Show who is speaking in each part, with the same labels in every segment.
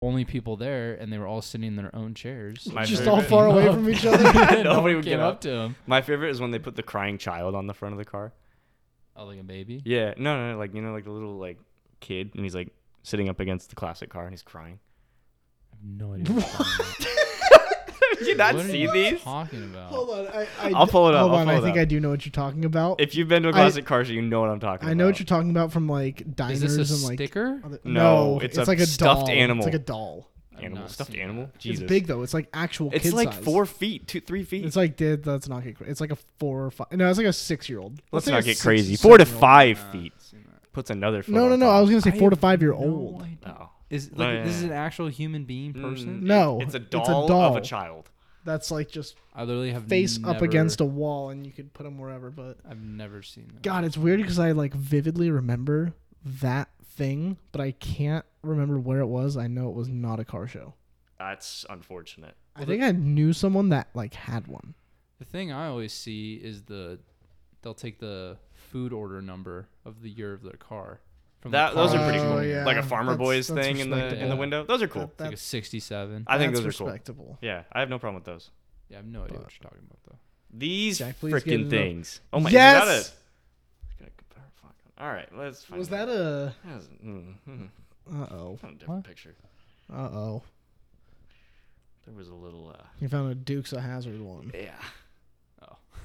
Speaker 1: only people there, and they were all sitting in their own chairs.
Speaker 2: My
Speaker 3: just
Speaker 2: favorite-
Speaker 3: all far away from each other.
Speaker 2: Nobody would
Speaker 1: came
Speaker 2: get
Speaker 1: up.
Speaker 2: up.
Speaker 1: to him.
Speaker 2: My favorite is when they put the crying child on the front of the car.
Speaker 1: Oh, like a baby.
Speaker 2: Yeah, no, no, no, like you know, like the little like kid, and he's like sitting up against the classic car and he's crying.
Speaker 1: I have no idea. What? you're talking about.
Speaker 2: Did you not
Speaker 1: What are
Speaker 2: see
Speaker 1: you
Speaker 2: these?
Speaker 1: Talking about.
Speaker 3: Hold on, I, I
Speaker 2: I'll pull it up,
Speaker 3: Hold
Speaker 2: I'll
Speaker 3: on,
Speaker 2: pull
Speaker 3: I
Speaker 2: it
Speaker 3: think
Speaker 2: up.
Speaker 3: I do know what you're talking about.
Speaker 2: If you've been to a
Speaker 3: I-
Speaker 2: classic car show, you know what I'm talking about.
Speaker 3: I know what you're talking about from like
Speaker 1: Is
Speaker 3: diners
Speaker 1: this a
Speaker 3: and like.
Speaker 1: sticker?
Speaker 3: other-
Speaker 2: No, it's a
Speaker 3: like a
Speaker 2: stuffed
Speaker 3: doll.
Speaker 2: animal.
Speaker 3: It's like a doll.
Speaker 1: I've
Speaker 2: Animal,
Speaker 1: not
Speaker 2: stuffed
Speaker 1: seen
Speaker 2: animal.
Speaker 1: that.
Speaker 2: Jesus,
Speaker 3: It's big though. It's like actual.
Speaker 2: It's
Speaker 3: kid
Speaker 2: like
Speaker 3: size.
Speaker 2: four feet, two, three feet.
Speaker 3: It's like did let's not get. cra- It's like a four or five. No, it's like a six year old.
Speaker 2: Let's not get crazy. Four to five feet puts another. Foot
Speaker 3: No, no,
Speaker 2: on
Speaker 3: no.
Speaker 2: top.
Speaker 3: I was gonna say
Speaker 1: I
Speaker 3: four to
Speaker 1: have
Speaker 3: five year
Speaker 1: no
Speaker 3: old.
Speaker 1: idea.
Speaker 2: No.
Speaker 1: Is like
Speaker 2: No, yeah, Mm.
Speaker 1: this is
Speaker 2: yeah.
Speaker 1: an actual human being person?
Speaker 3: Mm, No,
Speaker 2: it's a
Speaker 3: it's a
Speaker 2: doll, of
Speaker 3: doll.
Speaker 2: a child.
Speaker 3: That's like just
Speaker 1: I literally have
Speaker 3: face up
Speaker 1: never-
Speaker 3: against a wall, and you could put them wherever. But
Speaker 1: I've never seen that.
Speaker 3: God, it's weird because I like vividly remember that thing, but I can't remember where it was. I know it was not a car show.
Speaker 2: That's unfortunate.
Speaker 3: I think I knew someone that like had one.
Speaker 1: The thing I always see is the they'll take the food order number of the year of their car. From the
Speaker 2: That those are
Speaker 1: car.
Speaker 2: pretty
Speaker 3: Oh,
Speaker 2: cool.
Speaker 3: yeah.
Speaker 2: Like a farmer
Speaker 3: That's-
Speaker 2: boys
Speaker 3: that's
Speaker 2: thing in the in the
Speaker 1: respectable.
Speaker 2: window. Those are cool.
Speaker 1: It's like a sixty-seven.
Speaker 2: I think
Speaker 3: That's
Speaker 2: those are cool.
Speaker 3: respectable.
Speaker 2: Yeah, I have no problem with those.
Speaker 1: yeah, I have no idea what you're talking about though.
Speaker 2: These
Speaker 3: Jack, please get it
Speaker 2: freaking
Speaker 3: up.
Speaker 2: things. Oh my!
Speaker 3: Yes!
Speaker 2: Is that a, all right, let's. Find
Speaker 3: Was
Speaker 2: it.
Speaker 3: that a?
Speaker 2: That was- hmm, hmm.
Speaker 3: Uh oh.
Speaker 2: Found a different
Speaker 1: What?
Speaker 2: picture.
Speaker 3: Uh oh.
Speaker 2: There was a little. uh
Speaker 3: You found a Dukes of Hazard one.
Speaker 2: Yeah,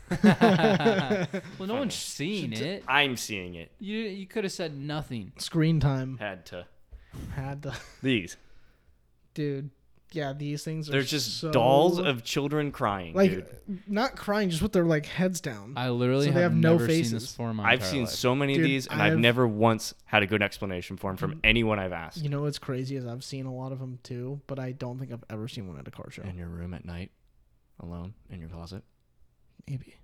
Speaker 1: Well, no one's seen it.
Speaker 2: I'm seeing it.
Speaker 1: You you could have said nothing.
Speaker 3: Screen time
Speaker 2: Had to
Speaker 3: had the
Speaker 2: these.
Speaker 3: dude. Yeah, these things are
Speaker 2: They're just
Speaker 3: so-
Speaker 2: dolls of children crying.
Speaker 3: like
Speaker 2: dude.
Speaker 3: not crying, just with their like heads down.
Speaker 1: I literally
Speaker 3: So they
Speaker 1: have,
Speaker 3: have no
Speaker 1: never seen this
Speaker 3: faces.
Speaker 1: before in my
Speaker 2: I've
Speaker 1: entire
Speaker 2: seen
Speaker 1: life.
Speaker 2: so many of
Speaker 3: Dude,
Speaker 2: these, and I've,
Speaker 3: I've- Mm.
Speaker 2: never once had a good explanation for them from anyone I've asked.
Speaker 3: You know what's crazy is I've seen a lot of them too, but I don't think I've ever seen one at a car show.
Speaker 2: In your room at night, alone in your closet.
Speaker 3: Maybe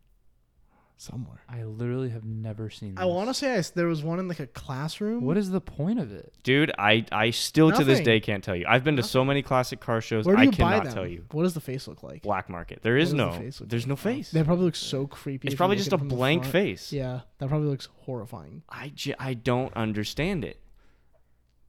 Speaker 3: somewhere.
Speaker 1: I literally have never seen. This.
Speaker 3: I want to say I s there was one in like a classroom.
Speaker 1: What is the point of it?
Speaker 2: Dude, I, I still to this
Speaker 3: Nothing.
Speaker 2: day can't tell you. I've been to so many classic car shows,
Speaker 3: Where do
Speaker 2: I
Speaker 3: you buy
Speaker 2: cannot
Speaker 3: them?
Speaker 2: tell you.
Speaker 3: What does the face look like?
Speaker 2: Black market. There is
Speaker 3: What
Speaker 2: no.
Speaker 3: does the face look
Speaker 2: there's no face.
Speaker 3: That probably looks so creepy.
Speaker 2: It's
Speaker 3: if you
Speaker 2: probably
Speaker 3: look
Speaker 2: just
Speaker 3: at
Speaker 2: a
Speaker 3: it from the
Speaker 2: blank
Speaker 3: front.
Speaker 2: face.
Speaker 3: Yeah, that probably looks horrifying,
Speaker 2: I, ju- I don't understand it.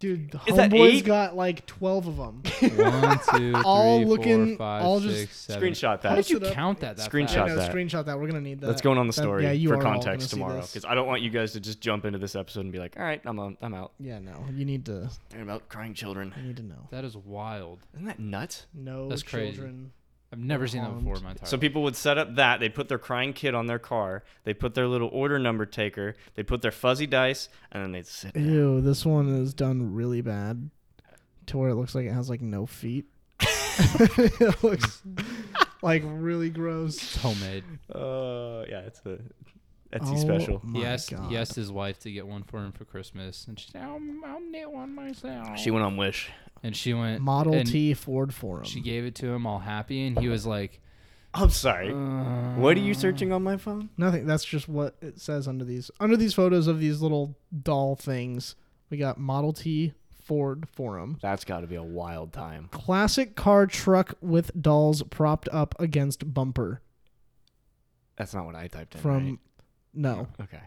Speaker 3: dude. The
Speaker 2: Is that
Speaker 3: homeboy's
Speaker 2: eight?
Speaker 3: got like twelve of them.
Speaker 1: One, two,
Speaker 3: All
Speaker 1: three, four,
Speaker 3: looking-
Speaker 1: five,
Speaker 3: all just
Speaker 1: six, seven.
Speaker 2: Screenshot
Speaker 1: How
Speaker 2: that.
Speaker 1: did you
Speaker 3: Post it up.
Speaker 1: count that? that
Speaker 2: Screenshot
Speaker 3: yeah,
Speaker 1: fast?
Speaker 3: no,
Speaker 2: that.
Speaker 3: screenshot that. We're gonna need that.
Speaker 2: That's going on the
Speaker 3: That-
Speaker 2: story
Speaker 3: yeah, you
Speaker 2: for
Speaker 3: are all gonna
Speaker 2: context
Speaker 3: see
Speaker 2: tomorrow
Speaker 3: this.
Speaker 2: because I don't want you guys to just jump into this episode and be like, all right, I'm, on, I'm out.
Speaker 3: Yeah, no, you need to.
Speaker 2: They're about crying children.
Speaker 3: You need to know.
Speaker 1: That is wild.
Speaker 2: Isn't that nuts?
Speaker 3: No
Speaker 1: That's crazy.
Speaker 3: children.
Speaker 1: I've never seen that
Speaker 3: Calmed.
Speaker 1: before in my entire
Speaker 2: So
Speaker 1: life.
Speaker 2: people would set up that they put their crying kid on their car, they put their little order number taker, they put their fuzzy dice, and then they'd sit. down.
Speaker 3: Ew, this one is done really bad, to where it looks like it has like no feet. it looks like really gross.
Speaker 1: homemade.
Speaker 2: Uh, yeah, it's a Etsy
Speaker 3: Oh
Speaker 2: special.
Speaker 3: my
Speaker 1: He asked,
Speaker 3: God.
Speaker 1: he asked his wife to get one for him for Christmas, and she said, I'll, I'll knit one myself.
Speaker 2: She went on Wish.
Speaker 1: and she went
Speaker 3: Model
Speaker 1: and
Speaker 3: T Ford Forum.
Speaker 1: She gave it to him all happy, and he was like, "Uh,
Speaker 2: I'm
Speaker 3: Uh,
Speaker 2: sorry. what are you searching on my phone?
Speaker 3: Nothing. That's just what it says under these under these photos of these little doll things. We got Model T Ford Forum.
Speaker 2: That's got to be a wild time.
Speaker 3: Classic car truck with dolls propped up against bumper
Speaker 2: That's not what I typed in.
Speaker 3: from
Speaker 2: right?
Speaker 3: no.
Speaker 2: okay.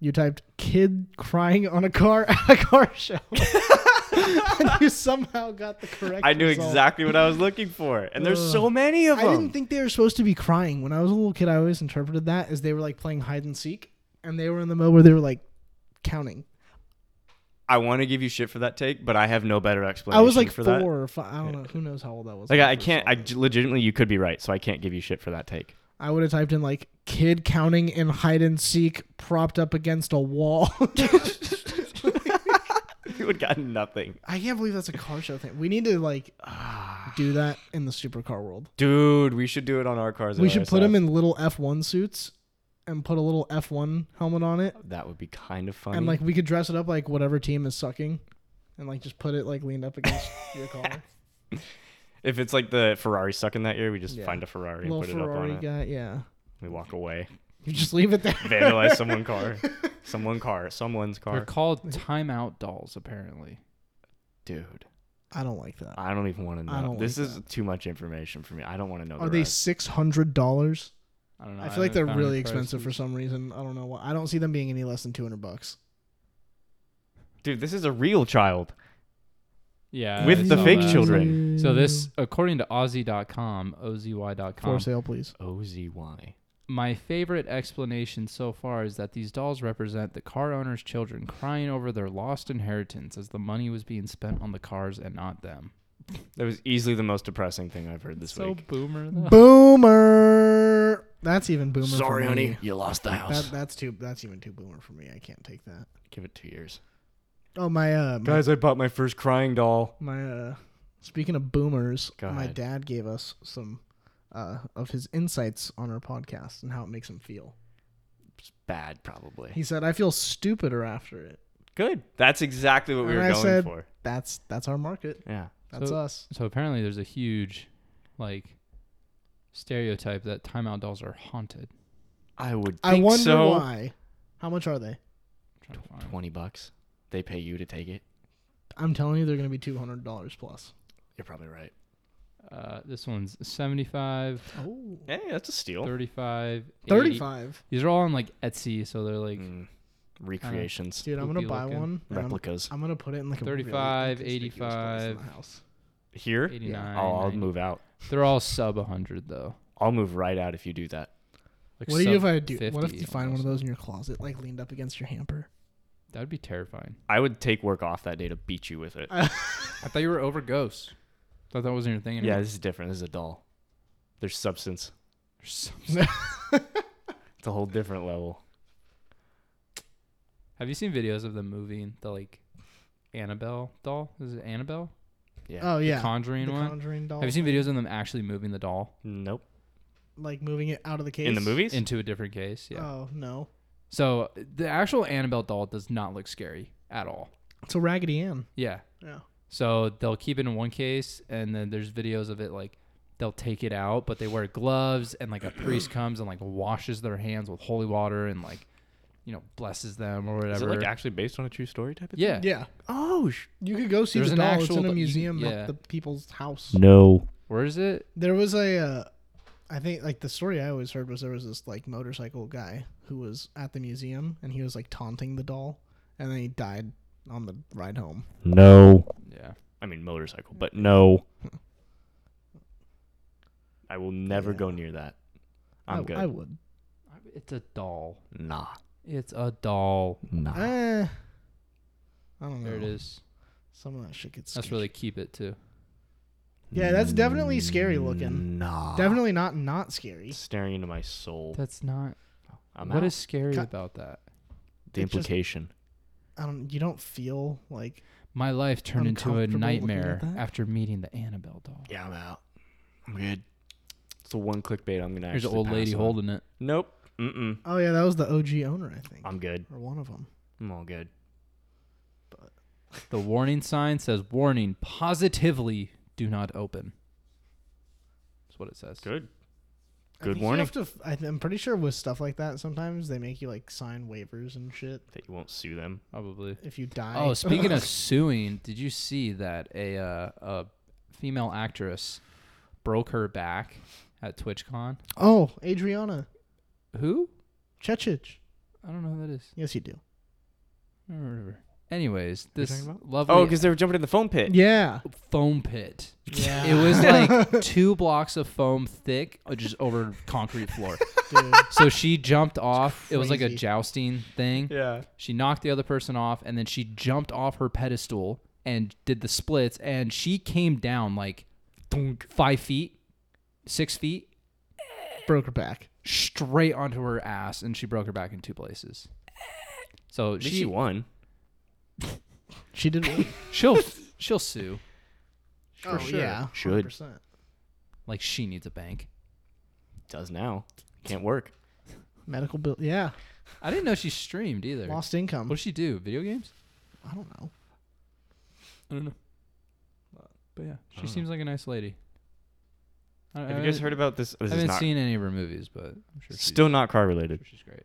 Speaker 3: You typed kid crying on a car at a car show. and you somehow got the correct
Speaker 2: I knew
Speaker 3: result.
Speaker 2: exactly what I was looking for, and there's so many of
Speaker 3: I
Speaker 2: them.
Speaker 3: didn't think they were supposed to be crying. When I was a little kid, I always interpreted that as they were like playing hide and seek and they were in the mode where they were like counting.
Speaker 2: I want to give you shit for that take, but I have no better explanation.
Speaker 3: I was like
Speaker 2: for
Speaker 3: four
Speaker 2: that.
Speaker 3: or five. I don't know. Who knows how old that was.
Speaker 2: Like
Speaker 3: when
Speaker 2: I, I
Speaker 3: first
Speaker 2: can't.
Speaker 3: saw
Speaker 2: I
Speaker 3: that.
Speaker 2: j- legitimately, you could be right, so I can't give you shit for that take.
Speaker 3: I would have typed in like kid counting in hide and seek propped up against a wall.
Speaker 2: you would got nothing.
Speaker 3: I can't believe that's a car show thing. We need to like do that in the supercar world.
Speaker 2: Dude, we should do it on our cars.
Speaker 3: We should put them in little F1 suits and put a little F1 helmet on it.
Speaker 2: That would be kind of funny.
Speaker 3: And like we could dress it up like whatever team is sucking and like just put it like leaned up against your car.
Speaker 2: if it's like the Ferrari sucking that year, we just
Speaker 3: Yeah.
Speaker 2: find a Ferrari and
Speaker 3: little
Speaker 2: put it up on
Speaker 3: Ferrari
Speaker 2: it.
Speaker 3: guy. Yeah.
Speaker 2: We walk away,
Speaker 3: You just leave it there.
Speaker 2: vandalize someone car, someone car, someone's
Speaker 1: They're
Speaker 2: car.
Speaker 1: called timeout dolls, apparently.
Speaker 2: Dude,
Speaker 3: I don't like that.
Speaker 2: I don't even want to
Speaker 3: I
Speaker 2: know.
Speaker 3: don't
Speaker 2: This
Speaker 3: like
Speaker 2: is too much information for me. I don't want to know.
Speaker 3: Are
Speaker 2: the
Speaker 3: they
Speaker 2: rest.
Speaker 3: $600?
Speaker 1: I don't know.
Speaker 3: I feel like
Speaker 1: haven't
Speaker 3: they're
Speaker 1: found any
Speaker 3: really expensive for
Speaker 1: prices.
Speaker 3: some reason. I don't know why. I don't see them being any less than 200 bucks.
Speaker 2: Dude, this is a real child.
Speaker 1: Yeah. I
Speaker 2: With the
Speaker 1: saw
Speaker 2: fake
Speaker 1: that.
Speaker 2: children.
Speaker 1: So this, according to Aussie.com, OZY.com,
Speaker 3: for sale, please.
Speaker 2: OZY.
Speaker 1: my favorite explanation so far is that these dolls represent the car owner's children crying over their lost inheritance as the money was being spent on the cars and not them.
Speaker 2: That was easily the most depressing thing I've heard this
Speaker 1: so
Speaker 2: week.
Speaker 1: boomer though.
Speaker 3: Boomer. That's even boomer. for me.
Speaker 2: you lost the
Speaker 3: That, that's too. That's even too boomer for me. I can't take that.
Speaker 2: Give it two years,
Speaker 3: Oh my. Uh, my
Speaker 2: guys. I bought my first crying doll.
Speaker 3: My uh speaking of boomers,
Speaker 2: Go
Speaker 3: my
Speaker 2: ahead.
Speaker 3: dad gave us some uh of his insights on our podcast and how it makes him feel.
Speaker 2: It's bad, probably.
Speaker 3: He said, "I feel stupider after it."
Speaker 2: Good. That's exactly what we
Speaker 3: And
Speaker 2: were
Speaker 3: I
Speaker 2: going
Speaker 3: said-
Speaker 2: for.
Speaker 3: That's that's our market.
Speaker 2: Yeah.
Speaker 3: That's
Speaker 1: So-
Speaker 3: us.
Speaker 1: So apparently, there's a huge, like, stereotype that timeout dolls are haunted.
Speaker 2: I would.
Speaker 3: I
Speaker 2: think
Speaker 3: wonder
Speaker 2: so.
Speaker 3: why. How much are they?
Speaker 1: I'm trying to find-
Speaker 2: Twenty bucks. They pay you to take it.
Speaker 3: I'm telling you, they're gonna be two hundred dollars plus.
Speaker 2: You're probably right.
Speaker 1: Uh, this one's 75,
Speaker 3: Oh.
Speaker 2: Hey, that's a steal.
Speaker 1: 35, 80.
Speaker 3: Thirty-five,
Speaker 1: These are all on like Etsy, so they're like
Speaker 2: Mm. Recreations.
Speaker 3: dude. I'm
Speaker 1: We'll
Speaker 3: gonna
Speaker 1: be
Speaker 3: buy
Speaker 1: looking.
Speaker 3: one. and I'm,
Speaker 2: replicas.
Speaker 3: I'm gonna put it in like a
Speaker 1: 35,
Speaker 3: really inconspicuous place in
Speaker 1: 85.
Speaker 3: the house.
Speaker 2: Here?
Speaker 1: 89.
Speaker 2: Oh, I'll
Speaker 1: 90.
Speaker 2: move out.
Speaker 1: They're all sub 100 though.
Speaker 2: I'll move right out if you do that.
Speaker 1: Like
Speaker 3: What do you if
Speaker 1: sub
Speaker 3: I do? What if
Speaker 1: 50
Speaker 3: you find one
Speaker 1: almost.
Speaker 3: of those in your closet, like leaned up against your hamper?
Speaker 1: That'd be terrifying.
Speaker 2: I would take work off that day to beat you with it.
Speaker 1: I thought you were over ghosts. Thought that wasn't your thing anymore.
Speaker 2: Yeah, this is different. This is a doll. There's substance. It's a whole different level.
Speaker 1: Have you seen videos of them moving the like Annabelle doll? Is it Annabelle?
Speaker 2: Yeah.
Speaker 3: Oh yeah,
Speaker 1: Conjuring
Speaker 3: The
Speaker 1: one.
Speaker 3: Conjuring doll.
Speaker 1: Have you seen videos of them actually moving the doll
Speaker 2: nope.
Speaker 3: like moving it out of the case
Speaker 2: In the movies?
Speaker 1: into a different case? Yeah.
Speaker 3: Oh no,
Speaker 1: So the actual Annabelle doll does not look scary at all.
Speaker 3: it's a Raggedy Ann.
Speaker 1: Yeah.
Speaker 3: Yeah.
Speaker 1: So they'll keep it in one case, and then there's videos of it like they'll take it out, but they wear gloves, and like a priest comes and like washes their hands with holy water and like, you know, blesses them or
Speaker 2: Is it
Speaker 1: whatever.
Speaker 2: like actually based on a true story type of
Speaker 1: yeah.
Speaker 3: Yeah.
Speaker 2: Oh, sh-
Speaker 3: You could go see
Speaker 1: There's
Speaker 3: the
Speaker 1: an
Speaker 3: doll.
Speaker 1: actual
Speaker 3: it's in
Speaker 1: doll-
Speaker 3: a
Speaker 1: you-
Speaker 3: museum
Speaker 1: yeah.
Speaker 3: at the people's house.
Speaker 2: no.
Speaker 1: Where is it?
Speaker 3: There was a, uh, I think like the story I always heard was there was this like motorcycle guy who was at the museum and he was like taunting the doll, and then he died on the ride home.
Speaker 2: No.
Speaker 1: Yeah.
Speaker 2: I mean, motorcycle, but no. I will never
Speaker 3: Yeah.
Speaker 2: go near that. I'm
Speaker 3: I,
Speaker 2: good.
Speaker 3: I would.
Speaker 1: It's a doll.
Speaker 2: nah.
Speaker 1: It's a doll.
Speaker 2: Nah.
Speaker 3: Eh, I don't know.
Speaker 1: There it is.
Speaker 3: Some of that shit gets.
Speaker 1: That's
Speaker 3: sketchy.
Speaker 1: really keep it too.
Speaker 3: Yeah, that's definitely scary looking.
Speaker 2: Nah.
Speaker 3: Definitely not not scary.
Speaker 2: Staring into my soul.
Speaker 1: That's not.
Speaker 2: I'm
Speaker 1: what
Speaker 2: out.
Speaker 1: is scary
Speaker 3: Ca-
Speaker 1: about that?
Speaker 2: the
Speaker 3: It just-
Speaker 2: implication?
Speaker 3: I don't. You don't feel like
Speaker 1: My life turned into a
Speaker 3: Uncomfortable looking at
Speaker 1: nightmare
Speaker 3: that?
Speaker 1: after meeting the Annabelle doll.
Speaker 2: Yeah, I'm out. I'm good. It's the one clickbait I'm gonna.
Speaker 1: There's an
Speaker 2: actually
Speaker 1: old lady
Speaker 2: pass on.
Speaker 1: holding it.
Speaker 2: Nope. Mm-mm.
Speaker 3: Oh yeah, that was the OG owner, I think,
Speaker 2: I'm good.
Speaker 3: or one of them.
Speaker 2: I'm all good.
Speaker 1: The warning sign says, "Warning: Positively do not open." That's what it says.
Speaker 2: Good.
Speaker 3: I
Speaker 2: Good
Speaker 3: think
Speaker 2: warning.
Speaker 3: You have to, f- I th- I'm pretty sure with stuff like that, sometimes they make you like sign waivers and shit
Speaker 2: That you won't sue them.
Speaker 1: Probably.
Speaker 3: if you die.
Speaker 1: Oh, speaking of suing, did you see that a uh, a female actress broke her back at TwitchCon?
Speaker 3: oh, Adriana
Speaker 1: Who?
Speaker 3: Chechich.
Speaker 1: I don't know who that is.
Speaker 3: Yes, you do.
Speaker 1: I don't remember. Anyways,
Speaker 2: you
Speaker 1: this
Speaker 2: talking about?
Speaker 1: lovely
Speaker 2: Oh, because they were jumping in the foam pit.
Speaker 3: Yeah.
Speaker 1: foam pit.
Speaker 3: Yeah.
Speaker 1: It was like two blocks of foam thick, uh, just over concrete floor.
Speaker 3: Dude,
Speaker 1: So she jumped off. It was like a
Speaker 3: crazy.
Speaker 1: jousting thing.
Speaker 2: Yeah.
Speaker 1: She knocked the other person off, and then she jumped off her pedestal and did the splits, and she came down like five feet, six feet,
Speaker 3: broke her back.
Speaker 1: straight onto her ass, and she broke her back in two places. So
Speaker 2: At least she
Speaker 1: she
Speaker 2: won.
Speaker 3: She did. win.
Speaker 1: she'll she'll sue.
Speaker 3: oh yeah.
Speaker 2: Should.
Speaker 3: 100%.
Speaker 1: Like she needs a bank.
Speaker 2: Does now. Can't work.
Speaker 3: Medical bill. Yeah.
Speaker 1: I didn't know she streamed either.
Speaker 3: Lost income.
Speaker 1: What does she do? Video games?
Speaker 3: I don't know.
Speaker 1: I don't know. But yeah, she
Speaker 2: Oh.
Speaker 1: seems like a nice lady. I,
Speaker 2: Have you guys heard about this? This
Speaker 1: I
Speaker 2: is
Speaker 1: haven't
Speaker 2: not
Speaker 1: seen any of her movies, but I'm sure she's,
Speaker 2: still not car
Speaker 1: I'm
Speaker 2: related.
Speaker 1: sure she's great.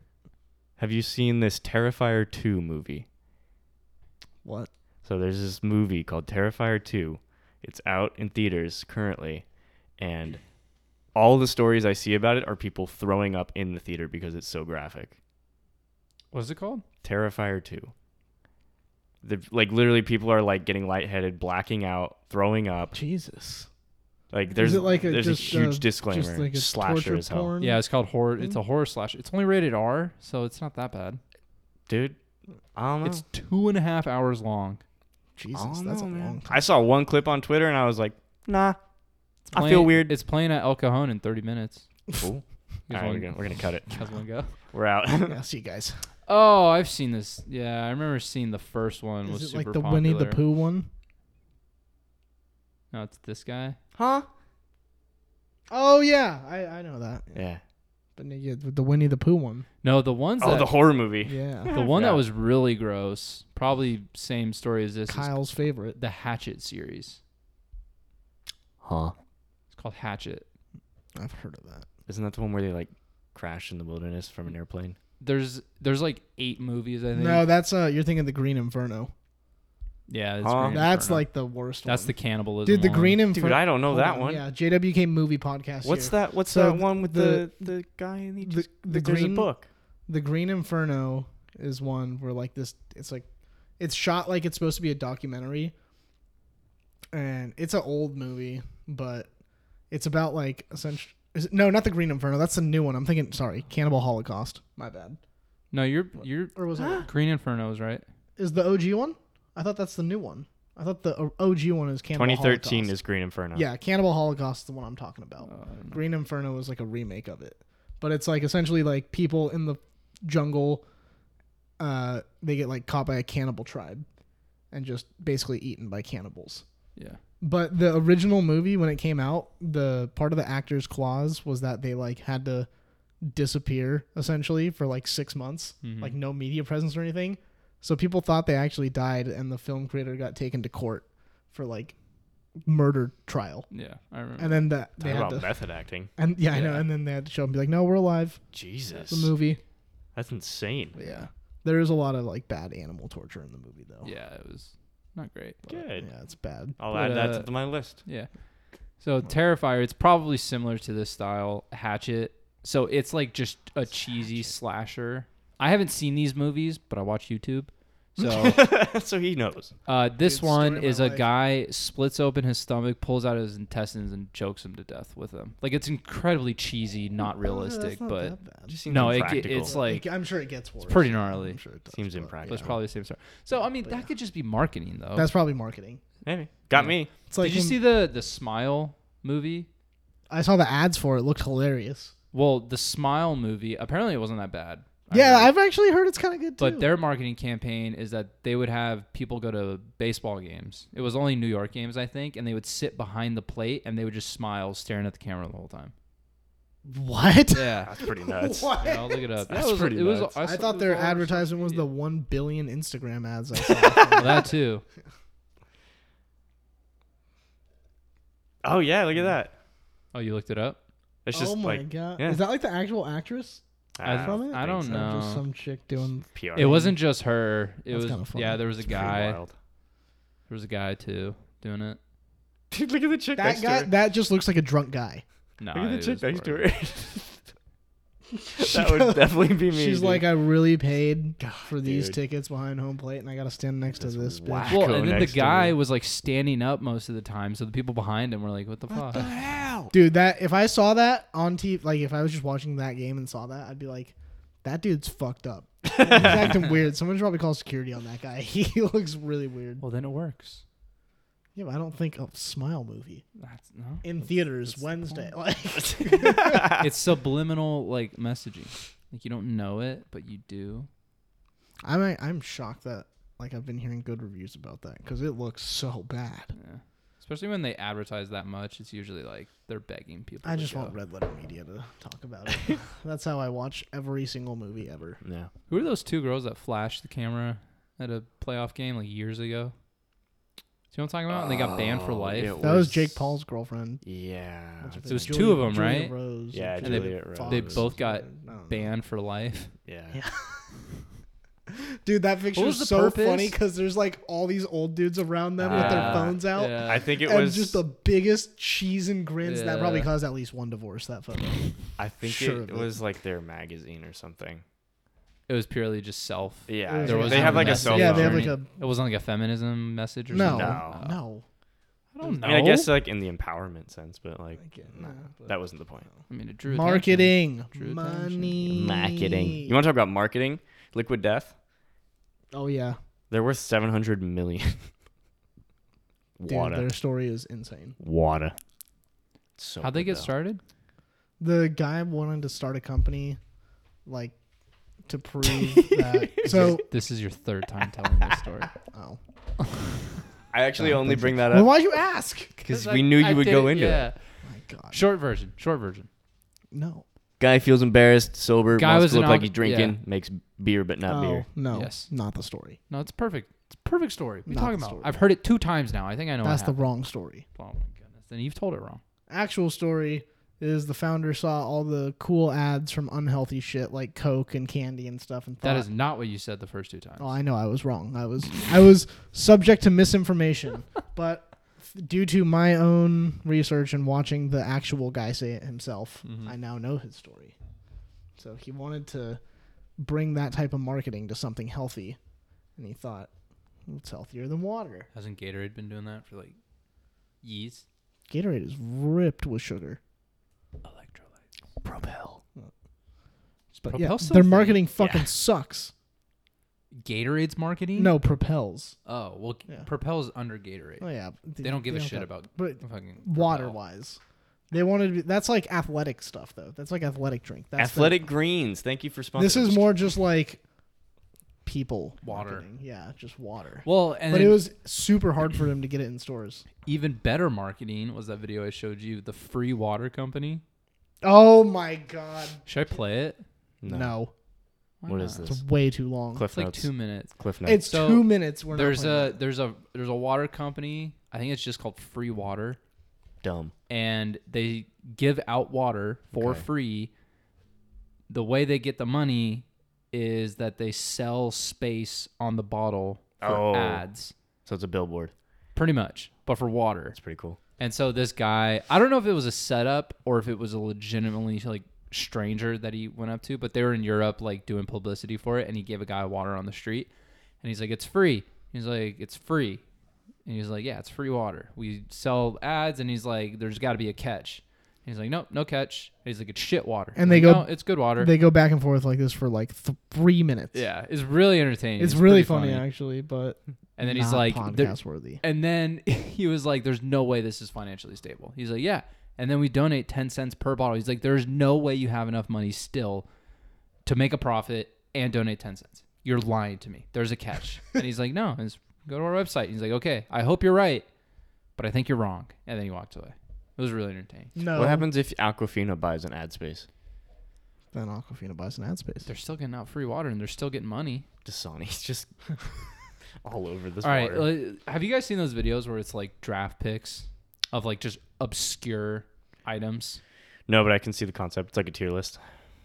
Speaker 2: Have you seen this Terrifier 2 movie?
Speaker 3: What?
Speaker 2: So there's this movie called Terrifier 2. It's out in theaters currently, and all the stories I see about it are people throwing up in the theater because it's so graphic.
Speaker 1: What's it called?
Speaker 2: Terrifier 2. The, like literally, people are like getting lightheaded, blacking out, throwing up.
Speaker 3: Jesus.
Speaker 2: Like there's
Speaker 3: Is it like a,
Speaker 2: there's
Speaker 3: just
Speaker 2: a huge
Speaker 3: uh,
Speaker 2: disclaimer.
Speaker 3: Just like a
Speaker 2: Slasher
Speaker 3: torture
Speaker 2: as hell,
Speaker 3: porn?
Speaker 1: Yeah, it's called horror. It's
Speaker 3: Mhm.
Speaker 1: a horror slash. It's only rated R, so it's not that bad.
Speaker 2: dude. I
Speaker 3: Oh.
Speaker 2: don't know.
Speaker 1: It's two and a half hours long.
Speaker 2: I
Speaker 3: Jesus,
Speaker 2: don't
Speaker 3: that's
Speaker 2: know,
Speaker 3: a
Speaker 2: man.
Speaker 3: long time.
Speaker 2: I saw one clip on Twitter and I was like, nah.
Speaker 1: It's
Speaker 2: I feel
Speaker 1: playing-
Speaker 2: weird.
Speaker 1: It's playing at El Cajon in 30 minutes.
Speaker 2: Cool.
Speaker 1: You
Speaker 2: All
Speaker 1: guys
Speaker 2: right, we're
Speaker 1: wanna-
Speaker 2: gonna, we're gonna cut it.
Speaker 1: you guys wanna go?
Speaker 2: We're out.
Speaker 3: yeah, see you guys.
Speaker 1: Oh, I've seen this. Yeah, I remember seeing the first one was
Speaker 3: Is it
Speaker 1: super
Speaker 3: like the
Speaker 1: popular.
Speaker 3: Winnie the Pooh one?
Speaker 1: No, it's this guy.
Speaker 2: huh?
Speaker 3: Oh yeah, I, I know that.
Speaker 2: Yeah.
Speaker 3: But no, yeah, the Winnie the Pooh one.
Speaker 1: No, the ones
Speaker 2: Oh,
Speaker 1: that
Speaker 2: the horror movie.
Speaker 3: Yeah,
Speaker 1: the one that
Speaker 2: Yeah.
Speaker 1: was really gross. Probably same story as this. is
Speaker 3: Kyle's favorite.
Speaker 1: the Hatchet series.
Speaker 2: Huh?
Speaker 1: It's called Hatchet.
Speaker 3: I've heard of that.
Speaker 2: Isn't that the one where they like crash in the wilderness from an airplane?
Speaker 1: There's there's like eight movies I think.
Speaker 3: No, that's uh, you're thinking the Green Inferno.
Speaker 1: yeah, it's
Speaker 2: Huh?
Speaker 1: Green
Speaker 3: That's
Speaker 1: Inferno.
Speaker 3: like the worst.
Speaker 1: that's the
Speaker 3: one.
Speaker 1: cannibalism.
Speaker 3: dude. The
Speaker 1: one.
Speaker 3: Green
Speaker 2: Dude,
Speaker 3: Inferno.
Speaker 2: I don't know
Speaker 3: Hold
Speaker 2: that
Speaker 3: on,
Speaker 2: one.
Speaker 3: Yeah, JWK movie podcast.
Speaker 2: What's
Speaker 3: here.
Speaker 2: that? What's
Speaker 3: So
Speaker 2: that one with
Speaker 3: the-
Speaker 2: the the, guy in the,
Speaker 3: The, the
Speaker 2: there's a
Speaker 3: Green
Speaker 2: book.
Speaker 3: the Green Inferno is one where like this. It's like it's shot like it's supposed to be a documentary, and it's an old movie, but it's about like essentially. Is it, no, not the Green Inferno. That's the new one. I'm thinking. Sorry, Cannibal Holocaust. My bad.
Speaker 1: No, you're you're
Speaker 3: Or was it?
Speaker 1: Green Inferno is right.
Speaker 3: Is the OG one? I thought that's the new one. I thought the o- OG one is Cannibal.
Speaker 2: 2013
Speaker 3: Holocaust.
Speaker 2: is Green Inferno.
Speaker 3: Yeah, Cannibal Holocaust is the one I'm talking about.
Speaker 1: Uh,
Speaker 3: Oh, Green Inferno is like a remake of it, but it's like essentially like people in the jungle, uh, they get like caught by a cannibal tribe, and just basically eaten by cannibals.
Speaker 1: yeah.
Speaker 3: But the original movie when it came out, the part of the actor's clause was that they like had to disappear essentially for like six months,
Speaker 1: Mhm.
Speaker 3: like no media presence or anything. So people thought they actually died, and the film creator got taken to court for like murder trial.
Speaker 1: Yeah, I remember.
Speaker 3: And then that
Speaker 2: Talk
Speaker 3: they had
Speaker 2: about
Speaker 3: to
Speaker 2: method acting.
Speaker 3: and yeah, I know.
Speaker 1: Yeah.
Speaker 3: And then they had to show him be like, "No, we're alive."
Speaker 2: Jesus,
Speaker 3: The movie.
Speaker 2: that's insane.
Speaker 3: yeah, there is a lot of like bad animal torture in the movie, though.
Speaker 1: Yeah, it was not great.
Speaker 2: Good.
Speaker 3: yeah, it's bad.
Speaker 2: I'll
Speaker 1: But,
Speaker 2: add
Speaker 1: uh,
Speaker 2: that to my list.
Speaker 1: Yeah. So Terrifier, it's probably similar to this style Hatchet. So it's like just a cheesy slasher. I haven't seen these movies, but I watch YouTube. So
Speaker 2: so he knows.
Speaker 1: uh, this
Speaker 3: Dude,
Speaker 1: one
Speaker 3: story of my
Speaker 1: is a
Speaker 3: life.
Speaker 1: guy splits open his stomach, pulls out his intestines, and chokes him to death with them. Like it's incredibly cheesy,
Speaker 3: Oh, Uh,
Speaker 1: not realistic, but
Speaker 2: Just seems
Speaker 1: no, it, it,
Speaker 2: impractical.
Speaker 1: it's like
Speaker 3: I'm sure it gets worse.
Speaker 1: pretty gnarly.
Speaker 3: I'm sure it does,
Speaker 2: Seems
Speaker 3: but-
Speaker 2: impractical.
Speaker 1: it's probably the same story. So I mean,
Speaker 3: But
Speaker 1: that
Speaker 3: yeah.
Speaker 1: could just be marketing though.
Speaker 3: That's probably marketing.
Speaker 2: maybe got
Speaker 1: Yeah.
Speaker 2: me.
Speaker 3: It's like
Speaker 1: Did you
Speaker 3: when-
Speaker 1: see the the Smile movie?
Speaker 3: I saw the ads for it. it Looked hilarious.
Speaker 1: Well, the Smile movie apparently it wasn't that bad. I
Speaker 3: yeah,
Speaker 1: heard.
Speaker 3: I've actually heard it's kind of good too.
Speaker 1: but their marketing campaign is that they would have people go to baseball games. It was only New York games, I think, and they would sit behind the plate and they would just smile, staring at the camera the whole time.
Speaker 3: what?
Speaker 1: Yeah,
Speaker 2: That's pretty nuts.
Speaker 3: What?
Speaker 1: yeah I'll look it up.
Speaker 2: That's
Speaker 1: that was,
Speaker 2: pretty
Speaker 1: it was,
Speaker 2: nuts.
Speaker 1: I,
Speaker 3: I
Speaker 1: saw-
Speaker 3: thought
Speaker 1: it
Speaker 3: their
Speaker 1: was all over
Speaker 3: advertisement was the
Speaker 1: social
Speaker 3: one billion Instagram ads I saw.
Speaker 1: media. Well, that too.
Speaker 2: Oh yeah, look at that.
Speaker 1: Oh, you looked it up?
Speaker 2: It's just
Speaker 3: oh my
Speaker 2: like
Speaker 3: god!
Speaker 2: yeah.
Speaker 3: Is that like the actual actress?
Speaker 1: I
Speaker 2: ah,
Speaker 3: from it?
Speaker 1: I don't
Speaker 3: Or
Speaker 1: know.
Speaker 3: Just some chick doing
Speaker 2: PR.
Speaker 1: It wasn't just her. It
Speaker 3: That's kinda
Speaker 1: was
Speaker 3: funny.
Speaker 1: yeah. There was a
Speaker 2: It's pretty
Speaker 1: guy. There
Speaker 2: wild.
Speaker 1: was a guy too doing it.
Speaker 2: Dude, look at the chick
Speaker 3: that
Speaker 2: next
Speaker 3: guy.
Speaker 2: to her.
Speaker 3: That just looks like a drunk guy.
Speaker 1: No,
Speaker 2: Look
Speaker 1: it
Speaker 2: at the chick
Speaker 1: was
Speaker 2: next to
Speaker 1: boring.
Speaker 2: her. that would definitely be me.
Speaker 3: She's
Speaker 2: dude.
Speaker 3: like, I really paid
Speaker 2: God,
Speaker 3: for these
Speaker 2: dude.
Speaker 3: tickets behind home plate, and I got to stand next
Speaker 2: That's
Speaker 3: to this
Speaker 2: whack.
Speaker 3: bitch.
Speaker 1: Well, and
Speaker 2: Echo
Speaker 1: then the
Speaker 2: next to
Speaker 1: guy
Speaker 2: me.
Speaker 1: was like standing up most of the time, so the people behind him were like, "What the fuck?"
Speaker 2: hell?
Speaker 3: Dude, that if I saw that on TV, like if I was just watching that game and saw that, I'd be like, that dude's fucked up. He's acting weird. Someone should probably call security on that guy. He looks really weird.
Speaker 1: Well, then it works.
Speaker 3: Yeah, but I don't think a smile movie
Speaker 1: That's no.
Speaker 3: in theaters
Speaker 1: that's the
Speaker 3: Wednesday. Like,
Speaker 1: it's subliminal like messaging. Like you don't know it, but you do.
Speaker 3: I'm I'm shocked that like I've been hearing good reviews about that because it looks so bad.
Speaker 1: Yeah. Especially when they advertise that much, it's usually like they're begging people.
Speaker 3: I
Speaker 1: to
Speaker 3: just
Speaker 1: go.
Speaker 3: want Red Letter Media to talk about it. That's how I watch every single movie ever.
Speaker 2: No.
Speaker 1: Who are those two girls that flashed the camera at a playoff game like years ago? Do you know what I'm talking about? and they got banned for
Speaker 2: Oh,
Speaker 1: life.
Speaker 2: it
Speaker 3: That was Jake Paul's girlfriend.
Speaker 2: Yeah.
Speaker 3: What's her
Speaker 1: It
Speaker 3: face?
Speaker 1: was two
Speaker 3: Julia-
Speaker 1: of 'em,
Speaker 3: Julia
Speaker 1: right?
Speaker 3: Rose
Speaker 2: Yeah,
Speaker 3: and
Speaker 1: they-
Speaker 2: Juliet Rose.
Speaker 1: they
Speaker 3: Fox.
Speaker 1: both got
Speaker 3: I don't know.
Speaker 1: Banned for life.
Speaker 2: Yeah.
Speaker 3: Yeah. Dude, that picture
Speaker 1: was the
Speaker 3: is so
Speaker 1: purpose?
Speaker 3: funny because there's like all these old dudes around them with their
Speaker 2: Ah,
Speaker 3: phones out.
Speaker 1: Uh, Yeah.
Speaker 2: I think it
Speaker 3: and
Speaker 2: was
Speaker 3: just the biggest cheese and grins. That probably
Speaker 1: Yeah.
Speaker 3: caused at least one divorce. That photo.
Speaker 2: I think
Speaker 3: sure
Speaker 2: it
Speaker 3: of it.
Speaker 2: was like their magazine or something.
Speaker 1: It was purely just self.
Speaker 2: Yeah,
Speaker 3: There was
Speaker 2: Mm. they
Speaker 3: no
Speaker 2: have like a
Speaker 1: message.
Speaker 2: cell phone.
Speaker 3: Yeah, they have like a
Speaker 1: It wasn't like a feminism message or
Speaker 3: no,
Speaker 1: something. Oh.
Speaker 2: No.
Speaker 3: no.
Speaker 1: I don't know.
Speaker 2: I mean, I guess like in the empowerment sense, but like nah, that wasn't the point.
Speaker 1: I mean, it drew attention.
Speaker 3: Marketing,
Speaker 1: Drew attention.
Speaker 3: money,
Speaker 2: You want to talk about marketing? Liquid Death.
Speaker 3: oh yeah,
Speaker 2: They're worth seven hundred million.
Speaker 3: dude,
Speaker 2: Wada.
Speaker 3: their story is insane.
Speaker 2: Wada. So
Speaker 1: How'd they
Speaker 2: good,
Speaker 1: get
Speaker 2: though.
Speaker 1: started?
Speaker 3: The guy wanted to start a company, like to prove that. So,
Speaker 1: This is your third time telling this story.
Speaker 3: oh.
Speaker 2: I actually
Speaker 1: Oh,
Speaker 2: only
Speaker 1: thanks.
Speaker 2: bring that
Speaker 3: well,
Speaker 2: up
Speaker 3: why'd you ask?
Speaker 2: because we knew you would go into it.
Speaker 3: My God,
Speaker 1: Short version. Short version.
Speaker 3: no,
Speaker 2: Guy feels embarrassed, sober,
Speaker 1: Guy
Speaker 2: wants
Speaker 1: was
Speaker 2: to look
Speaker 1: an
Speaker 2: like
Speaker 1: alco-
Speaker 2: he's drinking, makes beer but not
Speaker 3: oh,
Speaker 2: beer.
Speaker 3: no,
Speaker 1: Yes.
Speaker 3: not the story.
Speaker 1: No, it's perfect. It's a perfect story. What are you
Speaker 3: Not
Speaker 1: talking
Speaker 3: the
Speaker 1: about?
Speaker 3: story.
Speaker 1: I've heard it two times now. I think I know.
Speaker 3: That's
Speaker 1: what
Speaker 3: the
Speaker 1: happened.
Speaker 3: wrong story.
Speaker 1: Oh my goodness! Then you've told it wrong.
Speaker 3: actual story is the founder saw all the cool ads from unhealthy shit like Coke and candy and stuff and thought,
Speaker 1: That is not what you said the first two times.
Speaker 3: oh, I know I was wrong. I was I was subject to misinformation, but due to my own research and watching the actual guy say it himself,
Speaker 1: Mhm.
Speaker 3: I now know his story. So he wanted to bring that type of marketing to something healthy, and he thought it's healthier than water.
Speaker 1: Hasn't Gatorade been doing that for like years?
Speaker 3: Gatorade is ripped with sugar.
Speaker 1: Electrolytes.
Speaker 2: Propel.
Speaker 3: But
Speaker 1: Propel
Speaker 3: yeah, their
Speaker 1: something.
Speaker 3: marketing fucking sucks.
Speaker 1: Gatorade's marketing?
Speaker 3: No, propels.
Speaker 1: Oh well, g-
Speaker 3: Yeah.
Speaker 1: Propel's under Gatorade.
Speaker 3: Oh yeah,
Speaker 1: they don't give a shit
Speaker 3: got-
Speaker 1: about
Speaker 3: But
Speaker 1: fucking
Speaker 3: water
Speaker 1: Propel.
Speaker 3: wise, they wanted to be, that's like athletic stuff though. That's like athletic drink. That's the-
Speaker 2: Athletic Greens. Thank you for sponsoring.
Speaker 3: this is more just like people
Speaker 1: Water.
Speaker 3: marketing. Yeah, just water.
Speaker 1: Well, and
Speaker 3: but
Speaker 1: then
Speaker 3: it was super hard for them to get it in stores.
Speaker 1: even better marketing was that video I showed you, the free water company.
Speaker 3: Oh my god,
Speaker 1: Should I play it?
Speaker 3: no,
Speaker 2: No.
Speaker 1: Why
Speaker 2: What is
Speaker 1: not?
Speaker 2: this?
Speaker 3: it's way too long.
Speaker 2: Cliff
Speaker 1: It's like
Speaker 2: notes.
Speaker 1: two minutes.
Speaker 2: Cliff notes.
Speaker 3: It's
Speaker 1: So,
Speaker 3: two minutes. We're
Speaker 1: There's
Speaker 3: not playing
Speaker 1: a there's a there's a water company. I think it's just called Free Water.
Speaker 2: dumb.
Speaker 1: and they give out water for
Speaker 2: Okay.
Speaker 1: free. The way they get the money is that they sell space on the bottle for
Speaker 2: Oh.
Speaker 1: ads,
Speaker 2: So it's a billboard.
Speaker 1: pretty much, but for water.
Speaker 2: That's pretty cool.
Speaker 1: And so this guy, I don't know if it was a setup or if it was a legitimately like stranger that he went up to, but they were in Europe like doing publicity for it, and he gave a guy water on the street, and he's like, "It's free." He's like, "It's free," and he's like, "Yeah, it's free water. We sell ads," and he's like, "There's got to be a catch." And he's like, "Nope, no catch." And he's like, "It's shit water,"
Speaker 3: And
Speaker 1: I'm
Speaker 3: they
Speaker 1: like,
Speaker 3: go-
Speaker 1: "No, it's good water."
Speaker 3: that. They go back and forth like this for like th- three minutes.
Speaker 1: yeah, it's really entertaining.
Speaker 3: it's, really
Speaker 1: pretty
Speaker 3: funny, actually, but
Speaker 1: And then he's
Speaker 3: not
Speaker 1: like, "There-
Speaker 3: podcast worthy.
Speaker 1: and then he was like, "There's no way this is financially stable." He's like, "Yeah." And then we donate ten cents per bottle. He's like, "There's no way you have enough money still to make a profit and donate ten cents. You're lying to me. There's a catch." and he's like, "No, it's, go to our website." And he's like, "Okay, I hope you're right, but I think you're wrong." And then he walked away. It was really entertaining.
Speaker 3: No,
Speaker 2: What happens if Aquafina buys an ad space
Speaker 3: Then Aquafina buys an ad space.
Speaker 1: They're still getting out free water and they're still getting money.
Speaker 2: to Sony? It's just all over this
Speaker 1: All right,
Speaker 2: water.
Speaker 1: uh, have you guys seen those videos where it's like draft picks of like just obscure items?
Speaker 2: no, but I can see the concept. It's like a tier list.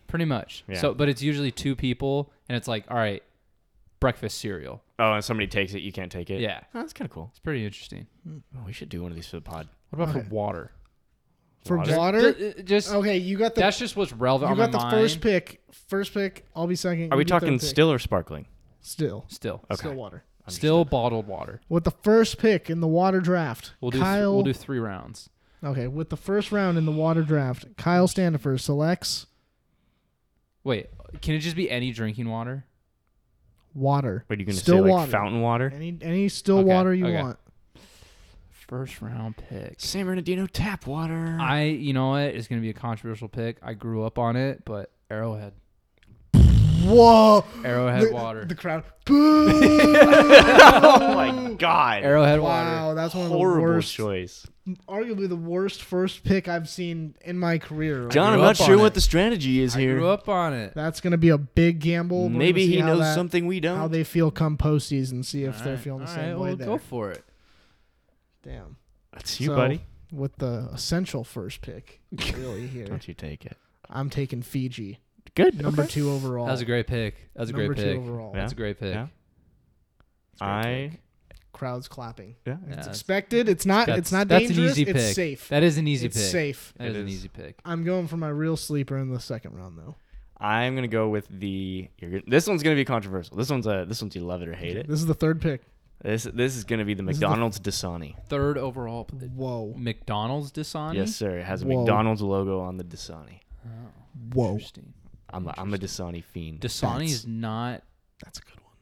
Speaker 1: Pretty much.
Speaker 2: Yeah.
Speaker 1: So, but it's usually two people, and it's like, all right, breakfast cereal.
Speaker 2: Oh, and somebody takes it. You can't take it.
Speaker 1: Yeah,
Speaker 2: Oh, that's kind of cool.
Speaker 1: it's pretty interesting.
Speaker 2: Oh, we should do one of these for the pod.
Speaker 1: What about
Speaker 3: Okay.
Speaker 1: for water?
Speaker 3: For
Speaker 2: Water?
Speaker 3: water?
Speaker 1: Th- uh, just
Speaker 3: Okay, you got the
Speaker 1: that's just what's relevant
Speaker 3: you
Speaker 1: on
Speaker 3: got the
Speaker 1: my mind.
Speaker 3: first pick. First pick. I'll be second.
Speaker 2: Are
Speaker 3: you
Speaker 2: we
Speaker 3: get third
Speaker 2: talking
Speaker 3: pick.
Speaker 2: still or sparkling?
Speaker 3: Still.
Speaker 1: Still,
Speaker 2: Okay.
Speaker 3: Still water.
Speaker 1: still bottled water.
Speaker 3: With the first pick in the water draft,
Speaker 1: We'll do. th-
Speaker 3: Kyle.
Speaker 1: we'll do three rounds.
Speaker 3: okay, with the first round in the water draft, Kyle Standifer selects
Speaker 1: Wait, can it just be any drinking water?
Speaker 3: water.
Speaker 2: What are you going to say?
Speaker 3: Still
Speaker 2: Like
Speaker 3: water.
Speaker 2: fountain water?
Speaker 3: Any any still
Speaker 1: Okay,
Speaker 3: water you
Speaker 1: okay.
Speaker 3: want.
Speaker 1: First round pick.
Speaker 2: San Bernardino tap water.
Speaker 1: I, you know what, it's gonna be a controversial pick. I grew up on it, but Arrowhead,
Speaker 3: Whoa!
Speaker 1: Arrowhead water,
Speaker 3: The crowd. Boo!
Speaker 2: oh my god.
Speaker 1: Arrowhead water.
Speaker 3: wow, that's one of the
Speaker 2: Horrible
Speaker 3: worst,
Speaker 2: choice.
Speaker 3: arguably the worst first pick I've seen in my career.
Speaker 2: John, I'm
Speaker 1: grew
Speaker 2: not
Speaker 1: up on
Speaker 2: sure
Speaker 1: it.
Speaker 2: what the strategy is
Speaker 1: I
Speaker 2: here.
Speaker 1: grew up on it.
Speaker 3: That's gonna be a big gamble. We're gonna
Speaker 2: Maybe
Speaker 3: see
Speaker 2: he
Speaker 3: how
Speaker 2: knows
Speaker 3: that-
Speaker 2: something we
Speaker 3: How
Speaker 2: don't.
Speaker 3: they feel come postseason, see if
Speaker 1: All
Speaker 3: they're
Speaker 1: right,
Speaker 3: feeling the
Speaker 1: all
Speaker 3: same
Speaker 1: right,
Speaker 3: way
Speaker 1: well,
Speaker 3: there.
Speaker 1: Go for it.
Speaker 3: Damn.
Speaker 2: That's you,
Speaker 3: So,
Speaker 2: buddy.
Speaker 3: With the essential first pick, really here,
Speaker 2: Don't you take it.
Speaker 3: I'm taking Fiji,
Speaker 2: Good.
Speaker 3: number
Speaker 2: okay.
Speaker 3: two overall.
Speaker 1: That was a great pick. That was a
Speaker 3: number
Speaker 1: great
Speaker 3: two
Speaker 1: pick.
Speaker 3: overall.
Speaker 2: Yeah.
Speaker 1: That's a great pick.
Speaker 2: Yeah.
Speaker 1: It's a great
Speaker 2: I
Speaker 1: pick.
Speaker 3: Crowd's clapping.
Speaker 2: yeah.
Speaker 1: Yeah,
Speaker 3: It's
Speaker 1: that's-
Speaker 3: expected. It's not.
Speaker 1: That's-
Speaker 3: it's not
Speaker 1: that's an
Speaker 3: dangerous.
Speaker 1: easy
Speaker 3: it's
Speaker 1: pick.
Speaker 3: safe.
Speaker 1: That is an easy
Speaker 3: it's
Speaker 1: pick.
Speaker 3: safe.
Speaker 1: That
Speaker 2: It
Speaker 1: is, an
Speaker 2: is.
Speaker 1: easy pick.
Speaker 3: I'm going for my real sleeper in the second round though.
Speaker 2: I'm gonna go with the. You're gonna, this one's gonna be controversial. This one's a. This one's you love it or hate it.
Speaker 3: This is the third pick.
Speaker 2: This this is gonna be the
Speaker 3: This is the-
Speaker 2: McDonald's Dasani.
Speaker 1: Third overall, p-
Speaker 3: Whoa.
Speaker 1: McDonald's Dasani.
Speaker 2: Yes, sir. It has a
Speaker 3: Whoa.
Speaker 2: McDonald's logo on the Dasani.
Speaker 1: Oh,
Speaker 3: Whoa.
Speaker 1: interesting.
Speaker 2: I'm a, I'm a Dasani fiend.
Speaker 1: Dasani
Speaker 3: That's-
Speaker 1: is not
Speaker 3: That's a good one.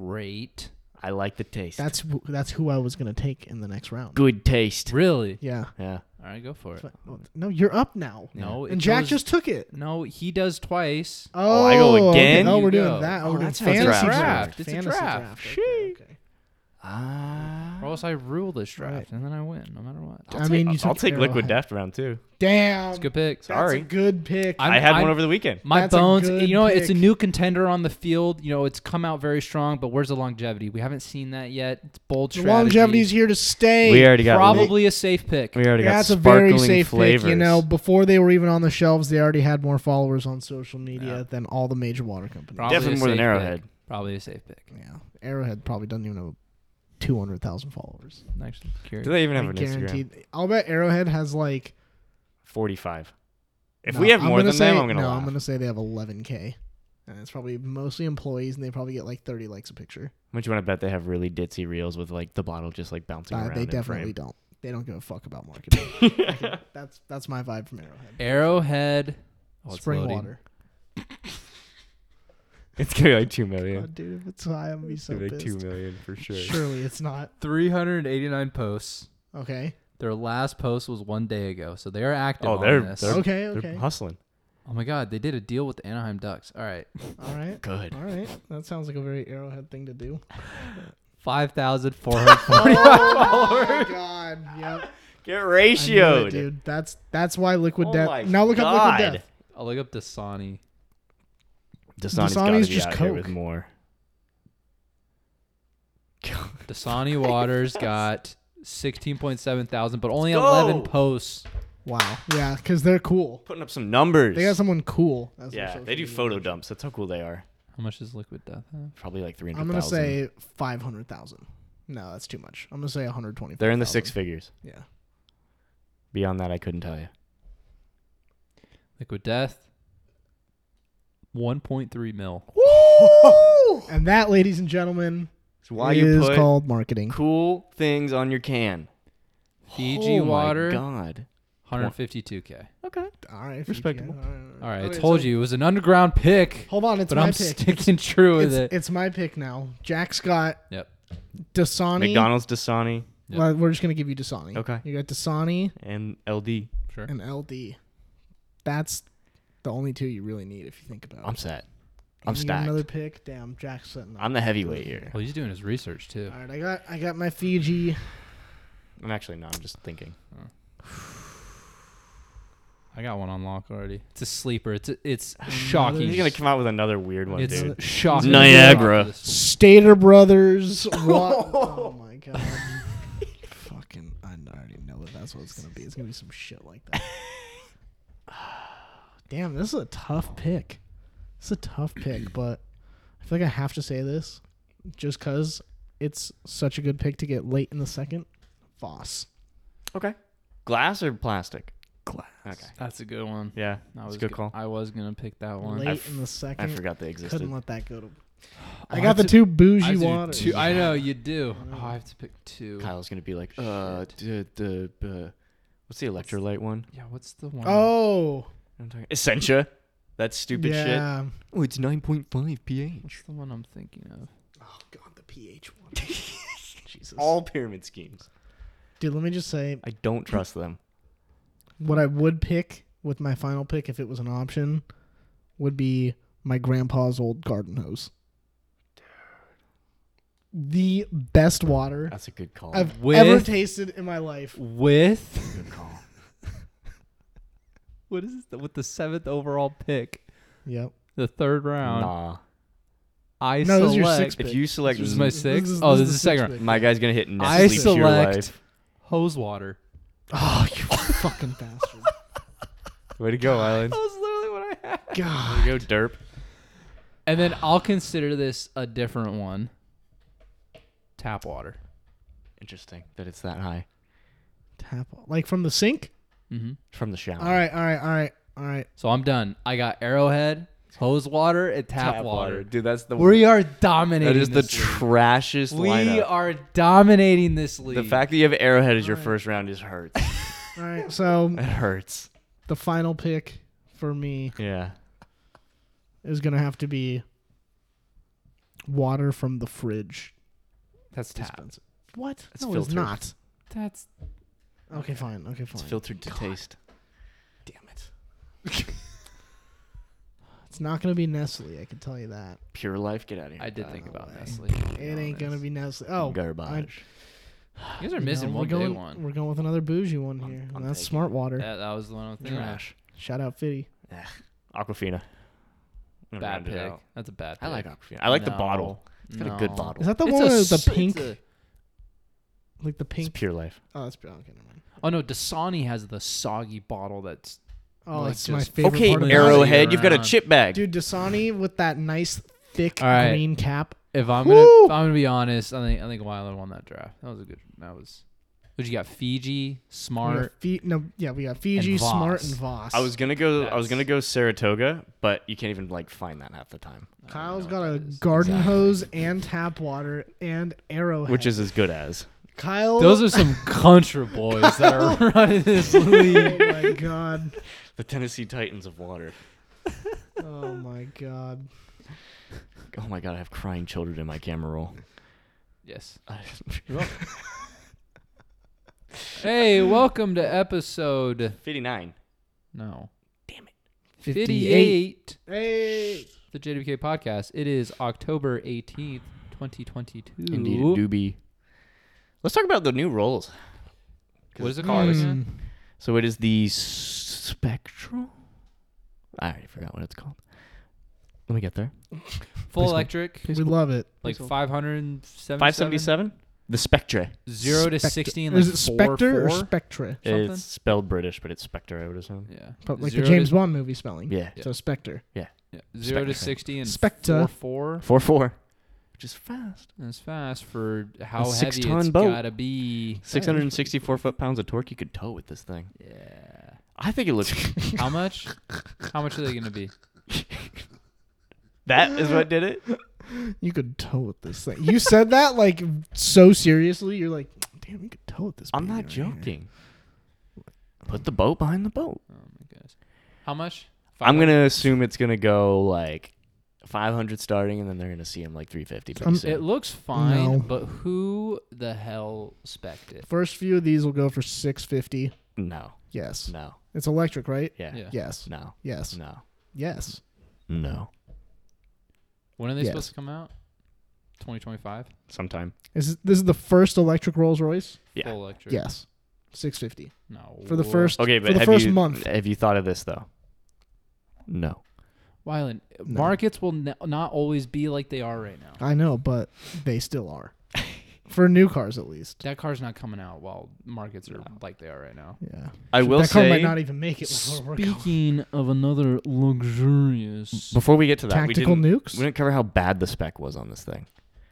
Speaker 1: great.
Speaker 2: I like the taste.
Speaker 3: That's who- that's who I was gonna take in the next round.
Speaker 2: good taste.
Speaker 1: Really?
Speaker 3: Yeah.
Speaker 2: Yeah.
Speaker 1: All right, go for it.
Speaker 3: But- No, you're up now.
Speaker 1: No, it
Speaker 3: and Jack
Speaker 1: goes-
Speaker 3: just took it.
Speaker 1: No, he does twice.
Speaker 3: Oh,
Speaker 2: I go
Speaker 3: okay.
Speaker 2: again?
Speaker 3: Oh, we're
Speaker 1: You
Speaker 3: doing
Speaker 1: go.
Speaker 3: that.
Speaker 2: Oh,
Speaker 3: Oh, we're doing
Speaker 2: that's how
Speaker 3: fantasy
Speaker 2: draft
Speaker 1: works. It's a
Speaker 3: Fantasy
Speaker 1: draft.
Speaker 3: Okay, okay.
Speaker 2: Ah.
Speaker 1: Or else I rule this draft,
Speaker 3: Right.
Speaker 1: and then I win, no matter what.
Speaker 3: I mean, you
Speaker 2: I'll
Speaker 3: took
Speaker 2: take Liquid
Speaker 3: Arrowhead.
Speaker 2: Death round too.
Speaker 3: Damn.
Speaker 1: It's a good pick.
Speaker 3: That's
Speaker 2: Sorry.
Speaker 3: a good pick.
Speaker 1: I'm-
Speaker 2: i had
Speaker 1: I'm-
Speaker 2: one over the weekend.
Speaker 1: My
Speaker 3: That's a
Speaker 1: bones,
Speaker 3: good
Speaker 1: you know, it's a
Speaker 3: pick.
Speaker 1: new contender on the field. You know, it's come out very strong, but where's the longevity? We haven't seen that yet. It's bold
Speaker 3: the
Speaker 1: strategy.
Speaker 3: longevity's here to stay.
Speaker 2: we already got
Speaker 1: probably a safe pick.
Speaker 2: We already
Speaker 3: That's a
Speaker 2: got sparkling
Speaker 3: very safe
Speaker 2: flavors.
Speaker 3: pick. You know, before they were even on the shelves, they already had more followers on social media
Speaker 1: Yeah.
Speaker 3: than all the major water companies.
Speaker 1: Probably
Speaker 2: definitely
Speaker 1: a
Speaker 2: more than
Speaker 1: safe
Speaker 2: Arrowhead.
Speaker 1: pick. Probably a safe pick.
Speaker 3: Yeah, Arrowhead probably doesn't even have two hundred thousand followers.
Speaker 1: I'm actually curious.
Speaker 2: Do they even have
Speaker 3: I
Speaker 2: an
Speaker 3: guarantee.
Speaker 2: Instagram?
Speaker 3: I'll bet Arrowhead has like.
Speaker 2: 45. If
Speaker 3: no,
Speaker 2: we have
Speaker 3: I'm
Speaker 2: more
Speaker 3: gonna
Speaker 2: than
Speaker 3: say,
Speaker 2: them, I'm gonna
Speaker 3: no.
Speaker 2: laugh.
Speaker 3: I'm gonna say they have eleven k, and it's probably mostly employees, and they probably get like thirty likes a picture.
Speaker 2: Which one I bet they have really ditzy reels with like the bottle just like bouncing
Speaker 3: Uh,
Speaker 2: around.
Speaker 3: they
Speaker 2: in
Speaker 3: definitely
Speaker 2: frame.
Speaker 3: don't. They don't give a fuck about marketing. I can- that's that's my vibe from Arrowhead.
Speaker 1: Arrowhead. Oh, it's
Speaker 3: Spring
Speaker 1: loading.
Speaker 3: water.
Speaker 2: It's gonna be like two million.
Speaker 3: God, Uh, dude, if it's high, I'm gonna be
Speaker 2: It's
Speaker 3: so
Speaker 2: gonna be like
Speaker 3: pissed.
Speaker 2: two million for sure.
Speaker 3: Surely it's not.
Speaker 1: 389 posts.
Speaker 3: Okay.
Speaker 1: Their last post was one day ago, so they are active.
Speaker 2: Oh,
Speaker 1: on
Speaker 2: they're-
Speaker 1: this.
Speaker 2: they're-
Speaker 3: Okay.
Speaker 2: They're
Speaker 3: Okay.
Speaker 2: hustling.
Speaker 1: Oh my God, they did a deal with the Anaheim Ducks. All right,
Speaker 3: All right.
Speaker 2: Good.
Speaker 3: All right. That sounds like a very Arrowhead thing to do.
Speaker 1: five thousand four hundred.
Speaker 3: oh my god. Yep.
Speaker 2: Get
Speaker 3: I knew it,
Speaker 2: ratioed.
Speaker 3: dude. That's that's why Liquid
Speaker 2: Oh my
Speaker 3: Death. Now look up Liquid
Speaker 2: God.
Speaker 3: Death.
Speaker 1: I'll look up Dasani.
Speaker 2: Dasani's gotta
Speaker 3: Dasani's
Speaker 2: be
Speaker 3: just
Speaker 2: out here with
Speaker 3: Coke.
Speaker 2: more.
Speaker 1: Dasani Waters got sixteen point seven thousand, but only
Speaker 2: Let's go.
Speaker 1: eleven posts.
Speaker 3: Wow. Yeah, because they're cool.
Speaker 2: Putting up some numbers.
Speaker 3: They got someone cool. That's their
Speaker 2: yeah,
Speaker 3: social
Speaker 2: they do
Speaker 3: media.
Speaker 2: photo dumps. That's how cool they are.
Speaker 1: How much does Liquid Death have?
Speaker 2: Probably like three hundred.
Speaker 3: I'm gonna say five hundred thousand. No, that's too much. I'm gonna say one hundred twenty.
Speaker 2: they're in the six figures.
Speaker 3: Yeah.
Speaker 2: Beyond that, I couldn't tell you.
Speaker 1: Liquid Death, one point three mil.
Speaker 3: And that, ladies and gentlemen,
Speaker 2: It's why
Speaker 3: is
Speaker 2: you put
Speaker 3: called marketing.
Speaker 2: cool things on your can.
Speaker 1: Fiji
Speaker 2: oh
Speaker 1: water,
Speaker 2: My God.
Speaker 1: one hundred fifty-two k.
Speaker 2: Okay.
Speaker 3: All right. if you-
Speaker 2: Respectable.
Speaker 3: yeah, all right,
Speaker 1: All right,
Speaker 3: Okay,
Speaker 1: I told
Speaker 3: so-
Speaker 1: you it was an underground pick,
Speaker 3: Hold on, it's
Speaker 1: but
Speaker 3: my
Speaker 1: I'm
Speaker 3: pick.
Speaker 1: sticking true with it.
Speaker 3: it's, it's my pick now. Jack's got
Speaker 1: Yep.
Speaker 3: Dasani.
Speaker 2: McDonald's Dasani
Speaker 1: Yep.
Speaker 3: Well, we're just gonna give you Dasani.
Speaker 2: Okay.
Speaker 3: You got Dasani
Speaker 2: and LD.
Speaker 1: Sure.
Speaker 3: and LD. That's the only two you really need if you think about it.
Speaker 2: I'm set. I'm
Speaker 3: You got
Speaker 2: stacked.
Speaker 3: Another pick. Damn, Jack's setting up.
Speaker 2: I'm the heavyweight here.
Speaker 1: Well, he's doing his research too.
Speaker 3: All right, I got I got my Fiji.
Speaker 2: I'm actually not. I'm just thinking.
Speaker 1: I got one on lock already. It's a sleeper. It's it's shocking.
Speaker 2: He's gonna come out with another weird one,
Speaker 1: it's
Speaker 2: dude.
Speaker 1: shocking.
Speaker 2: Niagara.
Speaker 3: Stater Brothers. What? oh my god. Fucking, I already know that that's what it's gonna be. It's gonna be some shit like that. Damn, this is a tough pick. It's a tough pick, but I feel like I have to say this just because it's such a good pick to get late in the second. Voss.
Speaker 2: Okay. Glass or plastic?
Speaker 3: Glass.
Speaker 2: Okay.
Speaker 1: That's a good one.
Speaker 2: Yeah.
Speaker 1: I
Speaker 2: That's
Speaker 1: was
Speaker 2: a good
Speaker 1: go-
Speaker 2: call.
Speaker 1: I was gonna pick that one.
Speaker 3: Late
Speaker 2: I
Speaker 3: in the
Speaker 2: I
Speaker 3: second.
Speaker 2: forgot they existed.
Speaker 3: Couldn't let that go to. I
Speaker 1: Oh,
Speaker 3: got the
Speaker 1: that's
Speaker 3: two
Speaker 1: I,
Speaker 3: bougie
Speaker 1: do
Speaker 3: waters.
Speaker 1: two- I know you do.
Speaker 3: I know.
Speaker 1: Oh, I have to pick two.
Speaker 2: Kyle's gonna be like, uh, d- d- uh, what's the electrolyte one?
Speaker 1: Yeah, what's the one?
Speaker 3: Oh,
Speaker 2: I'm talking Essentia. That stupid shit.
Speaker 3: yeah.
Speaker 2: Oh, it's 9.5 pH.
Speaker 1: What's the one I'm thinking of?
Speaker 3: Oh god, the pH one. Jesus.
Speaker 2: All pyramid schemes.
Speaker 3: Dude, let me just say
Speaker 2: I don't trust them.
Speaker 3: what I would pick with my final pick if it was an option would be my grandpa's old garden hose. The best water
Speaker 2: That's a good call.
Speaker 3: I've
Speaker 1: Oh, With-
Speaker 3: ever tasted in my life.
Speaker 1: With
Speaker 2: good call.
Speaker 1: what is the, with the seventh overall pick,
Speaker 3: Yep.
Speaker 1: the third round?
Speaker 2: Nah.
Speaker 1: I
Speaker 3: No, this is
Speaker 1: select.
Speaker 3: your sixth
Speaker 2: If
Speaker 3: pick.
Speaker 2: you select
Speaker 1: This is
Speaker 2: this
Speaker 1: my
Speaker 2: my,
Speaker 1: sixth? Oh, this is the second
Speaker 3: sixth pick.
Speaker 2: guy's gonna hit Nestle
Speaker 1: I
Speaker 2: to your
Speaker 1: select
Speaker 2: life.
Speaker 1: hose water.
Speaker 3: Oh, you fucking bastard.
Speaker 2: Way to go, Island.
Speaker 1: That was literally what I had.
Speaker 3: God.
Speaker 2: Way to go, derp.
Speaker 1: And then I'll consider this a different one. Tap water.
Speaker 2: Interesting that it's that high
Speaker 3: Tap like from the sink?
Speaker 1: Mm-hmm.
Speaker 2: from the shower.
Speaker 3: All right, all right, all right, all right.
Speaker 1: So I'm done. I got Arrowhead, hose water and tap, water.
Speaker 2: dude. That's the
Speaker 1: We are dominating.
Speaker 2: that is the
Speaker 1: this league.
Speaker 2: trashiest
Speaker 1: We
Speaker 2: lineup.
Speaker 1: are dominating this league.
Speaker 2: the fact that you have Arrowhead as your first round is hurts.
Speaker 3: All right, so
Speaker 2: it hurts.
Speaker 3: the final pick for me
Speaker 2: Yeah.
Speaker 3: is gonna have to be water from the fridge.
Speaker 1: that's tap.
Speaker 3: dispenser. What?
Speaker 2: It's
Speaker 3: no, it's
Speaker 2: filtered.
Speaker 3: not.
Speaker 1: That's
Speaker 3: Okay, fine. Okay, fine.
Speaker 2: It's filtered to taste.
Speaker 3: Damn it. it's not gonna be Nestle. I can tell you that.
Speaker 2: Pure life. Get out of here.
Speaker 1: I did
Speaker 3: Uh,
Speaker 1: think about
Speaker 3: like,
Speaker 1: Nestle.
Speaker 3: It ain't gonna be Nestle. Oh, I-
Speaker 2: garbage.
Speaker 1: You guys are
Speaker 3: you know,
Speaker 1: missing
Speaker 3: we're
Speaker 1: one
Speaker 3: going,
Speaker 1: big one.
Speaker 3: We're going with another bougie one
Speaker 2: I'm-
Speaker 3: here.
Speaker 2: I'm
Speaker 3: and that's
Speaker 2: taking
Speaker 3: smart water.
Speaker 1: That, that was the one I'm thinking. of.
Speaker 2: Trash.
Speaker 3: Shout out Fitty.
Speaker 2: Aquafina. I'm gonna
Speaker 1: Bad
Speaker 2: round it
Speaker 1: pick.
Speaker 2: out.
Speaker 1: That's a bad. pick.
Speaker 2: I like Aquafina. I like the
Speaker 1: No.
Speaker 2: bottle. It's got a good
Speaker 1: No.
Speaker 2: bottle.
Speaker 3: Is that the
Speaker 1: It's
Speaker 3: one
Speaker 1: a
Speaker 3: with
Speaker 1: s-
Speaker 3: the
Speaker 1: it's
Speaker 3: pink,
Speaker 1: a-
Speaker 3: like the
Speaker 2: It's
Speaker 3: pink?
Speaker 2: pure life.
Speaker 3: oh, that's okay. Never mind.
Speaker 1: oh no, Dasani has the soggy bottle. That's
Speaker 3: Oh,
Speaker 1: Like
Speaker 3: that's my
Speaker 1: just-
Speaker 3: favorite
Speaker 2: okay,
Speaker 3: part of
Speaker 1: the
Speaker 2: Arrowhead,
Speaker 1: bottle.
Speaker 2: you've got a
Speaker 1: Around.
Speaker 2: chip bag.
Speaker 3: Dude, Dasani with that nice thick
Speaker 1: All right.
Speaker 3: green cap.
Speaker 1: if I'm gonna
Speaker 3: Woo!
Speaker 1: if I'm gonna be honest. I think I think Wyler won that draft. That was a good. That was. What you got? Fiji,
Speaker 3: We
Speaker 1: smart.
Speaker 3: got Fi- no, yeah, we got Fiji,
Speaker 1: And
Speaker 3: Smart,
Speaker 1: Voss.
Speaker 3: and Voss.
Speaker 2: I was gonna go. I was
Speaker 1: That's-
Speaker 2: gonna go Saratoga, but you can't even like find that half the time,
Speaker 1: I don't
Speaker 3: Kyle's
Speaker 1: know
Speaker 3: got
Speaker 1: what
Speaker 3: a
Speaker 1: that is.
Speaker 3: garden
Speaker 2: Exactly.
Speaker 3: hose and tap water and arrowhead.
Speaker 2: which is as good as.
Speaker 3: Kyle.
Speaker 1: Those are some country boys that are running this league.
Speaker 3: oh my god.
Speaker 2: The Tennessee Titans of water.
Speaker 3: Oh my god.
Speaker 2: Oh my god, I have crying children in my camera roll.
Speaker 1: Yes.
Speaker 2: I-
Speaker 1: Hey, welcome to episode
Speaker 2: Fifty-nine.
Speaker 1: no
Speaker 2: Damn it.
Speaker 1: 58
Speaker 3: Hey.
Speaker 1: the JWK podcast. It is October 18th, 2022.
Speaker 2: Indeed, doobie. Let's talk about the new roles.
Speaker 1: What
Speaker 3: Hmm.
Speaker 1: is it called
Speaker 2: cars.
Speaker 1: again?
Speaker 2: So it is the spectral. I already forgot what it's called. Let me get there.
Speaker 1: Full
Speaker 2: Please hold.
Speaker 1: electric,
Speaker 3: We love it.
Speaker 1: like
Speaker 2: hold.
Speaker 1: 577
Speaker 2: Five seventy-seven. The Spectre.
Speaker 1: 0 to
Speaker 3: Spectre.
Speaker 1: 60 in like
Speaker 3: Is it Spectre
Speaker 1: four,
Speaker 3: or
Speaker 1: four?
Speaker 3: Spectre?
Speaker 1: Something?
Speaker 2: It's spelled British, but it's Spectre. I would assume.
Speaker 1: Yeah.
Speaker 3: But like
Speaker 1: Zero
Speaker 3: the James
Speaker 1: to,
Speaker 3: Bond movie spelling.
Speaker 2: Yeah.
Speaker 3: So Spectre.
Speaker 1: yeah, 0 to
Speaker 2: Spectre.
Speaker 1: 60 and
Speaker 3: Spectre.
Speaker 1: 4 4.
Speaker 2: Four four, which is fast.
Speaker 1: That's fast for how
Speaker 2: A
Speaker 1: heavy
Speaker 2: six-ton
Speaker 1: it's
Speaker 2: boat.
Speaker 1: got to be.
Speaker 2: Six hundred and sixty-four foot pounds of torque you could tow with this thing.
Speaker 1: Yeah.
Speaker 2: I think it looks.
Speaker 1: How much? How much are they going to be?
Speaker 2: that is what did it.
Speaker 3: You could tow with this thing. You said that like so seriously. You're like, damn, you could tow with this.
Speaker 2: I'm
Speaker 3: baby
Speaker 2: not
Speaker 3: right here."
Speaker 2: joking. Put the boat behind the boat.
Speaker 1: Oh my goodness. How much?
Speaker 2: I'm gonna assume it's gonna go like 500 starting, and then they're gonna see him like 350. pretty
Speaker 3: Um,
Speaker 2: soon.
Speaker 1: It looks fine,
Speaker 3: No.
Speaker 1: but who the hell spec'd it?
Speaker 3: First few of these will go for six fifty.
Speaker 2: no,
Speaker 3: Yes.
Speaker 2: no,
Speaker 3: It's electric, right?
Speaker 2: yeah,
Speaker 1: Yeah.
Speaker 3: Yes.
Speaker 2: no,
Speaker 3: Yes.
Speaker 2: no,
Speaker 3: Yes.
Speaker 2: no.
Speaker 1: When are they
Speaker 3: Yes.
Speaker 1: supposed to come out? 2025.
Speaker 2: Sometime.
Speaker 3: Is this, this is the first electric Rolls Royce?
Speaker 2: Yeah.
Speaker 1: Full electric.
Speaker 3: Yes. Six fifty.
Speaker 1: No.
Speaker 3: For the first
Speaker 2: Okay, but
Speaker 3: for the
Speaker 2: have
Speaker 3: first
Speaker 2: you
Speaker 3: month.
Speaker 2: have you thought of this though? No.
Speaker 1: Wyland,
Speaker 3: No. Uh,
Speaker 1: markets will n- not always be like they are right now.
Speaker 3: I know, but they still are. For new cars at least.
Speaker 1: that car's not coming out while markets are
Speaker 2: No.
Speaker 1: like they are right now.
Speaker 3: Yeah.
Speaker 2: I will
Speaker 3: that car
Speaker 2: say
Speaker 3: might not even make it before we're going.
Speaker 1: Speaking of another luxurious.
Speaker 2: before we get to that,
Speaker 3: Tactical
Speaker 2: we didn't we
Speaker 3: nukes?
Speaker 2: didn't cover how bad the spec was on this thing.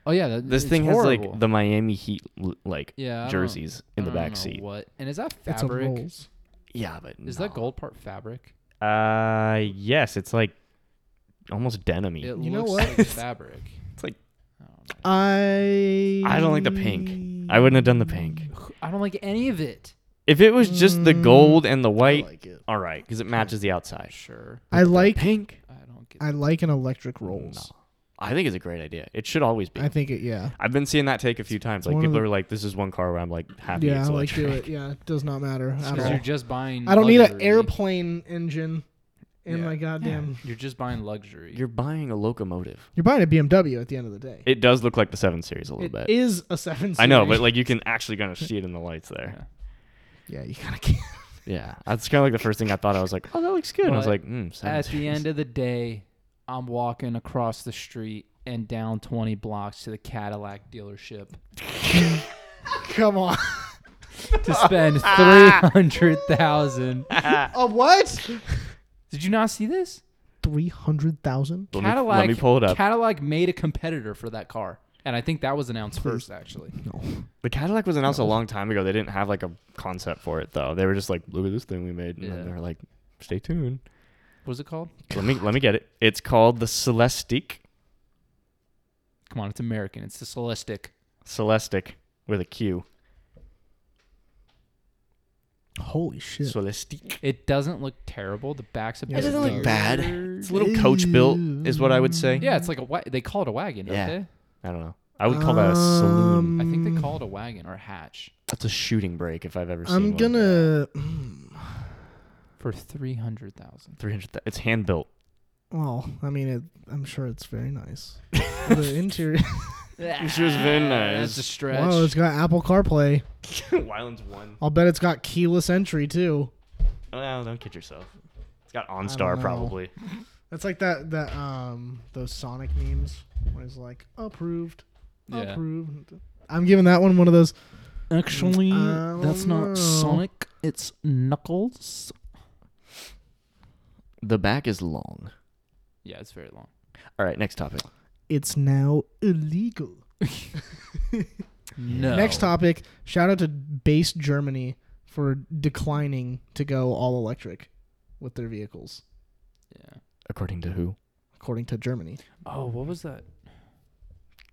Speaker 1: Oh yeah, that,
Speaker 2: This
Speaker 1: it's
Speaker 2: thing has
Speaker 1: horrible.
Speaker 2: like the Miami Heat l- like
Speaker 1: yeah I don't-
Speaker 2: jerseys in
Speaker 1: I
Speaker 2: the
Speaker 1: don't
Speaker 2: back
Speaker 1: know
Speaker 2: seat.
Speaker 1: What? And is that
Speaker 3: It's a
Speaker 1: fabric?
Speaker 3: Rolls.
Speaker 2: Yeah, but
Speaker 1: Is
Speaker 2: no.
Speaker 1: that gold part fabric?
Speaker 2: Uh, yes, it's like almost denim.
Speaker 1: It
Speaker 3: You know
Speaker 1: looks
Speaker 3: what?
Speaker 1: like fabric.
Speaker 2: It's like-
Speaker 1: I don't know.
Speaker 3: I
Speaker 2: I don't like the pink. I wouldn't have done the pink.
Speaker 1: I don't like any of it.
Speaker 2: If it was just the
Speaker 3: Mm,
Speaker 2: gold and the white,
Speaker 3: I like it.
Speaker 2: all right, because it matches the outside.
Speaker 1: Sure.
Speaker 3: I like
Speaker 2: pink
Speaker 1: I don't get
Speaker 3: I like an electric Rolls.
Speaker 2: No. I think it's a great idea. It should always be.
Speaker 3: I think it yeah.
Speaker 2: I've been seeing that take a few times. Like
Speaker 3: one of
Speaker 2: people
Speaker 3: the-
Speaker 2: are like, "This is one car where I'm like happy
Speaker 3: yeah,
Speaker 2: it's
Speaker 3: I like
Speaker 2: electric."
Speaker 3: do it. Yeah, it does not matter at
Speaker 1: Because
Speaker 3: all.
Speaker 1: you're just buying.
Speaker 3: I don't need an
Speaker 1: luxury.
Speaker 3: airplane engine in
Speaker 1: Yeah.
Speaker 3: my goddamn
Speaker 1: You're just buying luxury.
Speaker 2: You're buying a locomotive.
Speaker 3: You're buying a BMW at the end of the day.
Speaker 2: It does look like the seven series a little
Speaker 3: It
Speaker 2: bit.
Speaker 3: is a seven. Series.
Speaker 2: I know, but like you can actually kind of see it in the lights there.
Speaker 1: Yeah.
Speaker 3: yeah, you kind of can't.
Speaker 2: Yeah, that's kind of like the first thing I thought. I was like, "Oh, that looks good." And I was
Speaker 1: But
Speaker 2: like, mm, 7
Speaker 1: At the
Speaker 2: series."
Speaker 1: end of the day, I'm walking across the street and down 20 blocks to the Cadillac dealership
Speaker 3: Come on.
Speaker 1: to spend 300,000.
Speaker 3: A what?
Speaker 1: Did you not see this?
Speaker 3: Three hundred thousand.
Speaker 2: Let me- let
Speaker 1: Cadillac
Speaker 2: me pull it up.
Speaker 1: Cadillac made a competitor for that car. And I think that was announced first, actually.
Speaker 3: No.
Speaker 2: The Cadillac was announced a long time ago. They didn't have like a concept for it though. They were just like, look at this thing we made, and
Speaker 1: Yeah.
Speaker 2: then they were like, stay tuned.
Speaker 1: What's it called?
Speaker 2: Let me let me get it. It's called the Celestique.
Speaker 1: Come on, it's American. It's the Celestic.
Speaker 2: Celestic with a Q.
Speaker 3: Holy shit.
Speaker 2: Celestique.
Speaker 1: It doesn't look terrible. The back's a
Speaker 3: Yeah,
Speaker 1: bit
Speaker 3: it doesn't look
Speaker 1: weird.
Speaker 2: bad. It's a little coach built, is what I would say.
Speaker 1: Yeah, it's like a wa- they call it a wagon, don't
Speaker 2: Yeah.
Speaker 1: they?
Speaker 2: I don't know. I would call that a saloon.
Speaker 3: Um,
Speaker 1: I think they call it a wagon or a hatch
Speaker 2: That's a shooting break if I've ever seen
Speaker 3: I'm
Speaker 2: one.
Speaker 3: gonna. mm,
Speaker 1: for three hundred thousand.
Speaker 2: 300. th- It's hand built.
Speaker 3: Well, I mean, it, I'm sure it's very nice. the interior.
Speaker 2: This was very
Speaker 3: Ah.
Speaker 1: That's
Speaker 2: nice.
Speaker 1: a stretch.
Speaker 3: Whoa, it's got Apple CarPlay.
Speaker 2: Wyland's one.
Speaker 3: I'll bet it's got keyless entry too.
Speaker 2: Well, don't kid yourself. It's got
Speaker 3: don't
Speaker 2: OnStar
Speaker 3: know.
Speaker 2: probably.
Speaker 3: That's like that that um those Sonic memes where it's like approved,
Speaker 1: Yeah.
Speaker 3: approved. I'm giving that one one of those.
Speaker 1: Actually,
Speaker 3: I
Speaker 1: that's
Speaker 3: don't
Speaker 1: not
Speaker 3: know.
Speaker 1: Sonic. It's Knuckles.
Speaker 2: The back is long.
Speaker 1: Yeah, it's very long.
Speaker 2: All right, next topic.
Speaker 3: It's now illegal.
Speaker 1: No.
Speaker 3: Next topic. Shout out to base Germany for declining to go all electric with their vehicles,
Speaker 1: Yeah.
Speaker 2: According to who?
Speaker 3: according to Germany.
Speaker 1: Oh, what was that?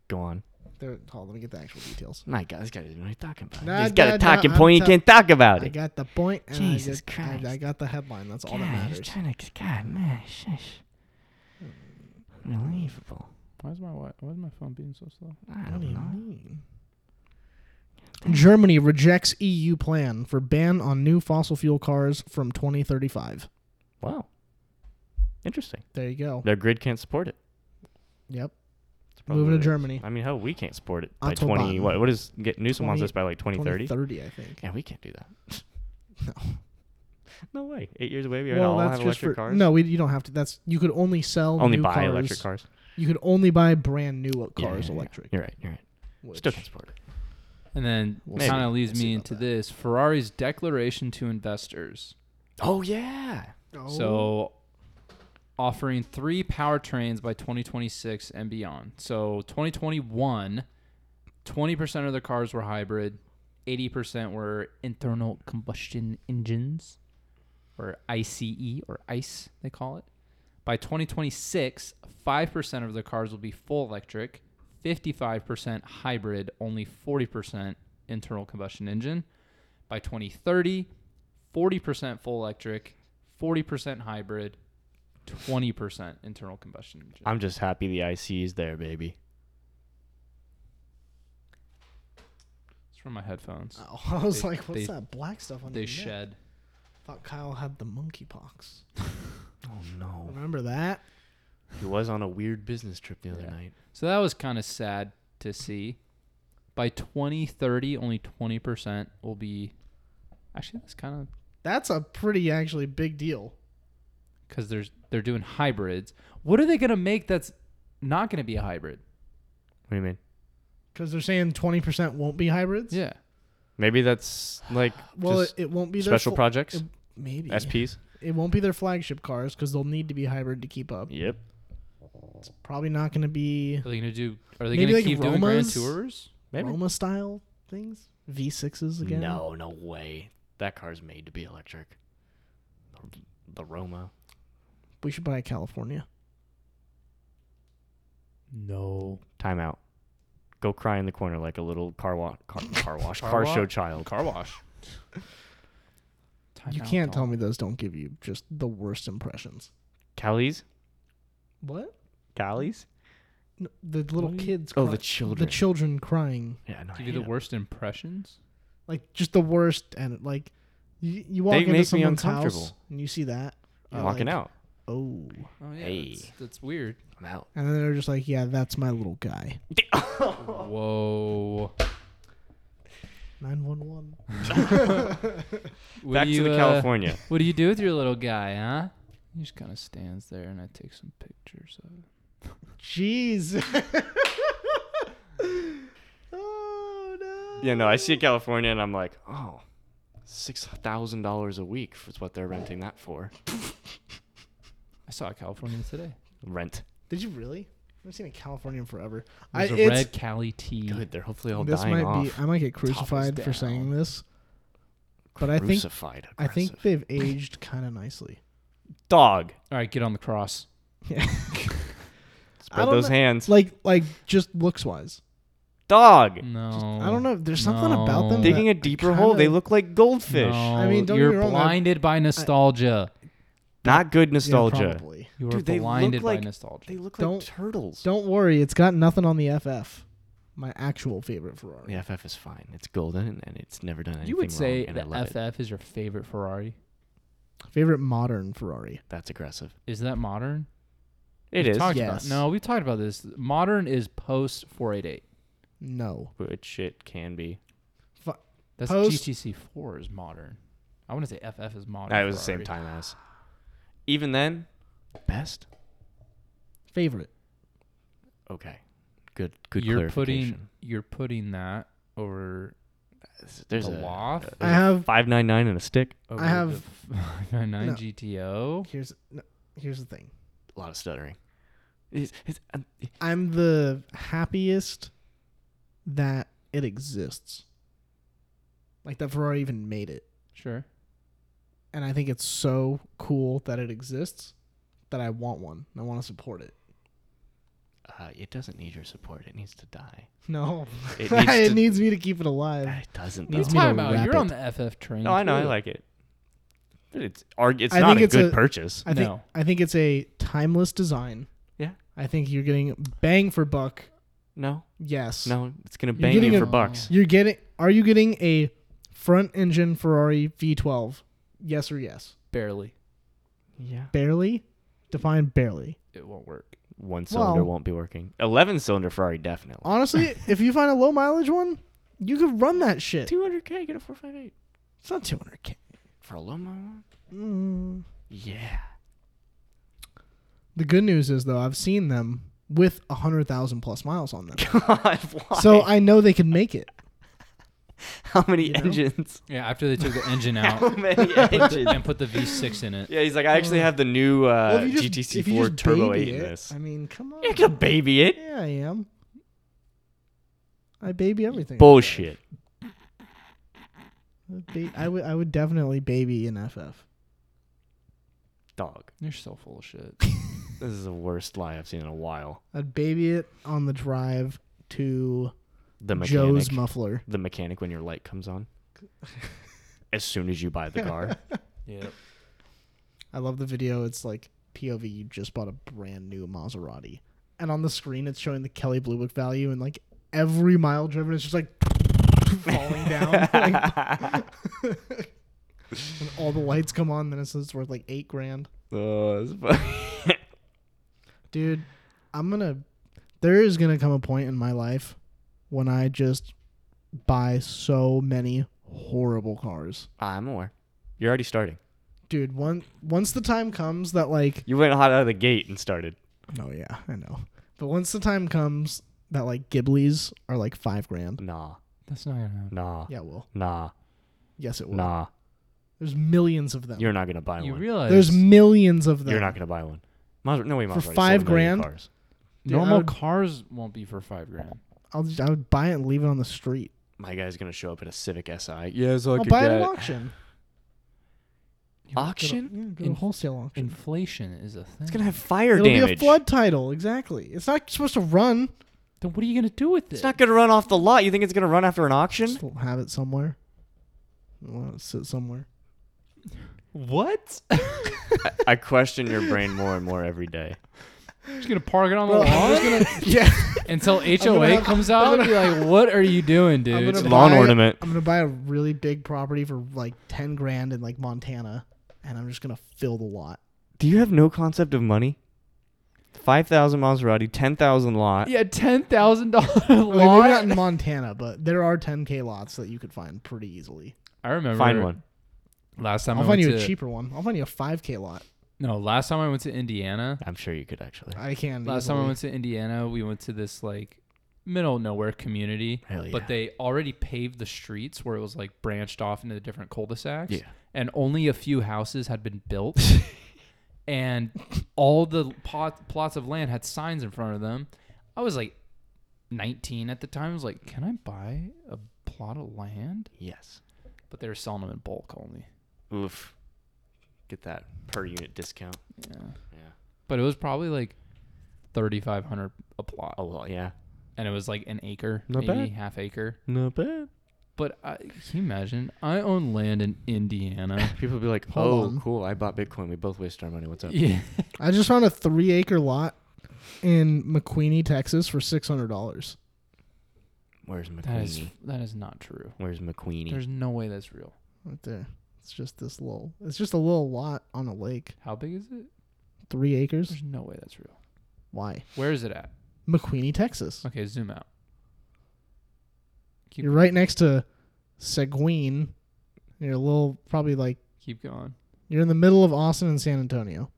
Speaker 2: Go on.
Speaker 3: They're, hold on, let me get the actual details.
Speaker 2: My God, this guy doesn't know what he's talking about.
Speaker 3: Nah,
Speaker 2: he's got
Speaker 3: nah,
Speaker 2: a talking
Speaker 3: nah, I'm
Speaker 2: point. He
Speaker 3: ta-
Speaker 2: can't talk about
Speaker 3: I
Speaker 2: it.
Speaker 3: got the point, and I
Speaker 2: Jesus
Speaker 3: just- I,
Speaker 2: Christ.
Speaker 3: I got the headline. That's all that
Speaker 2: God, he's
Speaker 3: matters.
Speaker 2: trying to. God, man, shush. Unbelievable.
Speaker 1: Why is my wi- why is my phone being so slow?
Speaker 2: I
Speaker 3: What do
Speaker 2: don't
Speaker 3: you
Speaker 2: know.
Speaker 3: mean? Germany rejects EU plan for ban on new fossil fuel cars from 2035.
Speaker 2: Wow. Interesting.
Speaker 3: There you go.
Speaker 2: Their grid can't support it.
Speaker 3: Yep.
Speaker 2: That's probably what
Speaker 3: Moving to
Speaker 2: it is.
Speaker 3: Germany.
Speaker 2: I mean, hell, we can't support it by
Speaker 3: Autobahn.
Speaker 2: twenty. What? What is? Get, Newsom wants
Speaker 3: 20
Speaker 2: us by like 2030.
Speaker 3: 2030, I think.
Speaker 2: Yeah, we can't do that.
Speaker 3: No.
Speaker 2: No way. Eight years away, we
Speaker 3: well,
Speaker 2: all
Speaker 3: that's
Speaker 2: have
Speaker 3: just
Speaker 2: electric
Speaker 3: for
Speaker 2: cars.
Speaker 3: no. We, you don't have to. That's you could only sell
Speaker 2: only
Speaker 3: new
Speaker 2: buy
Speaker 3: cars.
Speaker 2: electric cars.
Speaker 3: You could only buy brand new
Speaker 2: Yeah,
Speaker 3: cars
Speaker 2: yeah, yeah.
Speaker 3: electric.
Speaker 2: You're right. You're right.
Speaker 3: which-
Speaker 2: Still can't support it.
Speaker 1: And then
Speaker 3: We'll
Speaker 1: kind of
Speaker 3: see.
Speaker 1: leads
Speaker 3: We'll see
Speaker 1: me
Speaker 3: about
Speaker 1: into
Speaker 3: that.
Speaker 1: this Ferrari's declaration to investors.
Speaker 2: Oh yeah.
Speaker 3: Oh.
Speaker 1: So offering three powertrains by 2026 and beyond. So 2021, 20% of their cars were hybrid, 80% were internal combustion engines or ICE or ICE they call it. By 2026, 5% of their cars will be full electric, 55% hybrid, only 40% internal combustion engine. By 2030, 40% full electric, 40% hybrid, 20% internal combustion engine.
Speaker 2: I'm just happy the IC is there, baby.
Speaker 1: It's from my headphones.
Speaker 3: Oh, I was
Speaker 1: They-
Speaker 3: like, what's
Speaker 1: they-
Speaker 3: that black stuff on
Speaker 1: They
Speaker 3: your neck?
Speaker 1: shed.
Speaker 3: Thought Kyle had the monkeypox.
Speaker 2: Oh no.
Speaker 3: Remember that?
Speaker 2: He was on a weird business trip the other
Speaker 1: Yeah.
Speaker 2: night.
Speaker 1: So that was kind of sad to see. By 2030, only 20% will be. Actually, that's kind of
Speaker 3: That's a pretty actually big deal.
Speaker 1: because there's they're doing hybrids. What are they gonna make that's not gonna be a hybrid?
Speaker 2: What do you mean?
Speaker 3: Because they're saying 20% won't be hybrids.
Speaker 1: Yeah,
Speaker 2: Maybe that's like
Speaker 3: Well, it,
Speaker 2: just
Speaker 3: it won't be their
Speaker 2: special
Speaker 3: fl-
Speaker 2: projects,
Speaker 3: it- Maybe
Speaker 2: SPs.
Speaker 3: It won't be their flagship cars because they'll need to be hybrid to keep up.
Speaker 2: Yep.
Speaker 3: It's probably not going to be
Speaker 1: are they gonna do? Are they
Speaker 3: Maybe
Speaker 1: gonna
Speaker 3: like
Speaker 1: keep doing grand
Speaker 3: Romas?
Speaker 1: tours?
Speaker 2: Maybe.
Speaker 3: Roma style things, V6s again.
Speaker 2: No, no way. That car's made to be electric. The, the Roma.
Speaker 3: we should buy a California.
Speaker 1: No.
Speaker 2: Time out. Go cry in the corner like a little car wash, car, car wash,
Speaker 1: Car
Speaker 2: car,
Speaker 1: wa-
Speaker 2: show child.
Speaker 1: Car wash. Time
Speaker 3: you
Speaker 1: out,
Speaker 3: can't tell
Speaker 1: dog.
Speaker 3: me those don't give you just the worst impressions.
Speaker 2: Callies?
Speaker 3: What?
Speaker 2: Callies?
Speaker 3: No, the little
Speaker 1: What?
Speaker 3: kids.
Speaker 2: Oh,
Speaker 3: cry-
Speaker 2: the children.
Speaker 3: The children crying,
Speaker 2: yeah, no, I
Speaker 1: Give you
Speaker 2: hate
Speaker 1: the
Speaker 2: 'em.
Speaker 1: worst impressions.
Speaker 3: like just the worst, and like you, you walk
Speaker 2: They make
Speaker 3: into
Speaker 2: me
Speaker 3: someone's house
Speaker 2: uncomfortable.
Speaker 3: and you see that.
Speaker 2: I'm
Speaker 3: you're
Speaker 2: walking
Speaker 3: like,
Speaker 2: out.
Speaker 3: Oh,
Speaker 1: Oh yeah,
Speaker 2: Hey.
Speaker 1: that's, that's weird.
Speaker 2: I'm out.
Speaker 3: and then they're just like, yeah, that's my little guy.
Speaker 1: Whoa.
Speaker 3: Nine one one.
Speaker 1: What
Speaker 2: Back
Speaker 1: do you,
Speaker 2: to the
Speaker 1: uh,
Speaker 2: California.
Speaker 1: What do you do with your little guy, huh? He just kind of stands there, and I take some pictures of it.
Speaker 3: Jeez. oh no.
Speaker 2: Yeah, no, I see California and I'm like, oh, six thousand dollars a week is what they're renting that for.
Speaker 1: I saw a Californian today.
Speaker 2: Rent.
Speaker 3: Did you really? I haven't seen a Californian forever. I,
Speaker 1: There's a
Speaker 3: it's-
Speaker 1: red Cali tea.
Speaker 2: Good. They're hopefully all
Speaker 3: Mm. this
Speaker 2: dying
Speaker 3: might
Speaker 2: off.
Speaker 3: be. I might get crucified for
Speaker 1: down.
Speaker 3: saying this, but I think
Speaker 2: Crucified.
Speaker 3: I think
Speaker 2: aggressive.
Speaker 3: they've aged kind of nicely.
Speaker 2: Dog.
Speaker 1: All right, get on the cross.
Speaker 2: Spread
Speaker 3: don't
Speaker 2: those
Speaker 3: know-
Speaker 2: hands.
Speaker 3: Like like just looks wise.
Speaker 2: Dog.
Speaker 1: No,
Speaker 3: I don't know. There's something about them.
Speaker 1: No.
Speaker 2: Digging
Speaker 3: that
Speaker 2: a
Speaker 3: Mm. I
Speaker 2: deeper hole, they
Speaker 3: kinda-
Speaker 2: look like goldfish.
Speaker 1: No,
Speaker 3: I mean, don't get
Speaker 1: you're
Speaker 3: me wrong, I-
Speaker 1: blinded by nostalgia.
Speaker 2: Not good
Speaker 3: yeah,
Speaker 2: nostalgia.
Speaker 3: probably.
Speaker 1: you are
Speaker 2: Dude, they look
Speaker 1: blinded
Speaker 2: like-
Speaker 1: by nostalgia.
Speaker 2: they look
Speaker 3: Don't-
Speaker 2: like turtles.
Speaker 3: Don't worry, it's got nothing on the FF. My actual favorite Ferrari.
Speaker 2: The FF is fine. It's golden and it's never done anything
Speaker 1: you would
Speaker 2: wrong,
Speaker 1: say
Speaker 2: and I love it.
Speaker 1: the FF is your favorite Ferrari.
Speaker 3: Favorite modern Ferrari.
Speaker 2: That's aggressive.
Speaker 1: Is that modern?
Speaker 2: It
Speaker 1: We've
Speaker 2: is.
Speaker 1: talked
Speaker 3: Yes.
Speaker 1: About, no, we've talked about this. Modern is post 488.
Speaker 3: No.
Speaker 2: Which it can be.
Speaker 1: That's
Speaker 3: Post-
Speaker 1: GTC 4 is modern. I want to say FF is
Speaker 3: Oh,
Speaker 1: modern.
Speaker 2: That was the same
Speaker 1: Ferrari.
Speaker 2: time as. Even then, best.
Speaker 3: Favorite.
Speaker 2: Okay. Good. Good
Speaker 1: you're
Speaker 2: clarification.
Speaker 1: putting you're putting that over
Speaker 2: There's
Speaker 1: the
Speaker 2: a
Speaker 1: loft.
Speaker 2: uh,
Speaker 3: I have
Speaker 2: five nine nine and a stick.
Speaker 1: over
Speaker 3: have-
Speaker 1: the 599
Speaker 3: No.
Speaker 1: GTO.
Speaker 3: here's no, here's the thing.
Speaker 2: A lot of stuttering. It's, it's, um,
Speaker 3: I'm the happiest that it exists. Like that Ferrari even made it.
Speaker 1: Sure.
Speaker 3: And I think it's so cool that it exists that I want one. and I want to support it.
Speaker 2: uh, it doesn't need your support. It needs to die.
Speaker 3: No.
Speaker 2: It
Speaker 3: It
Speaker 2: needs
Speaker 3: needs,
Speaker 2: to-
Speaker 3: me to keep it alive.
Speaker 2: It doesn't.
Speaker 3: Needs
Speaker 2: though.
Speaker 3: me to
Speaker 1: Time out.
Speaker 3: wrap
Speaker 1: You're on
Speaker 3: it.
Speaker 1: the FF train.
Speaker 2: No, I know. I
Speaker 1: too.
Speaker 2: like it. But it's arg- It's
Speaker 3: I
Speaker 2: not
Speaker 3: think
Speaker 2: a
Speaker 3: it's
Speaker 2: good
Speaker 3: a-
Speaker 2: purchase.
Speaker 3: I think
Speaker 1: No.
Speaker 3: I think it's a timeless design.
Speaker 2: Yeah.
Speaker 3: I think you're getting bang for buck.
Speaker 2: No,
Speaker 3: Yes.
Speaker 2: no, it's gonna
Speaker 3: You're
Speaker 2: bang
Speaker 3: getting
Speaker 2: you
Speaker 3: a-
Speaker 2: for bucks.
Speaker 3: You're getting are you getting a front engine Ferrari V12? Yes or yes?
Speaker 1: barely.
Speaker 2: Yeah,
Speaker 3: Barely? Define barely.
Speaker 1: It won't work.
Speaker 2: one cylinder
Speaker 3: Well-
Speaker 2: won't be working. Eleven cylinder Ferrari definitely.
Speaker 3: Honestly, if you find a low mileage one, you could run that shit.
Speaker 2: Two hundred k, get a four five eight
Speaker 3: It's not 200k.
Speaker 2: for a low mile. one?
Speaker 3: Mm.
Speaker 2: Yeah,
Speaker 3: The good news is though, I've seen them with 100,000 plus miles on them.
Speaker 2: God, why?
Speaker 3: so I know they can make it.
Speaker 2: how many
Speaker 3: you know?
Speaker 2: engines?
Speaker 1: Yeah, after they took the engine
Speaker 2: How
Speaker 1: out
Speaker 2: many
Speaker 1: put-
Speaker 2: engines?
Speaker 1: and put the V6 in it.
Speaker 2: Yeah, he's like, I actually have the new uh,
Speaker 3: Well, if you just-
Speaker 2: GTC
Speaker 3: if you
Speaker 2: four
Speaker 3: just
Speaker 2: Turbo
Speaker 3: baby
Speaker 2: eight in
Speaker 3: it,
Speaker 2: this.
Speaker 3: I mean, come on.
Speaker 2: You're gonna baby it.
Speaker 3: Yeah, I am. I baby everything.
Speaker 2: Bullshit.
Speaker 3: I would ba- I would I would definitely baby an FF.
Speaker 2: Dog.
Speaker 1: You're so full of shit.
Speaker 2: This is the worst lie I've seen in a while.
Speaker 3: I'd baby it on the drive to
Speaker 2: The mechanic.
Speaker 3: Joe's muffler.
Speaker 2: the mechanic when your light comes on. as soon as you buy the car.
Speaker 1: Yeah.
Speaker 3: I love the video. It's like POV. You just bought a brand new Maserati, and on the screen it's showing the Kelly Blue Book value, and like every mile driven, it's just like falling down, like, and all the lights come on. Then it says it's worth like eight grand,
Speaker 2: oh, that's fu-
Speaker 3: dude. I'm gonna. There is gonna come a point in my life when I just buy so many horrible cars,
Speaker 2: Ah, I'm aware. You're already starting.
Speaker 3: dude. One once the time comes that like
Speaker 2: You went hot out of the gate and started.
Speaker 3: Oh yeah, I know. But once the time comes that like Ghiblies are like five grand.
Speaker 2: Nah,
Speaker 1: That's not gonna happen.
Speaker 2: nah,
Speaker 3: Yeah, well,
Speaker 2: nah,
Speaker 3: yes it will.
Speaker 2: nah.
Speaker 3: There's millions of them.
Speaker 2: You're not gonna buy
Speaker 1: You
Speaker 2: one.
Speaker 1: realize
Speaker 3: There's millions of them.
Speaker 2: You're not gonna buy one. Maser- no way,
Speaker 3: For
Speaker 2: Maserati. sold
Speaker 3: five
Speaker 2: a million
Speaker 3: grand?
Speaker 2: Cars.
Speaker 3: Dude, I
Speaker 1: normal
Speaker 3: would-
Speaker 1: cars won't be for five grand.
Speaker 3: I'll just, I would buy it and leave it on the street.
Speaker 2: My guy's gonna show up at a Civic SI. Yeah, so I
Speaker 3: I'll
Speaker 2: could
Speaker 3: buy it at
Speaker 2: get-
Speaker 3: auction.
Speaker 2: auction.
Speaker 3: Go to- yeah, go to
Speaker 1: In-
Speaker 3: wholesale auction.
Speaker 1: Inflation is a thing.
Speaker 2: It's gonna have fire
Speaker 3: It'll
Speaker 2: damage.
Speaker 3: be a flood title, exactly. It's not supposed to run.
Speaker 1: then what are you gonna do with it?
Speaker 2: It's not gonna run off the lot. You think it's gonna run after an auction?
Speaker 3: Just have it somewhere. Well, sit somewhere.
Speaker 1: what?
Speaker 2: I question your brain more and more every day.
Speaker 1: just gonna park it on the
Speaker 3: Bro, I'm
Speaker 1: lawn
Speaker 3: just gonna yeah.
Speaker 1: until HOA
Speaker 3: gonna have-
Speaker 1: comes out and be like, "What are you doing,
Speaker 3: I'm
Speaker 1: dude?"
Speaker 3: gonna
Speaker 2: Lawn
Speaker 3: buy-
Speaker 2: ornament.
Speaker 3: I'm gonna buy a really big property for like ten grand in like Montana, and I'm just gonna fill the lot.
Speaker 2: Do you have no concept of money? Five thousand Maserati, ten thousand lot.
Speaker 1: yeah, ten thousand dollar
Speaker 3: Okay, maybe not
Speaker 1: lawn.
Speaker 3: in Montana, but there are 10k lots that you could find pretty easily.
Speaker 1: I remember
Speaker 2: Find one.
Speaker 1: last time
Speaker 3: I'll
Speaker 1: I went
Speaker 3: find you
Speaker 1: to
Speaker 3: a cheaper one. I'll find you a 5k lot.
Speaker 1: no last time I went to Indiana.
Speaker 2: I'm sure you could actually.
Speaker 3: I can.
Speaker 1: Last
Speaker 3: easily.
Speaker 1: time I went to Indiana, we went to this like middle of nowhere community,
Speaker 2: Hell yeah.
Speaker 1: but they already paved the streets where it was like branched off into the different cul-de-sacs,
Speaker 2: Yeah.
Speaker 1: and only a few houses had been built, and all the pot, plots of land had signs in front of them. I was like 19 at the time. I was like, "Can I buy a plot of land?"
Speaker 2: Yes.
Speaker 1: But they were selling them in bulk only.
Speaker 2: Oof. Get that per unit discount.
Speaker 1: Yeah.
Speaker 2: Yeah.
Speaker 1: But it was probably like 3,500 a plot,
Speaker 2: A lot. Oh, Yeah.
Speaker 1: and it was like an acre,
Speaker 2: Not
Speaker 1: maybe
Speaker 2: bad.
Speaker 1: half acre.
Speaker 2: Not bad.
Speaker 1: But I, can you imagine? I own land in Indiana.
Speaker 2: People be like,
Speaker 3: Hold
Speaker 2: "Oh,
Speaker 3: on.
Speaker 2: cool! I bought Bitcoin. We both wasted our money. What's up?"
Speaker 1: yeah.
Speaker 3: I just found a three acre lot in McQueenie, Texas for six hundred dollars.
Speaker 2: Where's
Speaker 1: That is
Speaker 2: McQueenie?
Speaker 1: that is not true.
Speaker 2: Where's McQueenie?
Speaker 1: There's no way that's real.
Speaker 3: Right there. It's just this little it's just a little lot on a lake.
Speaker 1: How big is it?
Speaker 3: Three acres.
Speaker 1: There's no way that's real.
Speaker 3: Why?
Speaker 1: Where is it at?
Speaker 3: McQueenie, Texas.
Speaker 1: Okay, zoom out. Keep
Speaker 3: You're right next to Seguin. You're a little probably like
Speaker 1: keep going.
Speaker 3: you're in the middle of Austin and San Antonio.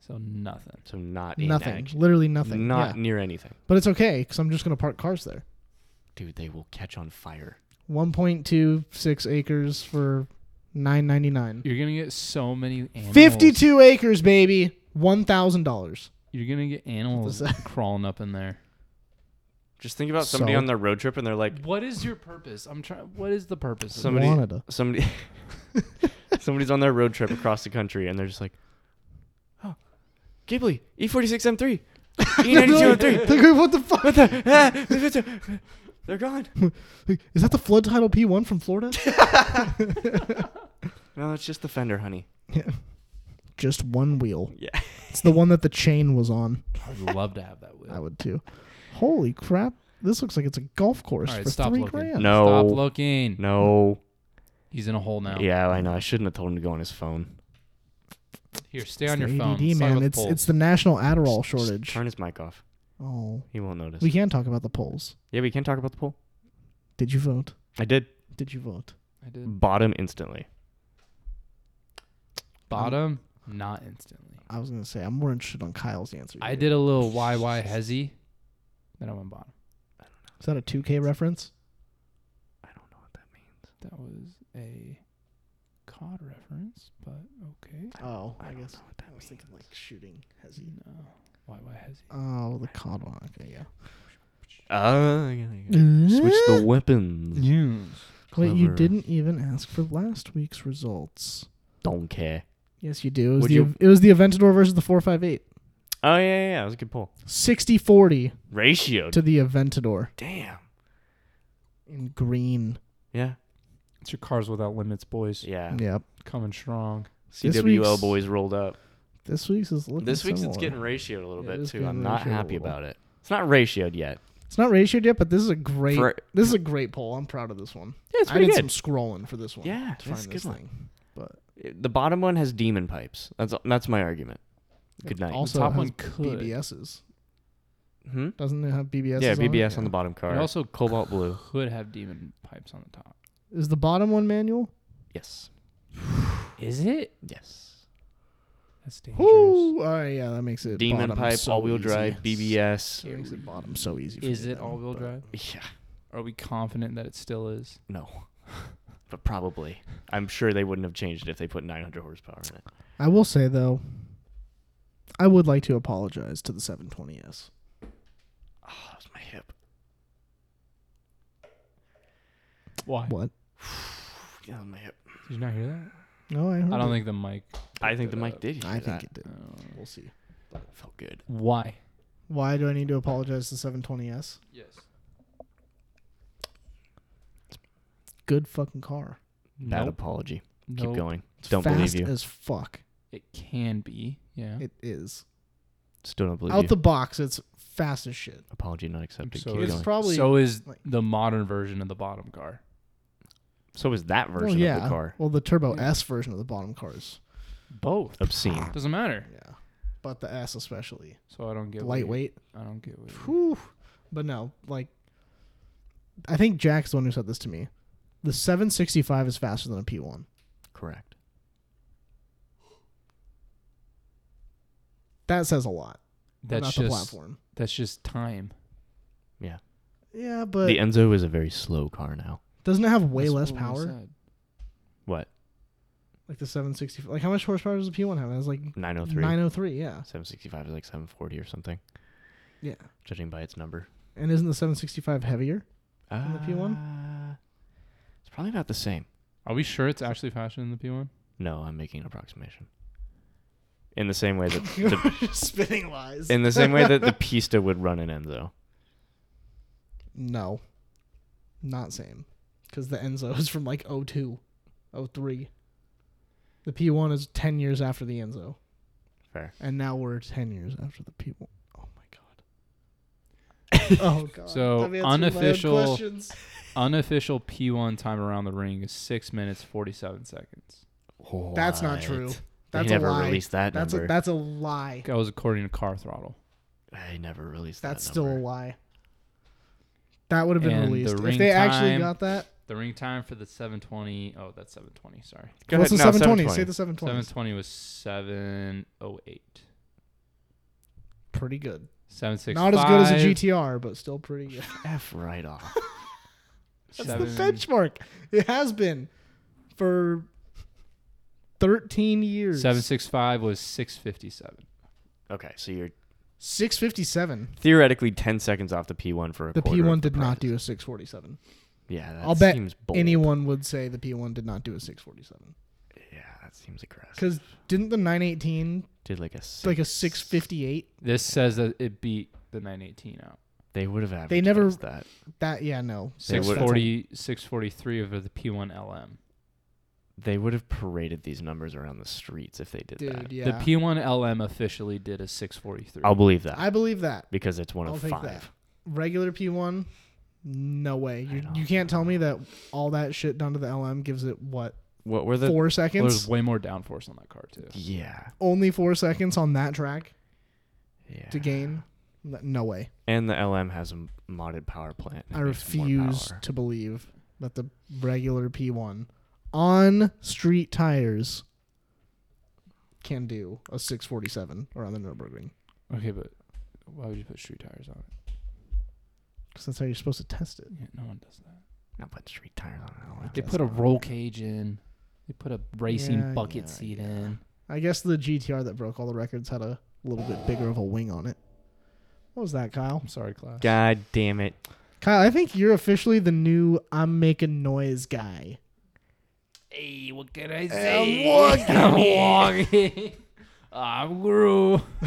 Speaker 1: So nothing.
Speaker 2: So not in
Speaker 3: Nothing.
Speaker 2: action.
Speaker 3: Literally nothing.
Speaker 2: Not
Speaker 3: Yeah.
Speaker 2: near anything.
Speaker 3: But it's okay because I'm just gonna park cars there.
Speaker 2: Dude, they will catch on fire.
Speaker 3: 1.26 acres for 9.99.
Speaker 1: You're gonna get so many animals.
Speaker 3: 52 acres, baby. $1,000.
Speaker 1: You're gonna get animals
Speaker 3: What
Speaker 1: crawling up in there.
Speaker 2: Just think about somebody
Speaker 3: So-
Speaker 2: on their road trip and they're like,
Speaker 1: What is your purpose? I'm trying. What is the purpose? of
Speaker 2: Somebody-
Speaker 3: Wanted
Speaker 2: somebody, somebody's on their road trip across the country and they're just like, "Oh, Ghibli E E46M3, E E92M3,
Speaker 3: Like, what the fuck?
Speaker 2: what the? Ah, they're gone.
Speaker 3: Is that the flood title P1 from Florida?
Speaker 2: No, it's just the fender, honey.
Speaker 3: yeah. Just one wheel.
Speaker 2: Yeah.
Speaker 3: It's the one that the chain was on.
Speaker 1: this? I'd love to have that wheel.
Speaker 3: I would too. Holy crap. This looks like it's a golf course
Speaker 1: All right,
Speaker 3: for
Speaker 1: stop
Speaker 3: three
Speaker 1: looking.
Speaker 3: grand.
Speaker 2: No.
Speaker 1: Stop looking.
Speaker 2: No.
Speaker 1: He's in a hole now.
Speaker 2: Yeah, I know. I shouldn't have told him to go on his phone.
Speaker 1: Here, stay
Speaker 3: It's
Speaker 1: on your
Speaker 3: the
Speaker 1: phone.
Speaker 3: ADD,
Speaker 1: Sign
Speaker 3: man.
Speaker 1: with
Speaker 3: It's,
Speaker 1: polls.
Speaker 3: it's the national Adderall
Speaker 2: Just- just
Speaker 3: shortage.
Speaker 2: Turn his mic off.
Speaker 3: Oh.
Speaker 2: He won't notice.
Speaker 3: We can talk about the polls.
Speaker 2: yeah, we can talk about the poll.
Speaker 3: Did you vote?
Speaker 2: I did.
Speaker 3: Did you vote?
Speaker 1: I did.
Speaker 2: Bottom instantly.
Speaker 1: Bottom, not instantly.
Speaker 3: I was going to say, I'm more interested on Kyle's answer.
Speaker 1: I
Speaker 3: here.
Speaker 1: did a little YY hezzy, then I went bottom.
Speaker 3: Is that a 2K reference?
Speaker 2: I don't know what that means.
Speaker 1: That was a COD reference, but okay.
Speaker 3: Oh,
Speaker 2: I, don't know what that means.
Speaker 3: like shooting. Has
Speaker 1: No. YY hezzy.
Speaker 3: Oh, the COD one. Okay, yeah.
Speaker 2: Uh, yeah, yeah. Switch the weapons.
Speaker 1: Yes.
Speaker 3: Wait, you
Speaker 2: Clever.
Speaker 3: didn't even ask for last week's results.
Speaker 2: Don't care.
Speaker 3: Yes, you do. It was,
Speaker 2: Would
Speaker 3: the,
Speaker 2: you-
Speaker 3: it was the Aventador versus the 458.
Speaker 2: Oh yeah, yeah, yeah. That was a good poll.
Speaker 3: 60 40
Speaker 2: Ratio.
Speaker 3: to the Aventador
Speaker 2: Damn.
Speaker 3: in green.
Speaker 2: Yeah.
Speaker 1: It's your Cars Without Limits, boys.
Speaker 2: Yeah.
Speaker 3: Yep.
Speaker 1: Coming strong.
Speaker 3: This
Speaker 2: CWL
Speaker 3: week's-
Speaker 2: boys rolled up.
Speaker 3: This week's is looking
Speaker 2: This week's it's
Speaker 3: similar.
Speaker 2: getting ratioed a little
Speaker 3: Yeah, it
Speaker 2: bit
Speaker 3: is
Speaker 2: too.
Speaker 3: being
Speaker 2: I'm not
Speaker 3: ratioed a
Speaker 2: happy
Speaker 3: little.
Speaker 2: about it. It's not ratioed yet.
Speaker 3: It's not ratioed yet, but this is a great
Speaker 2: For-
Speaker 3: this is a great poll. I'm proud of this one.
Speaker 2: yeah, it's
Speaker 3: I
Speaker 2: pretty
Speaker 3: did
Speaker 2: good.
Speaker 3: some scrolling for this one.
Speaker 2: Yeah,
Speaker 3: to
Speaker 2: that's
Speaker 3: find
Speaker 2: a
Speaker 3: this
Speaker 2: good one.
Speaker 3: thing. But
Speaker 2: The bottom one has demon pipes. That's that's my argument. Good night.
Speaker 3: also
Speaker 1: top
Speaker 3: has
Speaker 1: one could.
Speaker 3: BBSs.
Speaker 2: hmm?
Speaker 3: Doesn't it have BBSs?
Speaker 2: Yeah,
Speaker 3: on
Speaker 2: BBS
Speaker 3: it?
Speaker 2: on the bottom
Speaker 1: It
Speaker 2: card.
Speaker 1: also
Speaker 2: Cobalt blue.
Speaker 1: could have demon pipes on the top.
Speaker 3: Is the bottom one manual?
Speaker 2: Yes.
Speaker 1: Is it?
Speaker 2: Yes.
Speaker 1: That's dangerous.
Speaker 3: Woo! All right, yeah, that makes it
Speaker 2: Demon
Speaker 3: bottom
Speaker 2: pipe,
Speaker 3: so
Speaker 2: all wheel
Speaker 3: easy.
Speaker 2: drive, BBS.
Speaker 3: That makes it bottom so easy. For
Speaker 1: Is
Speaker 3: me
Speaker 1: it
Speaker 3: then,
Speaker 1: all wheel
Speaker 3: but-
Speaker 1: drive?
Speaker 2: Yeah.
Speaker 1: Are we confident that it still is?
Speaker 2: No. but probably. I'm sure they wouldn't have changed it if they put 900 horsepower in it.
Speaker 3: I will say though, I would like to apologize to the 720s.
Speaker 2: Oh, that was my hip.
Speaker 1: Why?
Speaker 3: What?
Speaker 2: Yeah, that was my hip.
Speaker 1: Did you not hear that?
Speaker 3: No, I heard.
Speaker 1: I don't
Speaker 3: it.
Speaker 1: think the mic.
Speaker 2: I think
Speaker 1: picked
Speaker 2: the
Speaker 1: it
Speaker 2: mic
Speaker 1: up.
Speaker 2: did. Hear
Speaker 3: I think
Speaker 2: that.
Speaker 3: it did.
Speaker 1: Oh.
Speaker 3: We'll see.
Speaker 2: felt good.
Speaker 1: Why?
Speaker 3: Why do I need to apologize to 720s?
Speaker 1: Yes.
Speaker 3: Good fucking car.
Speaker 2: Bad
Speaker 1: Nope.
Speaker 2: apology.
Speaker 1: Nope.
Speaker 2: Keep going.
Speaker 3: It's
Speaker 2: Don't
Speaker 3: fast
Speaker 2: believe you.
Speaker 3: as fuck.
Speaker 1: It can be. Yeah.
Speaker 3: It is
Speaker 2: Still don't believe
Speaker 3: out
Speaker 2: you.
Speaker 3: the box. It's fast as shit.
Speaker 2: apology not accepted.
Speaker 1: So
Speaker 2: Keep
Speaker 1: is-
Speaker 3: It's
Speaker 2: going.
Speaker 3: probably
Speaker 1: so is
Speaker 3: like-
Speaker 1: the modern version of the bottom car.
Speaker 2: so is that version
Speaker 3: well, yeah.
Speaker 2: of the car
Speaker 3: Well, the Turbo
Speaker 1: Yeah.
Speaker 3: S version of the bottom cars.
Speaker 1: Both.
Speaker 2: obscene?
Speaker 1: Doesn't matter.
Speaker 3: Yeah, but the S especially
Speaker 1: So I don't get what you-
Speaker 3: lightweight.
Speaker 1: I don't get what you-
Speaker 3: Whew. But no, like I think Jack's the one who said this to me. The 765 is faster than a P1.
Speaker 2: Correct.
Speaker 3: That says a lot. That's
Speaker 1: That's
Speaker 3: not
Speaker 1: just
Speaker 3: the platform.
Speaker 1: that's just time.
Speaker 2: Yeah.
Speaker 3: Yeah, but
Speaker 2: the Enzo is a very slow car now.
Speaker 3: doesn't it have way
Speaker 1: That's
Speaker 3: less
Speaker 1: what we
Speaker 3: power?
Speaker 1: said.
Speaker 2: What?
Speaker 3: Like the 765. Like how much horsepower does a P1 have? It has like
Speaker 2: 903.
Speaker 3: 903. Yeah.
Speaker 2: 765 is like 740 or something,
Speaker 3: Yeah.
Speaker 2: judging by its number.
Speaker 3: And isn't the 765 heavier?
Speaker 2: Uh,
Speaker 3: the P1?
Speaker 2: It's probably about the same.
Speaker 1: Are we sure it's actually faster than the P1?
Speaker 2: No, I'm making an approximation. In the same way that
Speaker 3: You're
Speaker 2: the,
Speaker 3: just spinning lies.
Speaker 2: in the same way that the pista would run in Enzo.
Speaker 3: no, not same, because the Enzo is from like 02, 03. The P1 is 10 years after the Enzo,
Speaker 2: Fair.
Speaker 3: and now we're 10 years after the P1. Oh my god. oh god.
Speaker 1: So,
Speaker 3: I've answered my own
Speaker 1: unofficial-
Speaker 3: questions.
Speaker 1: Unofficial P1 time around the ring is six minutes forty seven seconds.
Speaker 3: That's not true.
Speaker 2: What?
Speaker 3: That's
Speaker 2: they
Speaker 3: a
Speaker 2: never
Speaker 3: lie.
Speaker 2: released that
Speaker 3: That's
Speaker 2: number.
Speaker 3: a that's a lie.
Speaker 1: That was according to Car Throttle.
Speaker 2: they never released
Speaker 3: That's
Speaker 2: that
Speaker 3: still a
Speaker 2: number.
Speaker 3: lie. That would have been
Speaker 1: And the
Speaker 3: released if
Speaker 1: ring
Speaker 3: they actually
Speaker 1: time-
Speaker 3: got that.
Speaker 1: The ring time for the 720. Oh, that's 720. Sorry.
Speaker 2: Go
Speaker 3: What's
Speaker 2: ahead.
Speaker 3: the
Speaker 2: No,
Speaker 3: 720?
Speaker 2: 720.
Speaker 3: Say the 720.
Speaker 1: 720 was 708.
Speaker 3: Pretty good.
Speaker 1: 765.
Speaker 3: Not as good as a GTR, but still pretty good.
Speaker 2: F right off.
Speaker 3: That's
Speaker 1: seven-
Speaker 3: the benchmark. It has been for 13 years.
Speaker 1: 765 was 657.
Speaker 2: Okay, so you're
Speaker 3: 657.
Speaker 2: theoretically 10 seconds off the P1 for a
Speaker 3: The
Speaker 2: quarter of
Speaker 3: P1
Speaker 2: the
Speaker 3: did not
Speaker 2: price.
Speaker 3: do a 647.
Speaker 2: Yeah, that
Speaker 3: I'll bet
Speaker 2: seems bold.
Speaker 3: Anyone would say the P1 did not do a 647.
Speaker 2: Yeah, that seems aggressive.
Speaker 3: Because didn't the 918
Speaker 2: Did like a six,
Speaker 3: like a 658?
Speaker 1: This says that it beat the 918 out.
Speaker 2: They would have averaged
Speaker 3: They never-
Speaker 2: that.
Speaker 3: That yeah no.
Speaker 2: They would-
Speaker 1: 640, 643 over the P1 LM.
Speaker 2: They would have paraded these numbers around the streets if they did
Speaker 3: dude
Speaker 2: that.
Speaker 3: yeah.
Speaker 1: The P1 LM officially did a 643.
Speaker 2: I'll believe that
Speaker 3: I believe that
Speaker 2: because it's one
Speaker 3: I'll
Speaker 2: of
Speaker 3: take
Speaker 2: five.
Speaker 3: that. regular P1. No way.
Speaker 2: I
Speaker 3: You,
Speaker 2: don't
Speaker 3: you can't tell me that all that shit done to the LM gives it what
Speaker 2: What were the?
Speaker 3: four
Speaker 1: Well, there's
Speaker 3: seconds?
Speaker 1: way more downforce on that car too.
Speaker 2: Yeah,
Speaker 3: Only four seconds on that track
Speaker 2: yeah.
Speaker 3: to gain. N- No way.
Speaker 2: And the LM has a m- modded power plant. and
Speaker 3: I
Speaker 2: it makes more
Speaker 3: refuse
Speaker 2: power.
Speaker 3: to believe that the regular P1 on street tires can do a 647 around the Nürburgring
Speaker 1: Okay, but why would you put street tires on it?
Speaker 3: because that's how you're supposed to test it.
Speaker 1: Yeah, no one does that.
Speaker 2: Not put street tires on an LM.
Speaker 1: They
Speaker 3: That's
Speaker 1: put a
Speaker 3: not
Speaker 1: roll
Speaker 3: fair.
Speaker 1: cage in. They put a racing
Speaker 3: Yeah,
Speaker 1: bucket
Speaker 3: yeah,
Speaker 1: seat
Speaker 3: yeah.
Speaker 1: in.
Speaker 3: I guess the GTR that broke all the records had a little bit bigger of a wing on it. What was that, Kyle?
Speaker 1: I'm sorry, class.
Speaker 2: God damn it!
Speaker 3: Kyle, I think you're officially the new I'm making noise guy.
Speaker 1: Hey, what can I
Speaker 3: say?
Speaker 1: I'm walking. I'm Gru.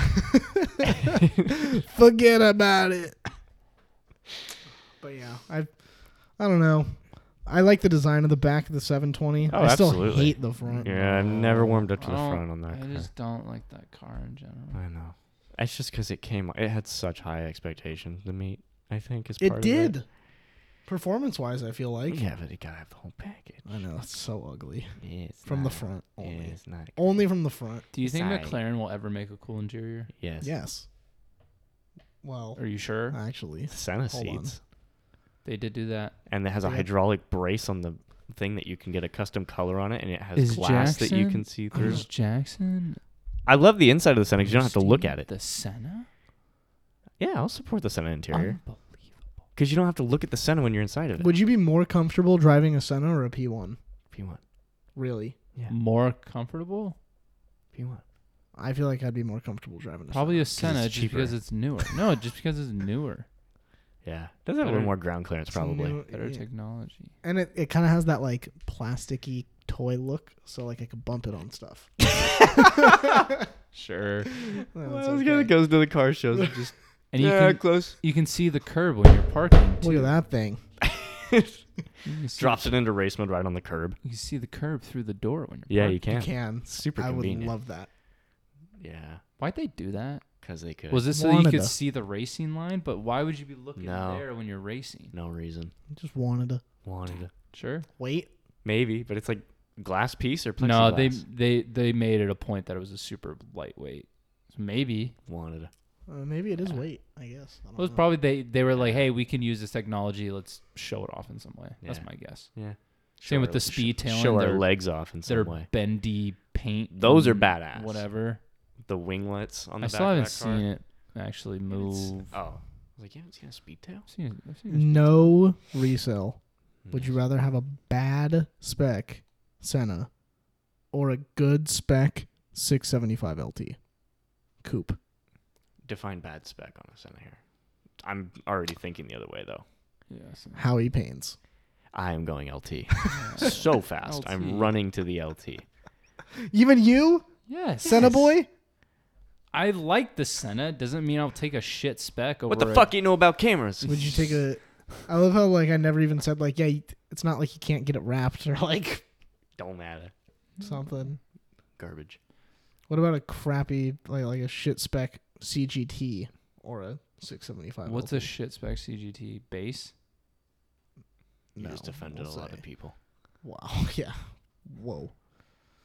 Speaker 3: Forget about it. But yeah, I I don't know. I like the design of the back of the 720.
Speaker 2: Oh,
Speaker 3: I still
Speaker 2: absolutely.
Speaker 3: hate the front.
Speaker 2: Yeah, I've never warmed up to the
Speaker 1: I don't-
Speaker 2: front on that.
Speaker 1: I
Speaker 2: car.
Speaker 1: just don't like that car in general.
Speaker 2: I know. It's just because it came. It had such high expectations. The meat, I think, is.
Speaker 3: It
Speaker 2: part
Speaker 3: did.
Speaker 2: Of
Speaker 3: Performance wise, I feel
Speaker 2: it.
Speaker 3: like.
Speaker 2: Yeah, but it gotta have the whole package.
Speaker 3: I know, it's so ugly.
Speaker 2: It's
Speaker 3: From the
Speaker 2: not-
Speaker 3: front only. Oh,
Speaker 2: It's not.
Speaker 3: Only from the front.
Speaker 1: Do you think
Speaker 2: Sorry.
Speaker 1: McLaren will ever make a cool interior?
Speaker 2: Yes.
Speaker 3: Yes. Well,
Speaker 1: Are you sure?
Speaker 3: actually.
Speaker 2: Senna
Speaker 3: Hold on.
Speaker 2: seats,
Speaker 1: They did do that.
Speaker 2: and it has a
Speaker 3: Yeah.
Speaker 2: hydraulic brace on the thing that you can get a custom color on it, and it has
Speaker 1: Is
Speaker 2: glass that you
Speaker 1: Jackson-
Speaker 2: can see through.
Speaker 1: Is Jackson?
Speaker 2: I love the inside of the Senna 'cause you don't have to look at it.
Speaker 1: The Senna?
Speaker 2: Yeah, I'll support the Senna interior
Speaker 1: Unbelievable.
Speaker 2: because you don't have to look at the Senna when you're inside of it.
Speaker 3: Would you be more comfortable driving a Senna or a P1?
Speaker 2: if you want,
Speaker 3: Really?
Speaker 2: yeah,
Speaker 1: More comfortable?
Speaker 2: if you want.
Speaker 3: I feel like I'd be more comfortable driving a
Speaker 1: Probably a
Speaker 2: it's
Speaker 1: Senna just
Speaker 2: cheaper.
Speaker 1: because it's newer. No, just because it's newer.
Speaker 2: Yeah, does have a
Speaker 1: Better-
Speaker 2: little more ground clearance
Speaker 3: Senna. It's
Speaker 2: probably.
Speaker 3: new-
Speaker 1: Better
Speaker 3: yeah.
Speaker 1: technology.
Speaker 3: and it, it kind of has that like plasticky toy look so like i could bump it on stuff
Speaker 1: Sure.
Speaker 3: No, it's
Speaker 2: Well, this guy that
Speaker 3: okay.
Speaker 2: goes to the car shows and just
Speaker 1: And you can
Speaker 2: close.
Speaker 1: you can see the curb when you're parking too.
Speaker 3: look at that thing
Speaker 1: You can see-
Speaker 2: Drops it into race mode right on the curb.
Speaker 1: You can see the curb through the door when you're
Speaker 2: Yeah,
Speaker 1: parking.
Speaker 2: you can.
Speaker 3: you can
Speaker 2: Super
Speaker 3: i would
Speaker 2: convenient.
Speaker 3: love that
Speaker 2: Yeah,
Speaker 1: Why'd they do that?
Speaker 2: because they could.
Speaker 1: Was this so you
Speaker 3: Wanted
Speaker 1: could
Speaker 3: to.
Speaker 1: see the racing line? But why would you be looking
Speaker 2: No.
Speaker 1: there when you're racing?
Speaker 2: no reason.
Speaker 3: I just wanted to
Speaker 2: Wanted to.
Speaker 1: Sure.
Speaker 3: wait
Speaker 2: Maybe, but it's like glass piece or plexiglass.
Speaker 1: No, they they they made it a point that it was a super lightweight. So maybe
Speaker 2: wanted to.
Speaker 3: uh, maybe it is wait i guess I
Speaker 1: it
Speaker 3: don't
Speaker 1: was
Speaker 2: Uh-huh.
Speaker 3: know.
Speaker 1: probably they they were like, hey, we can use this technology. Let's show it off in some way.
Speaker 2: Yeah.
Speaker 1: That's my guess.
Speaker 2: Yeah.
Speaker 1: Same with
Speaker 2: our-
Speaker 1: the speed
Speaker 2: sh-
Speaker 1: tail
Speaker 2: Show
Speaker 1: end,
Speaker 2: our
Speaker 1: they're-
Speaker 2: legs off in
Speaker 1: Their
Speaker 2: some way.
Speaker 1: bendy paint.
Speaker 2: Those are
Speaker 1: and
Speaker 2: badass.
Speaker 1: Whatever.
Speaker 2: The winglets on the
Speaker 1: I
Speaker 2: back
Speaker 1: still
Speaker 2: of
Speaker 1: haven't
Speaker 2: that car.
Speaker 1: seen it actually
Speaker 2: It's-
Speaker 1: move.
Speaker 2: Oh, I was like, you haven't seen a speed tail?
Speaker 1: I've seen it- I've seen it.
Speaker 3: no resale would
Speaker 2: Mm.
Speaker 3: you rather have a bad spec senna or a good spec 675 lt coupe
Speaker 2: define bad spec on a Senna here? I'm already thinking the other way though.
Speaker 1: Yeah, I've seen it.
Speaker 3: howie pains
Speaker 2: I am going LT
Speaker 1: Yeah.
Speaker 2: so fast.
Speaker 1: LT.
Speaker 2: I'm running to the LT.
Speaker 3: Even you,
Speaker 1: Yes.
Speaker 3: Senna boy.
Speaker 1: I like the Senna. Doesn't mean I'll take a shit spec over.
Speaker 2: What the
Speaker 1: a-
Speaker 2: fuck you know about cameras?
Speaker 3: Would you take a? I love how like I never even said like yeah. you- It's not like you can't get it wrapped or like
Speaker 2: Don't matter.
Speaker 3: something.
Speaker 2: Garbage.
Speaker 3: What about a crappy like like a shit spec CGT or a 675?
Speaker 1: What's a shit spec CGT base?
Speaker 2: You just offended a lot of people.
Speaker 3: Wow. Yeah. Whoa.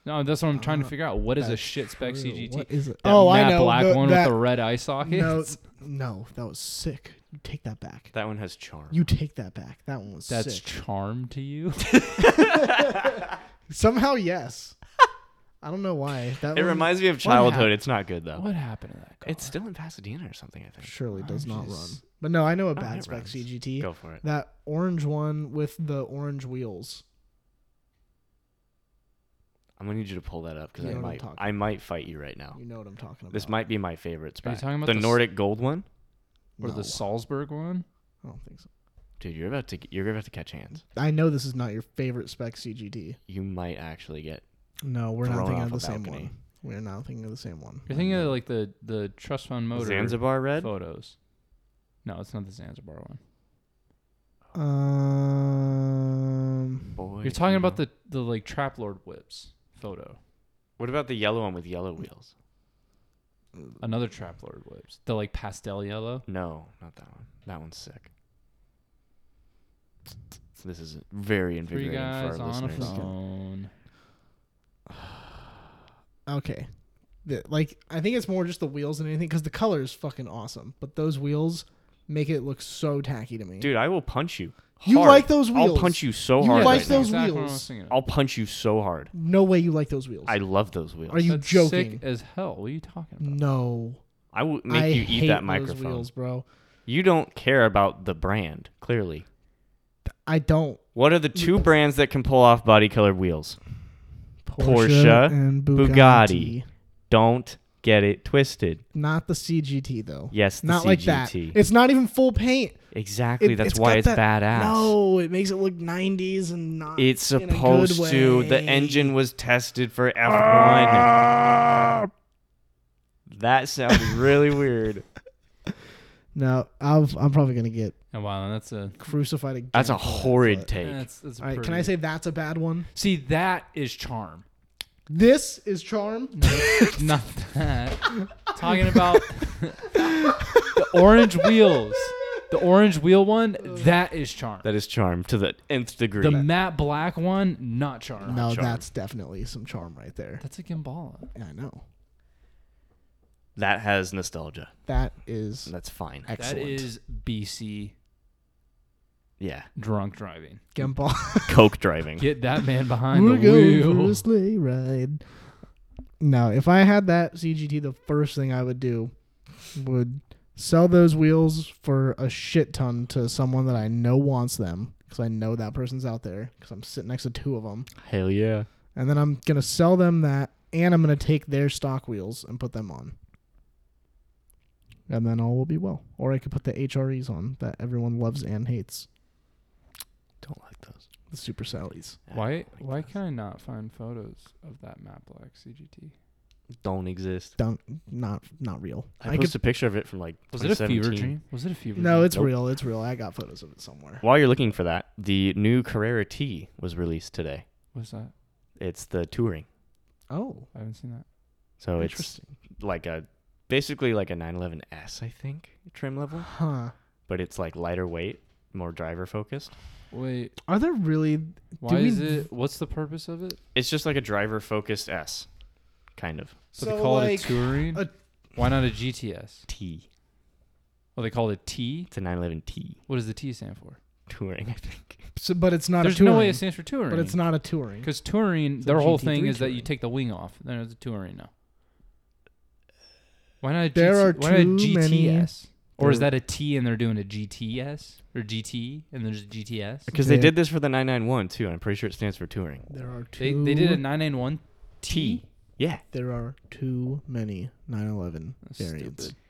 Speaker 1: No, that's what I'm trying
Speaker 3: Uh,
Speaker 1: to figure out. What is a
Speaker 3: that's
Speaker 1: shit spec
Speaker 3: True.
Speaker 1: CGT?
Speaker 3: What is it?
Speaker 1: That
Speaker 3: oh,
Speaker 1: matte
Speaker 3: I know.
Speaker 1: black
Speaker 3: the-
Speaker 1: one
Speaker 3: that,
Speaker 1: with the red eye socket.
Speaker 3: no, no, that was sick. You take that back.
Speaker 2: That one has charm.
Speaker 3: You take that back. That one was
Speaker 1: That's
Speaker 3: sick.
Speaker 1: charm to you.
Speaker 3: Somehow, yes. I don't know why. That
Speaker 2: it
Speaker 3: one
Speaker 2: reminds me of
Speaker 3: happened?
Speaker 2: childhood. It's not good though.
Speaker 1: what happened to that car?
Speaker 2: It's still in Pasadena or something. I think.
Speaker 3: surely does
Speaker 1: I'm
Speaker 3: not run.
Speaker 1: just-
Speaker 3: But no, I know a
Speaker 2: Oh,
Speaker 3: bad
Speaker 2: it
Speaker 3: spec
Speaker 2: runs.
Speaker 3: CGT.
Speaker 2: Go for it.
Speaker 3: That orange one with the orange wheels.
Speaker 2: I'm gonna need you to pull that up because
Speaker 3: You
Speaker 2: I
Speaker 3: know what I'm
Speaker 2: might
Speaker 3: talking
Speaker 2: I might fight you right now.
Speaker 3: You know what I'm talking about.
Speaker 2: This might be my favorite
Speaker 1: Are you
Speaker 2: spec.
Speaker 1: talking about
Speaker 2: the
Speaker 1: the s-
Speaker 2: Nordic gold one?
Speaker 1: or
Speaker 3: No,
Speaker 1: the Salzburg one?
Speaker 3: I don't think so.
Speaker 2: Dude, you're about to get, you're about to catch hands.
Speaker 3: I know this is not your favorite spec CGT.
Speaker 2: You might actually get
Speaker 3: No, we're not
Speaker 2: Thrown
Speaker 3: thinking
Speaker 2: off
Speaker 3: of the
Speaker 2: a
Speaker 3: same
Speaker 2: balcony.
Speaker 3: one. We're not thinking of the same one.
Speaker 1: You're thinking of like the the trust fund motor
Speaker 2: Zanzibar red.
Speaker 1: photos. No, it's not the Zanzibar one.
Speaker 3: Um,
Speaker 2: Boy,
Speaker 1: You're talking
Speaker 2: you
Speaker 1: about
Speaker 2: know.
Speaker 1: the the like trap lord whips photo.
Speaker 2: What about the yellow one with yellow wheels?
Speaker 1: Another trap lord whips. The like pastel yellow.
Speaker 2: No, not that one. That one's sick. This is very
Speaker 1: Three
Speaker 2: invigorating
Speaker 1: guys
Speaker 2: for our
Speaker 1: on a
Speaker 2: listeners.
Speaker 1: phone.
Speaker 3: okay. The- like I think it's more just the wheels than anything because the color is fucking awesome, but those wheels make it look so tacky to me.
Speaker 2: Dude, I will punch you.
Speaker 3: You
Speaker 2: hard.
Speaker 3: like those wheels.
Speaker 2: I'll punch you so
Speaker 3: You
Speaker 2: hard.
Speaker 3: like
Speaker 2: right now.
Speaker 3: those
Speaker 1: Exactly what I
Speaker 3: wheels.
Speaker 1: was thinking of.
Speaker 2: I'll punch you so hard.
Speaker 3: No way you like those wheels.
Speaker 2: I love those wheels.
Speaker 3: Are you
Speaker 1: That's
Speaker 3: joking?
Speaker 1: Sick as hell. What are you talking about?
Speaker 3: no.
Speaker 2: I will make
Speaker 3: I
Speaker 2: you
Speaker 3: hate
Speaker 2: eat that
Speaker 3: those
Speaker 2: microphone.
Speaker 3: wheels, bro.
Speaker 2: You don't care about the brand, clearly.
Speaker 3: I don't.
Speaker 2: What are the two brands that can pull off body colored wheels?
Speaker 3: Porsche,
Speaker 2: Porsche,
Speaker 3: and Bugatti.
Speaker 2: Bugatti. Don't get it twisted.
Speaker 3: Not the CGT though.
Speaker 2: Yes, the
Speaker 3: Not
Speaker 2: CGT.
Speaker 3: like that. It's not even full paint.
Speaker 2: exactly.
Speaker 3: It-
Speaker 2: That's
Speaker 3: it's
Speaker 2: why
Speaker 3: got
Speaker 2: it's
Speaker 3: that-
Speaker 2: badass.
Speaker 3: No, it makes it look 90s and not.
Speaker 2: It's
Speaker 3: in a good
Speaker 2: supposed to. The
Speaker 3: way.
Speaker 2: engine was tested for F1. Ah! That sounds really weird.
Speaker 3: No, I've, I'm probably gonna get
Speaker 1: And Oh, wow, that's a
Speaker 3: crucified again.
Speaker 2: That's
Speaker 3: for
Speaker 2: a
Speaker 3: that,
Speaker 2: horrid
Speaker 3: but-
Speaker 2: take.
Speaker 1: that's that's a
Speaker 3: All right, can I
Speaker 1: pretty-
Speaker 3: say that's a bad one?
Speaker 1: See, that is charm.
Speaker 3: This is charm.
Speaker 1: Not that. Talking about the orange wheels. The orange wheel one, that is charm.
Speaker 2: that is charm to the nth degree.
Speaker 1: The matte black one, not charm.
Speaker 3: No,
Speaker 2: charm.
Speaker 3: that's definitely some charm right there.
Speaker 1: That's a Gimbala.
Speaker 3: Yeah, I know.
Speaker 2: that has nostalgia.
Speaker 3: That is
Speaker 2: That's fine.
Speaker 3: excellent.
Speaker 1: That is BC
Speaker 2: Yeah.
Speaker 1: drunk driving.
Speaker 3: Gumball.
Speaker 2: Coke driving.
Speaker 1: Get that man behind the wheel.
Speaker 3: for a sleigh ride. No, if I had that CGT, the first thing I would do would sell those wheels for a shit ton to someone that I know wants them because I know that person's out there because I'm sitting next to two of them,
Speaker 2: Hell yeah.
Speaker 3: and then I'm gonna sell them that, and I'm gonna take their stock wheels and put them on. And then all will be well. Or I could put the HREs on that everyone loves and hates.
Speaker 2: Don't like those.
Speaker 3: The Super Sallies.
Speaker 1: Why why can I not find photos of that matte black CGT?
Speaker 2: Don't exist.
Speaker 3: Don't not not real.
Speaker 2: I, posted a picture of it from like
Speaker 1: Was it a fever
Speaker 2: 2017.
Speaker 1: dream? Was it a fever dream?
Speaker 3: No, it's
Speaker 2: Nope.
Speaker 3: real. It's real. I got photos of it somewhere.
Speaker 2: While you're looking for that, the new Carrera T was released today.
Speaker 1: What's that?
Speaker 2: It's the touring.
Speaker 3: Oh,
Speaker 1: I haven't seen that.
Speaker 2: So Oh, it's
Speaker 3: interesting.
Speaker 2: like a basically like a 911S, I think, trim level,
Speaker 3: Huh?
Speaker 2: but it's like lighter weight, more driver focused.
Speaker 1: Wait,
Speaker 3: Are there really?
Speaker 1: Why
Speaker 3: we-
Speaker 1: is it? What's the purpose of it?
Speaker 2: It's just like a driver focused S, kind of
Speaker 1: So, they call it a touring.
Speaker 3: a-
Speaker 1: Why not a GTS?
Speaker 2: T.
Speaker 1: Well, they call it a T.
Speaker 2: It's a 911T
Speaker 1: What does the T stand for?
Speaker 2: touring, I think.
Speaker 3: so, but it's not
Speaker 1: There's
Speaker 3: a touring.
Speaker 1: no way it stands for touring.
Speaker 3: but it's not a touring.
Speaker 1: because touring.
Speaker 3: It's a
Speaker 1: Their whole
Speaker 3: GT3
Speaker 1: thing is that you
Speaker 3: touring.
Speaker 1: take the wing off. Then it's a touring now. Why not? A
Speaker 3: There
Speaker 1: GT
Speaker 3: are
Speaker 1: why not a
Speaker 3: too many-
Speaker 1: GTS? Or is
Speaker 3: there-
Speaker 1: that a T and they're doing a GTS or GT and there's a GTS?
Speaker 2: Because they
Speaker 3: Yeah.
Speaker 2: did this for the 991 too, and I'm pretty sure it stands for touring.
Speaker 3: There are
Speaker 1: They,
Speaker 3: two.
Speaker 1: they did a 991 T.
Speaker 2: T. Yeah.
Speaker 3: There are too many 911
Speaker 1: That's
Speaker 3: variants.
Speaker 1: stupid.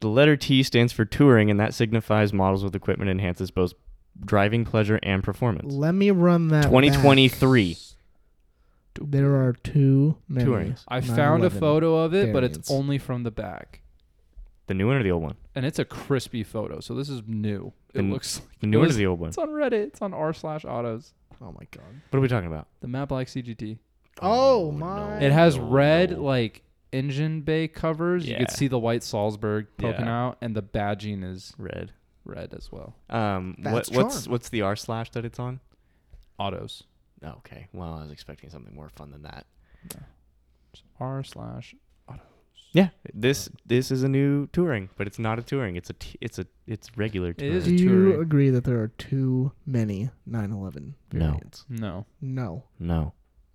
Speaker 2: The letter T stands for touring, and that signifies models with equipment enhances both driving pleasure and performance.
Speaker 3: Let me run that. back.
Speaker 2: 2023.
Speaker 3: There are two
Speaker 2: Two
Speaker 3: memories.
Speaker 2: rings.
Speaker 1: I found a
Speaker 3: 9/11.
Speaker 1: photo of it, but it's
Speaker 3: variants.
Speaker 1: only from the back,
Speaker 2: The new one or the old one?
Speaker 1: and it's a crispy photo. So this is new. It
Speaker 2: And
Speaker 1: looks. Like
Speaker 2: The
Speaker 1: it
Speaker 2: new one or
Speaker 1: was-
Speaker 2: the old one?
Speaker 1: It's on Reddit. It's on r slash autos.
Speaker 3: Oh my god.
Speaker 2: What are we talking about?
Speaker 1: The map like CGT.
Speaker 3: Oh,
Speaker 2: no,
Speaker 3: my-
Speaker 1: It has
Speaker 2: no,
Speaker 1: red
Speaker 2: no.
Speaker 1: like engine bay covers. You
Speaker 2: Yeah.
Speaker 1: could see the white Salzburg poking
Speaker 2: Yeah.
Speaker 1: out, and the badging is
Speaker 2: red.
Speaker 1: red as well.
Speaker 2: Um, what,
Speaker 3: That's
Speaker 2: what's
Speaker 3: charm.
Speaker 2: what's the r slash that it's on?
Speaker 1: Autos.
Speaker 2: Oh, okay. Well, I was expecting something more fun than that.
Speaker 1: R slash autos.
Speaker 2: Yeah, this this is a new touring, but it's not a touring. It's a t- it's a it's regular
Speaker 1: It is
Speaker 2: touring.
Speaker 3: Do
Speaker 1: a two ring.
Speaker 3: you agree that there are too many 9/11
Speaker 2: No.
Speaker 3: variants?
Speaker 1: No,
Speaker 3: No.
Speaker 2: No,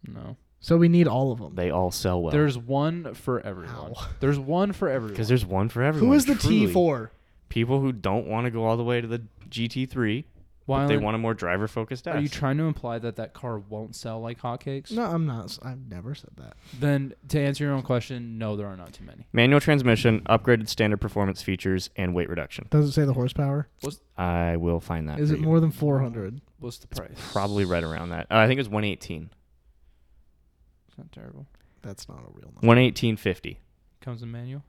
Speaker 1: no.
Speaker 3: So we need all of them.
Speaker 2: they all sell well
Speaker 1: There's one for everyone.
Speaker 3: How?
Speaker 1: There's one for everyone.
Speaker 2: because there's one for everyone.
Speaker 3: Who is the
Speaker 2: truly.
Speaker 3: T for?
Speaker 2: People who don't want to go all the way to the GT3, but
Speaker 1: Why
Speaker 2: they want a more driver focused S.
Speaker 1: Are you trying to imply that that car won't sell like hotcakes?
Speaker 3: No, I'm not. I've never said that.
Speaker 1: Then to answer your own question, no, there are not too many.
Speaker 2: Manual transmission, upgraded standard performance features, and weight reduction.
Speaker 3: Does it say the horsepower?
Speaker 2: I will find that.
Speaker 3: Is
Speaker 2: for
Speaker 3: it
Speaker 2: you.
Speaker 3: more than 400?
Speaker 1: What's the price?
Speaker 2: Probably right around that. Uh, I think it was 118.
Speaker 1: It's not terrible.
Speaker 3: That's not a real number.
Speaker 2: 118.50
Speaker 1: Comes in manual.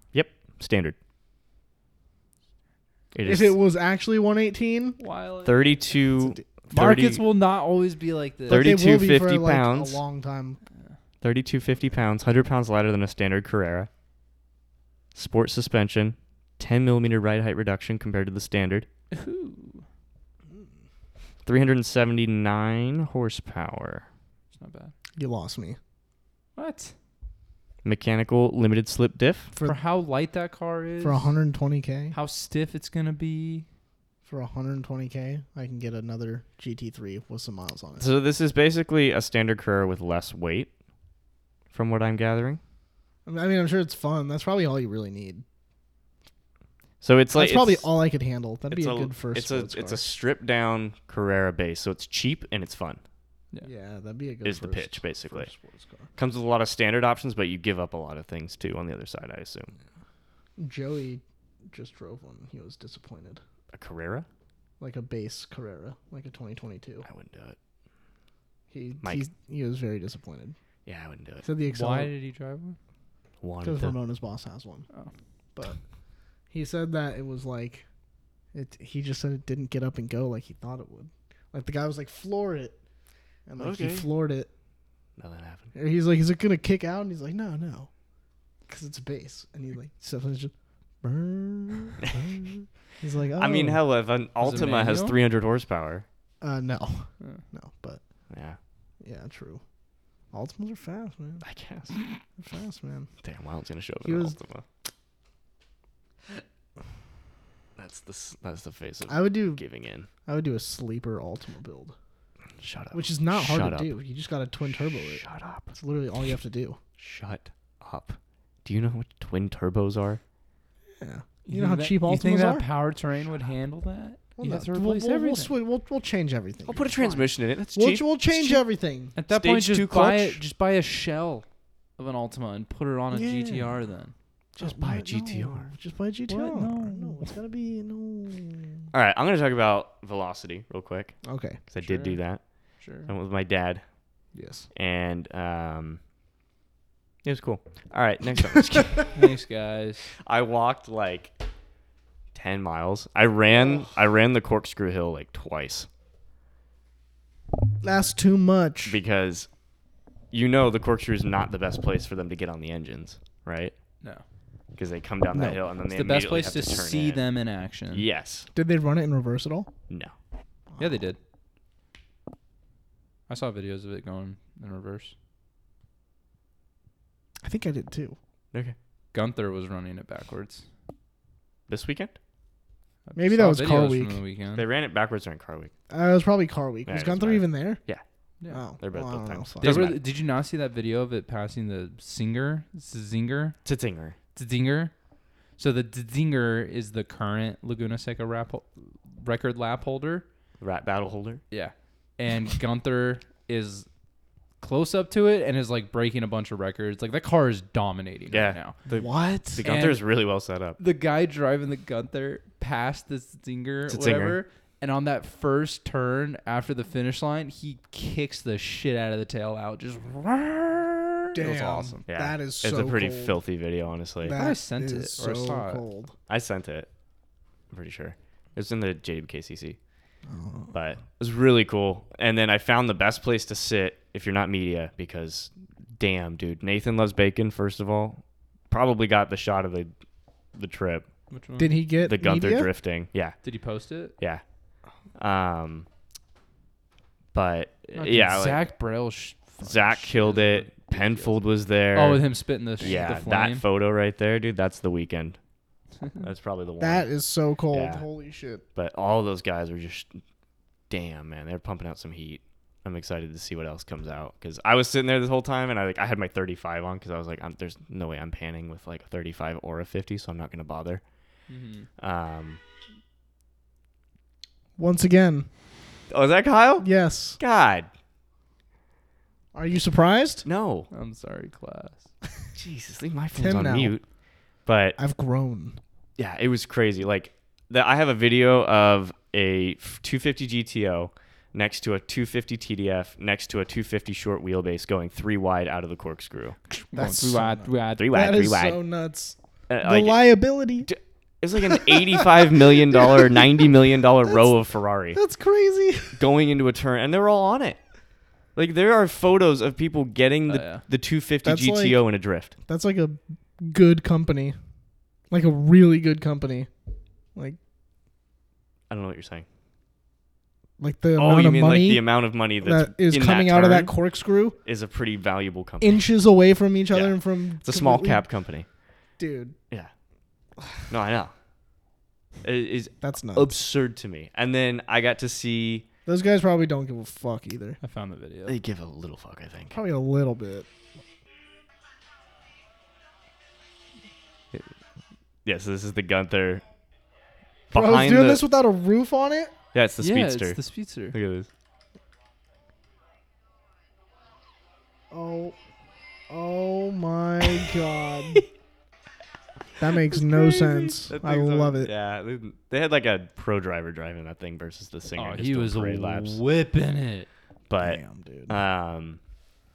Speaker 2: standard. It
Speaker 3: if
Speaker 2: is
Speaker 3: it was actually 118,
Speaker 1: While
Speaker 2: 32
Speaker 3: it's a d-
Speaker 2: 30
Speaker 1: markets will not always be like this.
Speaker 3: but they will be for,
Speaker 2: 32.50
Speaker 3: like,
Speaker 2: pounds.
Speaker 3: a long time.
Speaker 2: Thirty-two fifty pounds, 100 pounds lighter than a standard Carrera. Sport suspension, 10 millimeter ride height reduction compared to the standard.
Speaker 1: Ooh,
Speaker 2: 379 horsepower.
Speaker 1: it's not bad.
Speaker 3: You lost me.
Speaker 1: What?
Speaker 2: Mechanical limited slip diff.
Speaker 1: For,
Speaker 3: For-
Speaker 1: how light that car is.
Speaker 3: For 120k,
Speaker 1: How stiff it's gonna be.
Speaker 3: for 120k, I can get another GT3 with some miles on it.
Speaker 2: So this is basically a standard Carrera with less weight, from what I'm gathering.
Speaker 3: I mean, I'm sure it's fun. That's probably all you really need.
Speaker 2: So it's like
Speaker 3: That's probably
Speaker 2: it's-
Speaker 3: all I could handle. That'd be
Speaker 2: it's
Speaker 3: a, good first.
Speaker 2: It's a
Speaker 3: sports
Speaker 2: it's
Speaker 3: car.
Speaker 2: a stripped down Carrera base, so it's cheap and it's fun.
Speaker 3: yeah, that'd be a good.
Speaker 2: Is the
Speaker 3: first-
Speaker 2: pitch, basically.
Speaker 3: first sports car.
Speaker 2: Comes with a lot of standard options, but you give up a lot of things too on the other side. I assume
Speaker 3: Joey just drove one. He was disappointed.
Speaker 2: a Carrera.
Speaker 3: Like a base Carrera, like a 2022.
Speaker 2: I wouldn't do it.
Speaker 3: He
Speaker 2: Mike.
Speaker 3: he's- he was very disappointed.
Speaker 2: Yeah, I wouldn't do it.
Speaker 3: Said the
Speaker 1: Why
Speaker 3: accelerator
Speaker 1: did he drive one?
Speaker 2: One.
Speaker 3: because
Speaker 2: to-
Speaker 3: Ramona's boss has one.
Speaker 1: Oh.
Speaker 3: But he said that it was like it. He just said it didn't get up and go like he thought it would. Like the guy was like floor it, and like
Speaker 2: Okay.
Speaker 3: he floored it.
Speaker 2: Nothing happened.
Speaker 3: And he's like, is it gonna kick out? And he's like, no, no, because it's a bass. And he like stuff and it's just. burn, burn. He's like, oh.
Speaker 2: I mean, hell, if an
Speaker 1: Was it
Speaker 2: Altima has
Speaker 1: manual?
Speaker 2: 300 horsepower,
Speaker 3: uh, no,
Speaker 1: Uh,
Speaker 3: no, but
Speaker 2: yeah,
Speaker 3: yeah, true. Ultimas are fast, man.
Speaker 2: I guess.
Speaker 3: They're fast, man.
Speaker 2: Damn, Wild's gonna show up
Speaker 3: He
Speaker 2: in an
Speaker 3: was-
Speaker 2: Altima. That's the s- that's the face of
Speaker 3: I would do.
Speaker 2: giving in.
Speaker 3: I would do a sleeper Ultima build,
Speaker 2: Shut up.
Speaker 3: which is not hard
Speaker 2: Shut
Speaker 3: to
Speaker 2: up.
Speaker 3: do. You just gotta twin turbo it.
Speaker 2: Shut up.
Speaker 3: That's literally all you have to do.
Speaker 2: Shut up. Do you know what twin turbos are?
Speaker 3: Yeah. You know how
Speaker 1: think
Speaker 3: cheap
Speaker 1: that, You think
Speaker 3: Altimas
Speaker 1: that
Speaker 3: are?
Speaker 1: powertrain would handle that?
Speaker 3: Well,
Speaker 1: you
Speaker 3: no,
Speaker 1: have to replace
Speaker 3: we'll,
Speaker 1: everything.
Speaker 3: We'll, swi- we'll, we'll change everything.
Speaker 2: I'll put a
Speaker 3: You're fine.
Speaker 2: transmission in it. That's
Speaker 3: We'll,
Speaker 2: cheap.
Speaker 3: we'll change
Speaker 2: cheap.
Speaker 3: everything.
Speaker 1: At that
Speaker 2: Stage
Speaker 1: point, just
Speaker 2: two
Speaker 1: buy it.
Speaker 2: clutch?
Speaker 1: Just buy a shell of an Altima and put it on a
Speaker 3: Yeah.
Speaker 1: GTR. Then
Speaker 2: Just
Speaker 3: Oh,
Speaker 2: buy a
Speaker 3: what?
Speaker 2: GTR.
Speaker 3: No, Just buy a GTR.
Speaker 1: No.
Speaker 3: no, it's gotta be no.
Speaker 2: All right, I'm gonna talk about velocity real quick
Speaker 3: Okay.
Speaker 2: because I did do
Speaker 1: Sure.
Speaker 2: that.
Speaker 1: sure.
Speaker 2: I went with my dad,
Speaker 3: Yes.
Speaker 2: and um, it was cool. All right, next up.
Speaker 1: Thanks, guys.
Speaker 2: I walked like ten miles. I ran. I ran the corkscrew hill like twice
Speaker 3: That's too much.
Speaker 2: because you know the corkscrew is not the best place for them to get on the engines, right?
Speaker 1: No,
Speaker 2: Because they come down that
Speaker 3: No.
Speaker 2: hill and then
Speaker 1: it's
Speaker 2: they
Speaker 1: the best
Speaker 2: immediately
Speaker 1: place to,
Speaker 2: have turn
Speaker 1: see
Speaker 2: in.
Speaker 1: them in action.
Speaker 2: Yes.
Speaker 3: Did they run it in reverse at all?
Speaker 2: No.
Speaker 1: Yeah, they did. I saw videos of it going in reverse.
Speaker 3: I think I did too.
Speaker 2: Okay.
Speaker 1: Gunther was running it backwards.
Speaker 2: This weekend
Speaker 1: I
Speaker 3: Maybe that
Speaker 1: saw
Speaker 3: was car
Speaker 1: videos
Speaker 3: week.
Speaker 1: From the weekend.
Speaker 2: they ran it backwards during car week.
Speaker 3: Uh, it was probably car week.
Speaker 2: Yeah,
Speaker 3: was
Speaker 2: it doesn't
Speaker 3: Gunther
Speaker 2: matter.
Speaker 3: even there?
Speaker 1: yeah.
Speaker 3: Oh,
Speaker 2: They're both
Speaker 3: well, I
Speaker 2: both
Speaker 3: don't know.
Speaker 2: times.
Speaker 1: They
Speaker 3: Fuck.
Speaker 2: Doesn't
Speaker 1: were,
Speaker 2: matter.
Speaker 1: did you not see that video of it passing the Singer? Zinger?
Speaker 2: Titzinger.
Speaker 1: Dzinger? So the Dzinger is the current Laguna Seca rap hol- record lap holder.
Speaker 2: Rat battle holder.
Speaker 1: Yeah. And Gunther is close up to it and is like breaking a bunch of records. Like that car is dominating
Speaker 2: Yeah.
Speaker 1: right now.
Speaker 2: The,
Speaker 3: What?
Speaker 2: the Gunther
Speaker 1: And-
Speaker 2: is really well set up.
Speaker 1: The guy driving the Gunther past the Zinger,
Speaker 2: It's a
Speaker 1: whatever. And on that first turn after the finish line, he kicks the shit out of the tail out. Just It was
Speaker 3: Damn.
Speaker 1: awesome.
Speaker 2: Yeah,
Speaker 3: That is
Speaker 2: it's a
Speaker 3: so
Speaker 2: pretty
Speaker 3: cold.
Speaker 2: filthy video, honestly.
Speaker 1: I
Speaker 3: That
Speaker 1: sent
Speaker 3: is
Speaker 1: it or I
Speaker 3: so
Speaker 1: saw it.
Speaker 3: cold.
Speaker 2: I sent it. I'm pretty sure it was in the JWKCC,
Speaker 3: Oh.
Speaker 2: but it was really cool. And then I found the best place to sit if you're not media because, damn, dude, Nathan loves bacon. First of all, probably got the shot of the the trip,
Speaker 1: Which one?
Speaker 3: Did he get
Speaker 2: the Gunther
Speaker 3: media?
Speaker 2: drifting. Yeah,
Speaker 1: Did he post it?
Speaker 2: yeah. Um, but
Speaker 1: No, dude,
Speaker 2: yeah, like, Zach,
Speaker 1: Zach Braille. Sh- fucking shit
Speaker 2: killed
Speaker 1: is
Speaker 2: it.
Speaker 1: ridiculous.
Speaker 2: Penfold was there.
Speaker 1: Oh, with him spitting the, sh-
Speaker 2: yeah,
Speaker 1: the
Speaker 2: that
Speaker 1: flame.
Speaker 2: photo right there, dude. That's the weekend. That's probably the one.
Speaker 3: That is so cold.
Speaker 2: Yeah.
Speaker 3: Holy shit.
Speaker 2: but all those guys were just damn man they're pumping out some heat i'm excited to see what else comes out because i was sitting there this whole time and i like i had my 35 on because i was like I'm, there's no way i'm panning with like a 35 or a 50 so i'm not gonna bother
Speaker 1: Mhm.
Speaker 2: um
Speaker 3: Once again,
Speaker 2: oh is that kyle
Speaker 3: yes.
Speaker 2: god
Speaker 3: Are you surprised?
Speaker 2: no
Speaker 1: I'm sorry, class.
Speaker 2: jesus leave my phones
Speaker 3: Tim
Speaker 2: on
Speaker 3: now.
Speaker 2: mute but
Speaker 3: I've grown.
Speaker 2: yeah, it was crazy. Like the, I have a video of a 250 GTO next to a 250 TDF next to a 250 short wheelbase going three wide out of the corkscrew.
Speaker 3: That's
Speaker 1: three
Speaker 3: so
Speaker 1: wide,
Speaker 3: nuts.
Speaker 1: three wide.
Speaker 2: Three wide,
Speaker 3: That
Speaker 2: three
Speaker 3: is
Speaker 2: wide.
Speaker 3: so nuts.
Speaker 2: Uh,
Speaker 3: The
Speaker 2: like,
Speaker 3: liability.
Speaker 2: D- it's like an 85 million dollar, 90 million dollar row of Ferrari
Speaker 3: That's crazy.
Speaker 2: going into a turn, and they're all on it. Like there are photos of people getting the,
Speaker 1: Oh, yeah.
Speaker 2: the 250
Speaker 3: That's
Speaker 2: GTO in a drift.
Speaker 3: That's like a good company. Like a really good company. Like
Speaker 2: I don't know what you're saying.
Speaker 3: like the
Speaker 2: Oh,
Speaker 3: amount
Speaker 2: you
Speaker 3: of
Speaker 2: mean like
Speaker 3: money
Speaker 2: the amount of money that's
Speaker 3: that is
Speaker 2: in
Speaker 3: coming
Speaker 2: that
Speaker 3: out of that
Speaker 2: turn
Speaker 3: corkscrew
Speaker 2: is a pretty valuable company.
Speaker 3: inches away from each other
Speaker 2: Yeah.
Speaker 3: and from
Speaker 2: It's a small
Speaker 3: completely-
Speaker 2: cap company.
Speaker 3: Dude,
Speaker 2: Yeah. No, I know. It is
Speaker 3: that's nuts.
Speaker 2: absurd to me. And then I got to see.
Speaker 3: Those guys probably don't give a fuck either.
Speaker 1: I found the video.
Speaker 2: They give a little fuck, I think.
Speaker 3: Probably a little bit.
Speaker 2: Yeah, so this is the Gunther.
Speaker 3: Bro, I was
Speaker 2: Behind
Speaker 3: doing
Speaker 2: the,
Speaker 3: this without a roof on it.
Speaker 2: yeah, it's the
Speaker 1: yeah,
Speaker 2: speedster.
Speaker 1: it's the speedster.
Speaker 2: Look at this.
Speaker 3: Oh, oh my god. that makes no sense.
Speaker 2: That
Speaker 3: I
Speaker 2: thing's on-
Speaker 3: love it.
Speaker 2: Yeah, they, they had like a pro driver driving that thing versus the singer.
Speaker 1: Oh,
Speaker 2: just
Speaker 1: he
Speaker 2: doing
Speaker 1: was
Speaker 2: parade laps.
Speaker 1: whipping it.
Speaker 2: But
Speaker 3: Damn, dude.
Speaker 2: um,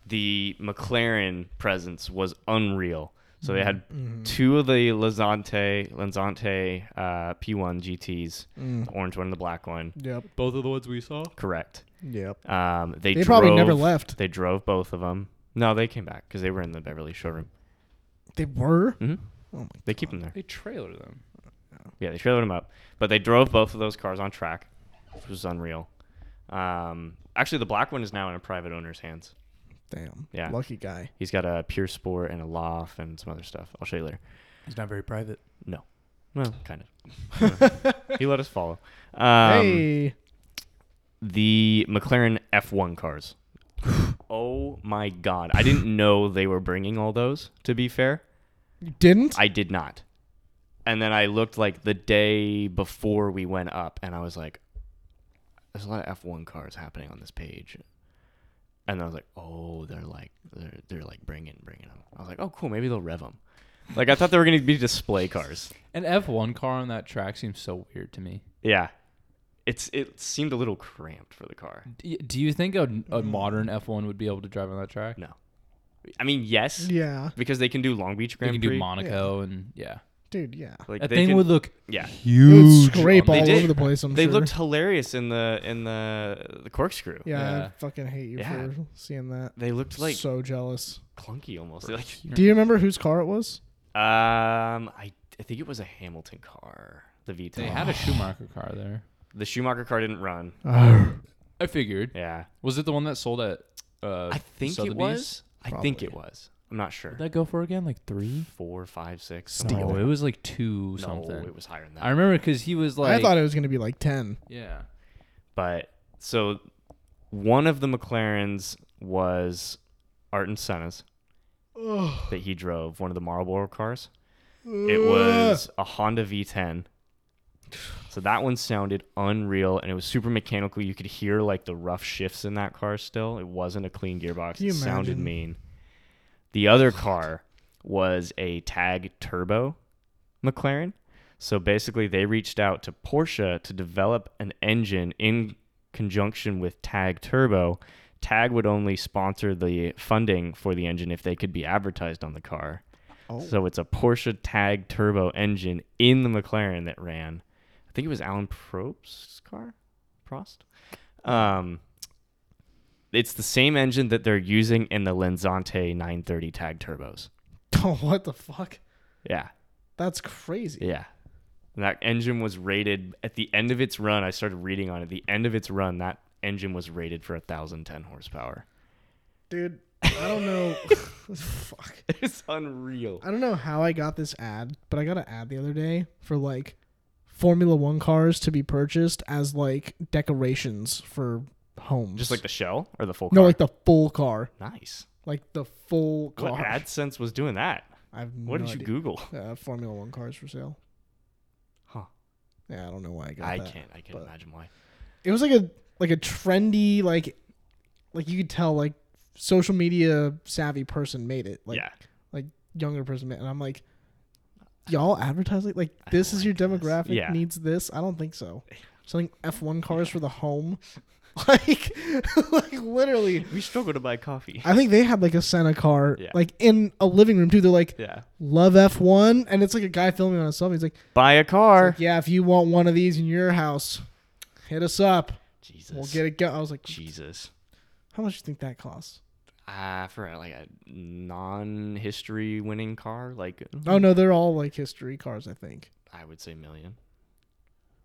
Speaker 2: the McLaren presence was unreal. So they
Speaker 3: Mm-hmm.
Speaker 2: had two of the Lazante Lanzante uh, P1 GTs,
Speaker 3: Mm.
Speaker 2: the orange one and the black one.
Speaker 3: Yep.
Speaker 1: Both of the ones we saw.
Speaker 2: Correct.
Speaker 3: Yep.
Speaker 2: Um, they
Speaker 3: They probably never
Speaker 2: drove-
Speaker 3: left.
Speaker 2: They drove both of them. No, they came back because they were in the Beverly showroom.
Speaker 3: They were.
Speaker 2: hmm
Speaker 3: Oh my
Speaker 2: They keep them there.
Speaker 1: They trailer them.
Speaker 2: Yeah, they trailered them up, but they drove both of those cars on track, which was unreal. Um, actually, the black one is now in a private owner's hands.
Speaker 3: Damn.
Speaker 2: Yeah.
Speaker 3: Lucky guy.
Speaker 2: He's got a Pure Sport and a Loft and some other stuff. I'll show you later.
Speaker 1: He's not very private.
Speaker 2: No, well, kind of. he let us follow. Um,
Speaker 3: hey.
Speaker 2: The McLaren F1 cars. oh my God! I didn't know they were bringing all those. To be fair,
Speaker 3: You didn't?
Speaker 2: I did not. And then I looked like the day before we went up, and I was like, "There's a lot of F1 cars happening on this page." And I was like, "Oh, they're like they're they're like bringing bringing them." I was like, "Oh, cool, maybe they'll rev them." Like I thought they were gonna be display cars.
Speaker 1: An F1 car on that track seems so weird to me.
Speaker 2: Yeah, it's it seemed a little cramped for the car.
Speaker 1: Do you, do you think a,
Speaker 2: Mm.
Speaker 1: a modern F1 would be able to drive on that track?
Speaker 2: No, I mean yes,
Speaker 3: yeah.
Speaker 2: because they can do Long Beach
Speaker 1: They
Speaker 2: Grand
Speaker 1: can
Speaker 2: Prix.
Speaker 1: do Monaco and yeah.
Speaker 3: Dude, yeah.
Speaker 2: like
Speaker 1: that
Speaker 2: they
Speaker 1: thing
Speaker 2: can-
Speaker 1: would look
Speaker 2: yeah.
Speaker 3: It
Speaker 1: huge.
Speaker 3: would scrape
Speaker 1: on-
Speaker 2: They
Speaker 3: all
Speaker 2: did.
Speaker 3: over the place, I'm
Speaker 2: They
Speaker 3: sure.
Speaker 2: looked hilarious in the in the the corkscrew.
Speaker 3: yeah,
Speaker 1: Yeah.
Speaker 3: I fucking hate you
Speaker 2: Yeah.
Speaker 3: for seeing that.
Speaker 2: They looked like Mm.
Speaker 3: so jealous.
Speaker 2: clunky almost. Like
Speaker 3: Do you remember whose car it was?
Speaker 2: um, I, I think it was a Hamilton car, the VTEC.
Speaker 1: They had a Schumacher car there.
Speaker 2: the Schumacher car didn't run. Oh.
Speaker 1: I figured.
Speaker 2: Yeah,
Speaker 1: Was it the one that sold at? Uh,
Speaker 2: I think
Speaker 1: Sotheby's?
Speaker 2: it was. I think it
Speaker 3: Probably.
Speaker 2: was. I'm not sure.
Speaker 1: Did that go for again? Like three?
Speaker 2: Four, five, six. something
Speaker 1: No,
Speaker 2: like
Speaker 1: it was like two
Speaker 2: that. no,
Speaker 1: something.
Speaker 2: it was higher than that.
Speaker 1: I remember because he was like.
Speaker 3: I thought it was going to be like 10.
Speaker 1: Yeah.
Speaker 2: but so one of the McLarens was Art and Senna's
Speaker 3: Ugh.
Speaker 2: that he drove. One of the Marlboro cars. It was a Honda V10. So that one sounded unreal and it was super mechanical. You could hear like the rough shifts in that car still. It wasn't a clean gearbox.
Speaker 3: Can you
Speaker 2: It sounded
Speaker 3: imagine?
Speaker 2: mean. The other car was a Tag Turbo McLaren. So basically, they reached out to Porsche to develop an engine in conjunction with Tag Turbo Tag would only sponsor the funding for the engine if they could be advertised on the car.
Speaker 3: Oh.
Speaker 2: So it's a Porsche Tag turbo engine in the McLaren that ran. I think it was Alan Probst's car, Prost. Um, it's the same engine that they're using in the Lenzante 930 Tag turbos.
Speaker 3: Oh, what the fuck?
Speaker 2: Yeah,
Speaker 3: That's crazy.
Speaker 2: yeah. And that engine was rated at the end of its run. I started reading on it. The end of its run, that engine was rated for 1,010 horsepower.
Speaker 3: Dude, I don't know. fuck.
Speaker 2: It's unreal.
Speaker 3: I don't know how I got this ad, but I got an ad the other day for like Formula One cars to be purchased as like decorations for homes.
Speaker 2: Just like the shell or the full
Speaker 3: no,
Speaker 2: car?
Speaker 3: like the full car,
Speaker 2: nice.
Speaker 3: like the full car.
Speaker 2: What AdSense was doing that?
Speaker 3: I've
Speaker 2: What
Speaker 3: no
Speaker 2: did you
Speaker 3: idea.
Speaker 2: Google?
Speaker 3: Uh, Formula One cars for sale.
Speaker 2: Huh.
Speaker 3: Yeah, I don't know why I got
Speaker 2: I
Speaker 3: that.
Speaker 2: can't. I can't
Speaker 3: but-
Speaker 2: imagine why.
Speaker 3: It was like a like a trendy like like you could tell like social media savvy person made it. Like
Speaker 2: yeah.
Speaker 3: younger person made, and I'm like, y'all advertising like
Speaker 2: I
Speaker 3: this
Speaker 2: don't
Speaker 3: is your
Speaker 2: like this.
Speaker 3: demographic
Speaker 2: Yeah.
Speaker 3: needs this? I don't think so. Selling F1 cars for the home, like like literally.
Speaker 2: We struggle to buy coffee.
Speaker 3: I think they had like a Senna car
Speaker 2: Yeah.
Speaker 3: like in a living room too. They're like
Speaker 2: Yeah.
Speaker 3: love F1, and it's like a guy filming on his cell. phone. He's like,
Speaker 2: Buy a car.
Speaker 3: like, yeah, if you want one of these in your house, hit us up.
Speaker 2: Jesus.
Speaker 3: We'll get it. Go. I was like,
Speaker 2: Jesus.
Speaker 3: how much do you think that costs?
Speaker 2: Ah, I forgot like a non-history winning car. Like
Speaker 3: Oh no, they're all like history cars. I think.
Speaker 2: I would say million.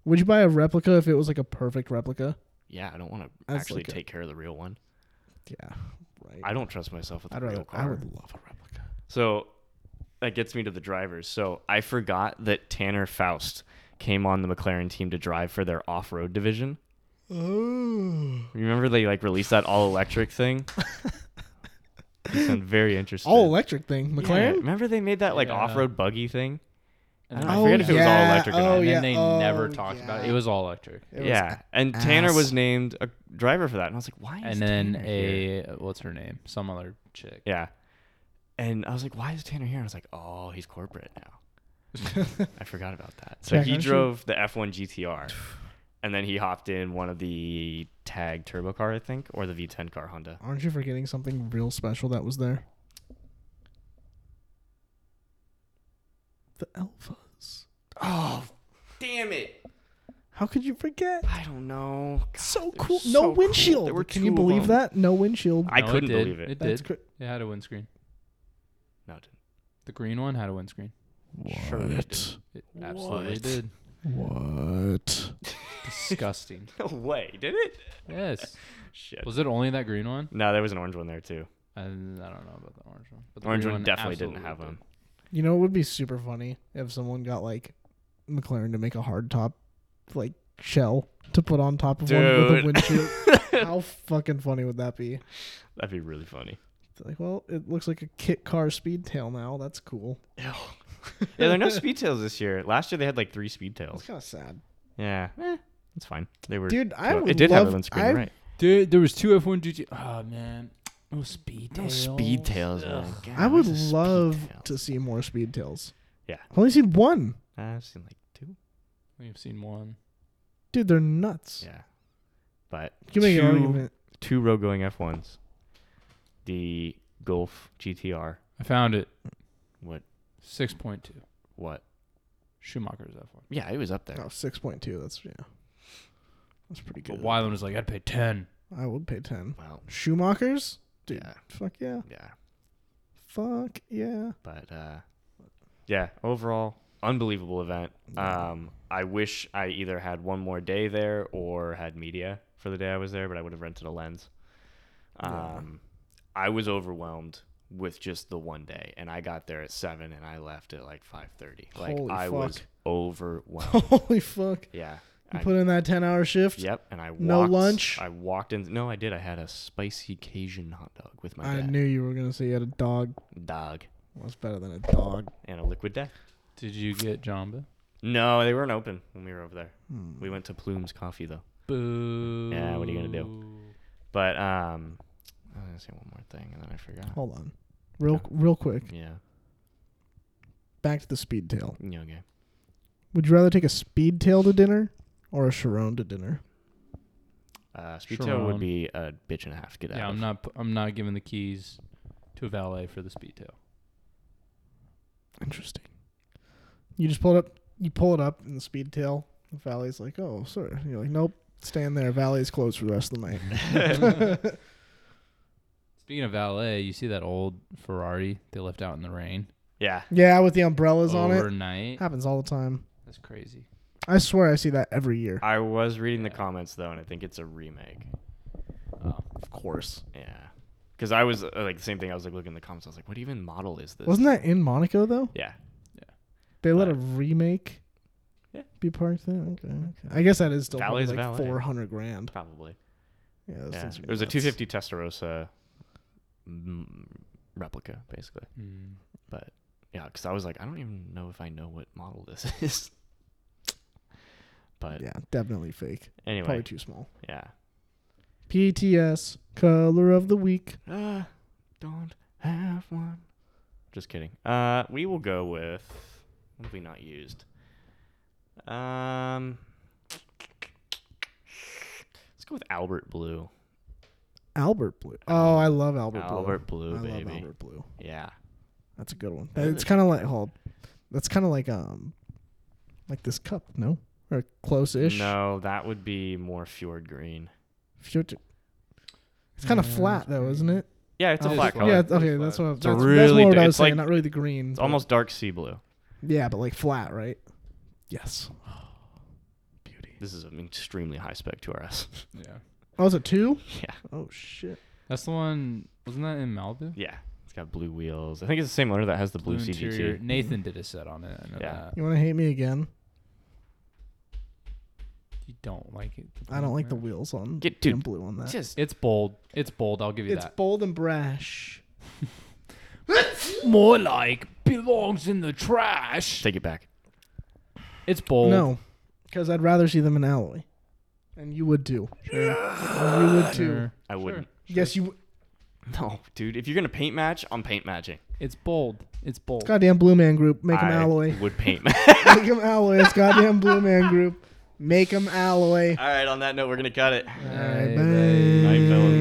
Speaker 3: Would you buy a replica if it was like a perfect replica?
Speaker 2: Yeah, I don't want to
Speaker 3: That's
Speaker 2: actually
Speaker 3: like a-
Speaker 2: take care of the real one.
Speaker 3: Yeah, right.
Speaker 2: I don't trust myself with the
Speaker 3: I'd
Speaker 2: real
Speaker 3: rather.
Speaker 2: car.
Speaker 3: I would love a replica.
Speaker 2: So that gets me to the drivers. So I forgot that Tanner Faust came on the McLaren team to drive for their off-road division.
Speaker 3: Oh.
Speaker 2: Remember they like released that all electric thing? you sound very interested.
Speaker 3: All electric thing,
Speaker 2: Yeah,
Speaker 3: McLaren.
Speaker 2: Remember they made that like
Speaker 1: Yeah.
Speaker 2: off-road buggy thing?
Speaker 1: And
Speaker 2: I
Speaker 1: then,
Speaker 2: don't know. Oh, forget if it was all electric or not.
Speaker 3: Oh,
Speaker 1: and
Speaker 3: yeah.
Speaker 1: then they
Speaker 3: oh,
Speaker 1: never talked about it. It was all electric.
Speaker 3: It was
Speaker 2: yeah. and Tanner was
Speaker 3: ass.
Speaker 2: named a driver for that. And I was like, why is
Speaker 1: And then
Speaker 2: Tanner here?
Speaker 1: a what's her name? Some other chick.
Speaker 2: Yeah. And I was like, why is Tanner here? And I was like, oh, he's corporate now. I forgot about that. So
Speaker 3: Yeah,
Speaker 2: he
Speaker 3: aren't you-
Speaker 2: drove the F1 GTR. And then he hopped in one of the tag turbo car, I think, or the V10 car Honda.
Speaker 3: Aren't you forgetting something real special that was there? The Alphas.
Speaker 2: Oh, damn it.
Speaker 3: How could you forget?
Speaker 2: I don't know. God,
Speaker 3: so
Speaker 2: they're
Speaker 3: cool.
Speaker 2: so
Speaker 3: no windshield.
Speaker 2: There were
Speaker 3: Can
Speaker 2: two
Speaker 3: you
Speaker 2: of
Speaker 3: believe
Speaker 2: them.
Speaker 3: that? No windshield.
Speaker 2: I
Speaker 1: No,
Speaker 2: couldn't
Speaker 1: did.
Speaker 2: believe it.
Speaker 1: It
Speaker 3: That's
Speaker 1: did.
Speaker 3: cr-
Speaker 1: It had a windscreen.
Speaker 2: No, it didn't.
Speaker 1: The green one had a windscreen.
Speaker 2: Sure it
Speaker 3: What?
Speaker 1: It absolutely
Speaker 2: What?
Speaker 1: did.
Speaker 3: What?
Speaker 1: Disgusting.
Speaker 2: No way. Did it?
Speaker 1: yes.
Speaker 2: Shit.
Speaker 1: Was it only that green one?
Speaker 2: No, there was an orange one there, too.
Speaker 1: I, I don't know about the orange one. But the
Speaker 2: Orange
Speaker 1: green
Speaker 2: one definitely didn't
Speaker 1: absolutely
Speaker 2: have
Speaker 1: did.
Speaker 2: them.
Speaker 3: You know, it would be super funny if someone got like McLaren to make a hard top like shell to put on top of one with
Speaker 2: Dude.
Speaker 3: a windshield. How fucking funny would that be?
Speaker 2: That'd be really funny.
Speaker 3: It's like, well, it looks like a kit car speed tail now. That's cool.
Speaker 2: yeah, there are no speed tails this year. Last year they had like three speed
Speaker 3: That's
Speaker 2: tails.
Speaker 3: kind of sad,
Speaker 2: Yeah, eh, it's fine. They were.
Speaker 3: dude. I
Speaker 2: well,
Speaker 3: would
Speaker 2: it did
Speaker 3: love,
Speaker 2: have it on screen,
Speaker 3: I,
Speaker 2: right?
Speaker 1: Dude, there was two F1 GT. Oh man, no speed tails. Ugh.
Speaker 3: oh I would love to see more speed tails.
Speaker 2: Yeah.
Speaker 3: I've only seen one.
Speaker 2: I've seen like two.
Speaker 1: We've seen one.
Speaker 3: Dude, they're nuts.
Speaker 2: Yeah, but
Speaker 3: You can make
Speaker 2: two,
Speaker 3: an argument.
Speaker 2: two row going F ones. The Golf GTR.
Speaker 1: I found it.
Speaker 2: What?
Speaker 1: Six point two.
Speaker 2: What?
Speaker 1: Schumacher's F1.
Speaker 2: Yeah, it was up there.
Speaker 3: Oh, 6.2. That's yeah. That's pretty
Speaker 1: But
Speaker 3: good.
Speaker 1: Wyland was like, I'd pay ten.
Speaker 3: I would pay 10.
Speaker 2: Well,
Speaker 3: Schumachers? Dude.
Speaker 2: yeah,
Speaker 3: Fuck yeah.
Speaker 2: yeah,
Speaker 3: Fuck yeah.
Speaker 2: but uh, yeah. Overall, unbelievable event. Um, I wish I either had one more day there or had media for the day I was there, but I would have rented a lens.
Speaker 3: Yeah.
Speaker 2: Um, I was overwhelmed with just the one day, and I got there at seven, and I left at like five thirty. Like
Speaker 3: Holy
Speaker 2: I was
Speaker 3: fuck.
Speaker 2: overwhelmed.
Speaker 3: Holy fuck.
Speaker 2: yeah.
Speaker 3: You
Speaker 2: I-
Speaker 3: put in that 10 hour shift?
Speaker 2: Yep, and I walked.
Speaker 3: No lunch?
Speaker 2: I walked in. No, I did. I had a spicy Cajun hot dog with my
Speaker 3: I
Speaker 2: dad.
Speaker 3: knew you were going to say you had a dog.
Speaker 2: dog
Speaker 3: What's better than a dog?
Speaker 2: and a liquid death.
Speaker 1: Did you get Jamba?
Speaker 2: No, they weren't open when we were over there.
Speaker 3: Hmm.
Speaker 2: We went to Plume's Coffee though.
Speaker 1: Boo.
Speaker 2: Yeah, what are you gonna do? But um, I was gonna say one more thing and then I forgot.
Speaker 3: Hold on. Real,
Speaker 2: Yeah.
Speaker 3: real quick,
Speaker 2: Yeah.
Speaker 3: back to the speed tail.
Speaker 2: Yeah. Okay.
Speaker 3: Would you rather take a speed tail to dinner or a Chiron to dinner?
Speaker 2: Uh, speed tail
Speaker 1: Sharon.
Speaker 2: would be a bitch and a half to get out.
Speaker 1: yeah,
Speaker 2: of.
Speaker 1: I'm not. pu- I'm not giving the keys to a valet for the speed tail.
Speaker 3: Interesting. You just pull it up. You pull it up in the speed tail. The valley's like, oh, sir. And you're like, nope. Stand there. Valley's closed for the rest of the night.
Speaker 1: Speaking of valet, you see that old Ferrari they left out in the rain
Speaker 2: Yeah,
Speaker 3: yeah, with the umbrellas on it.
Speaker 1: overnight.
Speaker 3: Happens all the time.
Speaker 1: That's crazy.
Speaker 3: I swear I see that every year.
Speaker 2: I was reading the
Speaker 1: Yeah.
Speaker 2: comments though, and I think it's a remake.
Speaker 1: Oh.
Speaker 3: Of course.
Speaker 2: Yeah, because I was uh, like the same thing. I was like looking in the comments. I was like, what even model is this?
Speaker 3: Wasn't that in Monaco though?
Speaker 2: Yeah,
Speaker 3: They let
Speaker 2: Uh,
Speaker 3: a remake
Speaker 2: Yeah. Mm-hmm.
Speaker 3: be part of that. Okay, okay. I guess that is still probably
Speaker 2: Valet's
Speaker 3: like
Speaker 2: valet.
Speaker 3: four hundred grand.
Speaker 2: probably.
Speaker 3: Yeah, those
Speaker 2: Yeah.
Speaker 3: things are
Speaker 2: It was a
Speaker 3: nuts.
Speaker 2: 250 Testarossa mm, replica, basically.
Speaker 1: Mm.
Speaker 2: But yeah, because I was like, I don't even know if I know what model this is. But
Speaker 3: Yeah, definitely fake.
Speaker 2: anyway,
Speaker 3: Probably too small.
Speaker 2: yeah.
Speaker 3: PTS color of the week.
Speaker 2: Uh, don't have one. Just kidding. Uh, we will go with what have we not used? Um, let's go with Albert Blue.
Speaker 3: Albert Blue. Oh, I love Albert,
Speaker 2: Albert Blue,
Speaker 3: Blue. I
Speaker 2: baby.
Speaker 3: love Albert Blue.
Speaker 2: Yeah.
Speaker 3: That's a good one.
Speaker 2: Yeah,
Speaker 3: it's
Speaker 2: that's-
Speaker 3: kind of like hold. That's kind of like um, like this cup, no, or close-ish.
Speaker 2: No, that would be more Fjord Green.
Speaker 3: Future- It's kind of
Speaker 1: Yeah,
Speaker 3: flat
Speaker 1: it's
Speaker 3: though,
Speaker 1: pretty-
Speaker 3: isn't it?
Speaker 2: Yeah, it's a
Speaker 1: Oh,
Speaker 2: flat
Speaker 1: it's
Speaker 2: color.
Speaker 3: yeah.
Speaker 1: it's
Speaker 3: Okay,
Speaker 1: flat.
Speaker 3: that's what.
Speaker 2: It's a
Speaker 3: that's, that's
Speaker 2: really
Speaker 3: more what
Speaker 2: di-
Speaker 3: I was
Speaker 2: it's
Speaker 3: saying.
Speaker 2: like-
Speaker 3: not really the greens.
Speaker 2: It's
Speaker 3: but-
Speaker 2: almost dark sea blue.
Speaker 3: Yeah, but like flat, right? Yes. Beauty.
Speaker 2: This is an extremely high spec 2RS.
Speaker 1: Yeah.
Speaker 3: Oh, is it two?
Speaker 2: yeah.
Speaker 3: Oh shit.
Speaker 1: That's the one. Wasn't that in Malibu?
Speaker 2: Yeah. It's got blue wheels. I think it's the same owner that has the blue,
Speaker 1: interior.
Speaker 2: CGT.
Speaker 1: Nathan did a set on it. I know
Speaker 2: Mm-hmm. Yeah.
Speaker 1: that.
Speaker 3: You want to hate me again?
Speaker 1: You don't like it.
Speaker 3: I don't like the
Speaker 1: man.
Speaker 3: wheels on.
Speaker 2: Get- dude,
Speaker 3: and blue on that.
Speaker 2: Just
Speaker 1: It's bold. It's bold. I'll give you
Speaker 3: it's
Speaker 1: that.
Speaker 3: bold and brash.
Speaker 1: More like belongs in the trash.
Speaker 2: take it back.
Speaker 1: It's bold.
Speaker 3: No, because I'd rather see them in alloy, and you would too. And you would too.
Speaker 1: Sure.
Speaker 2: I wouldn't.
Speaker 3: Yes, you. w-
Speaker 2: No, dude. If you're gonna paint match, I'm paint matching.
Speaker 1: It's bold. It's bold.
Speaker 3: Goddamn Blue Man Group, make them
Speaker 2: I
Speaker 3: alloy.
Speaker 2: Would paint match.
Speaker 3: make them alloy. It's goddamn Blue Man Group, make them alloy.
Speaker 2: All right. On that note, we're gonna cut it.
Speaker 3: All right,
Speaker 1: Bye, bye.
Speaker 2: I'm Bill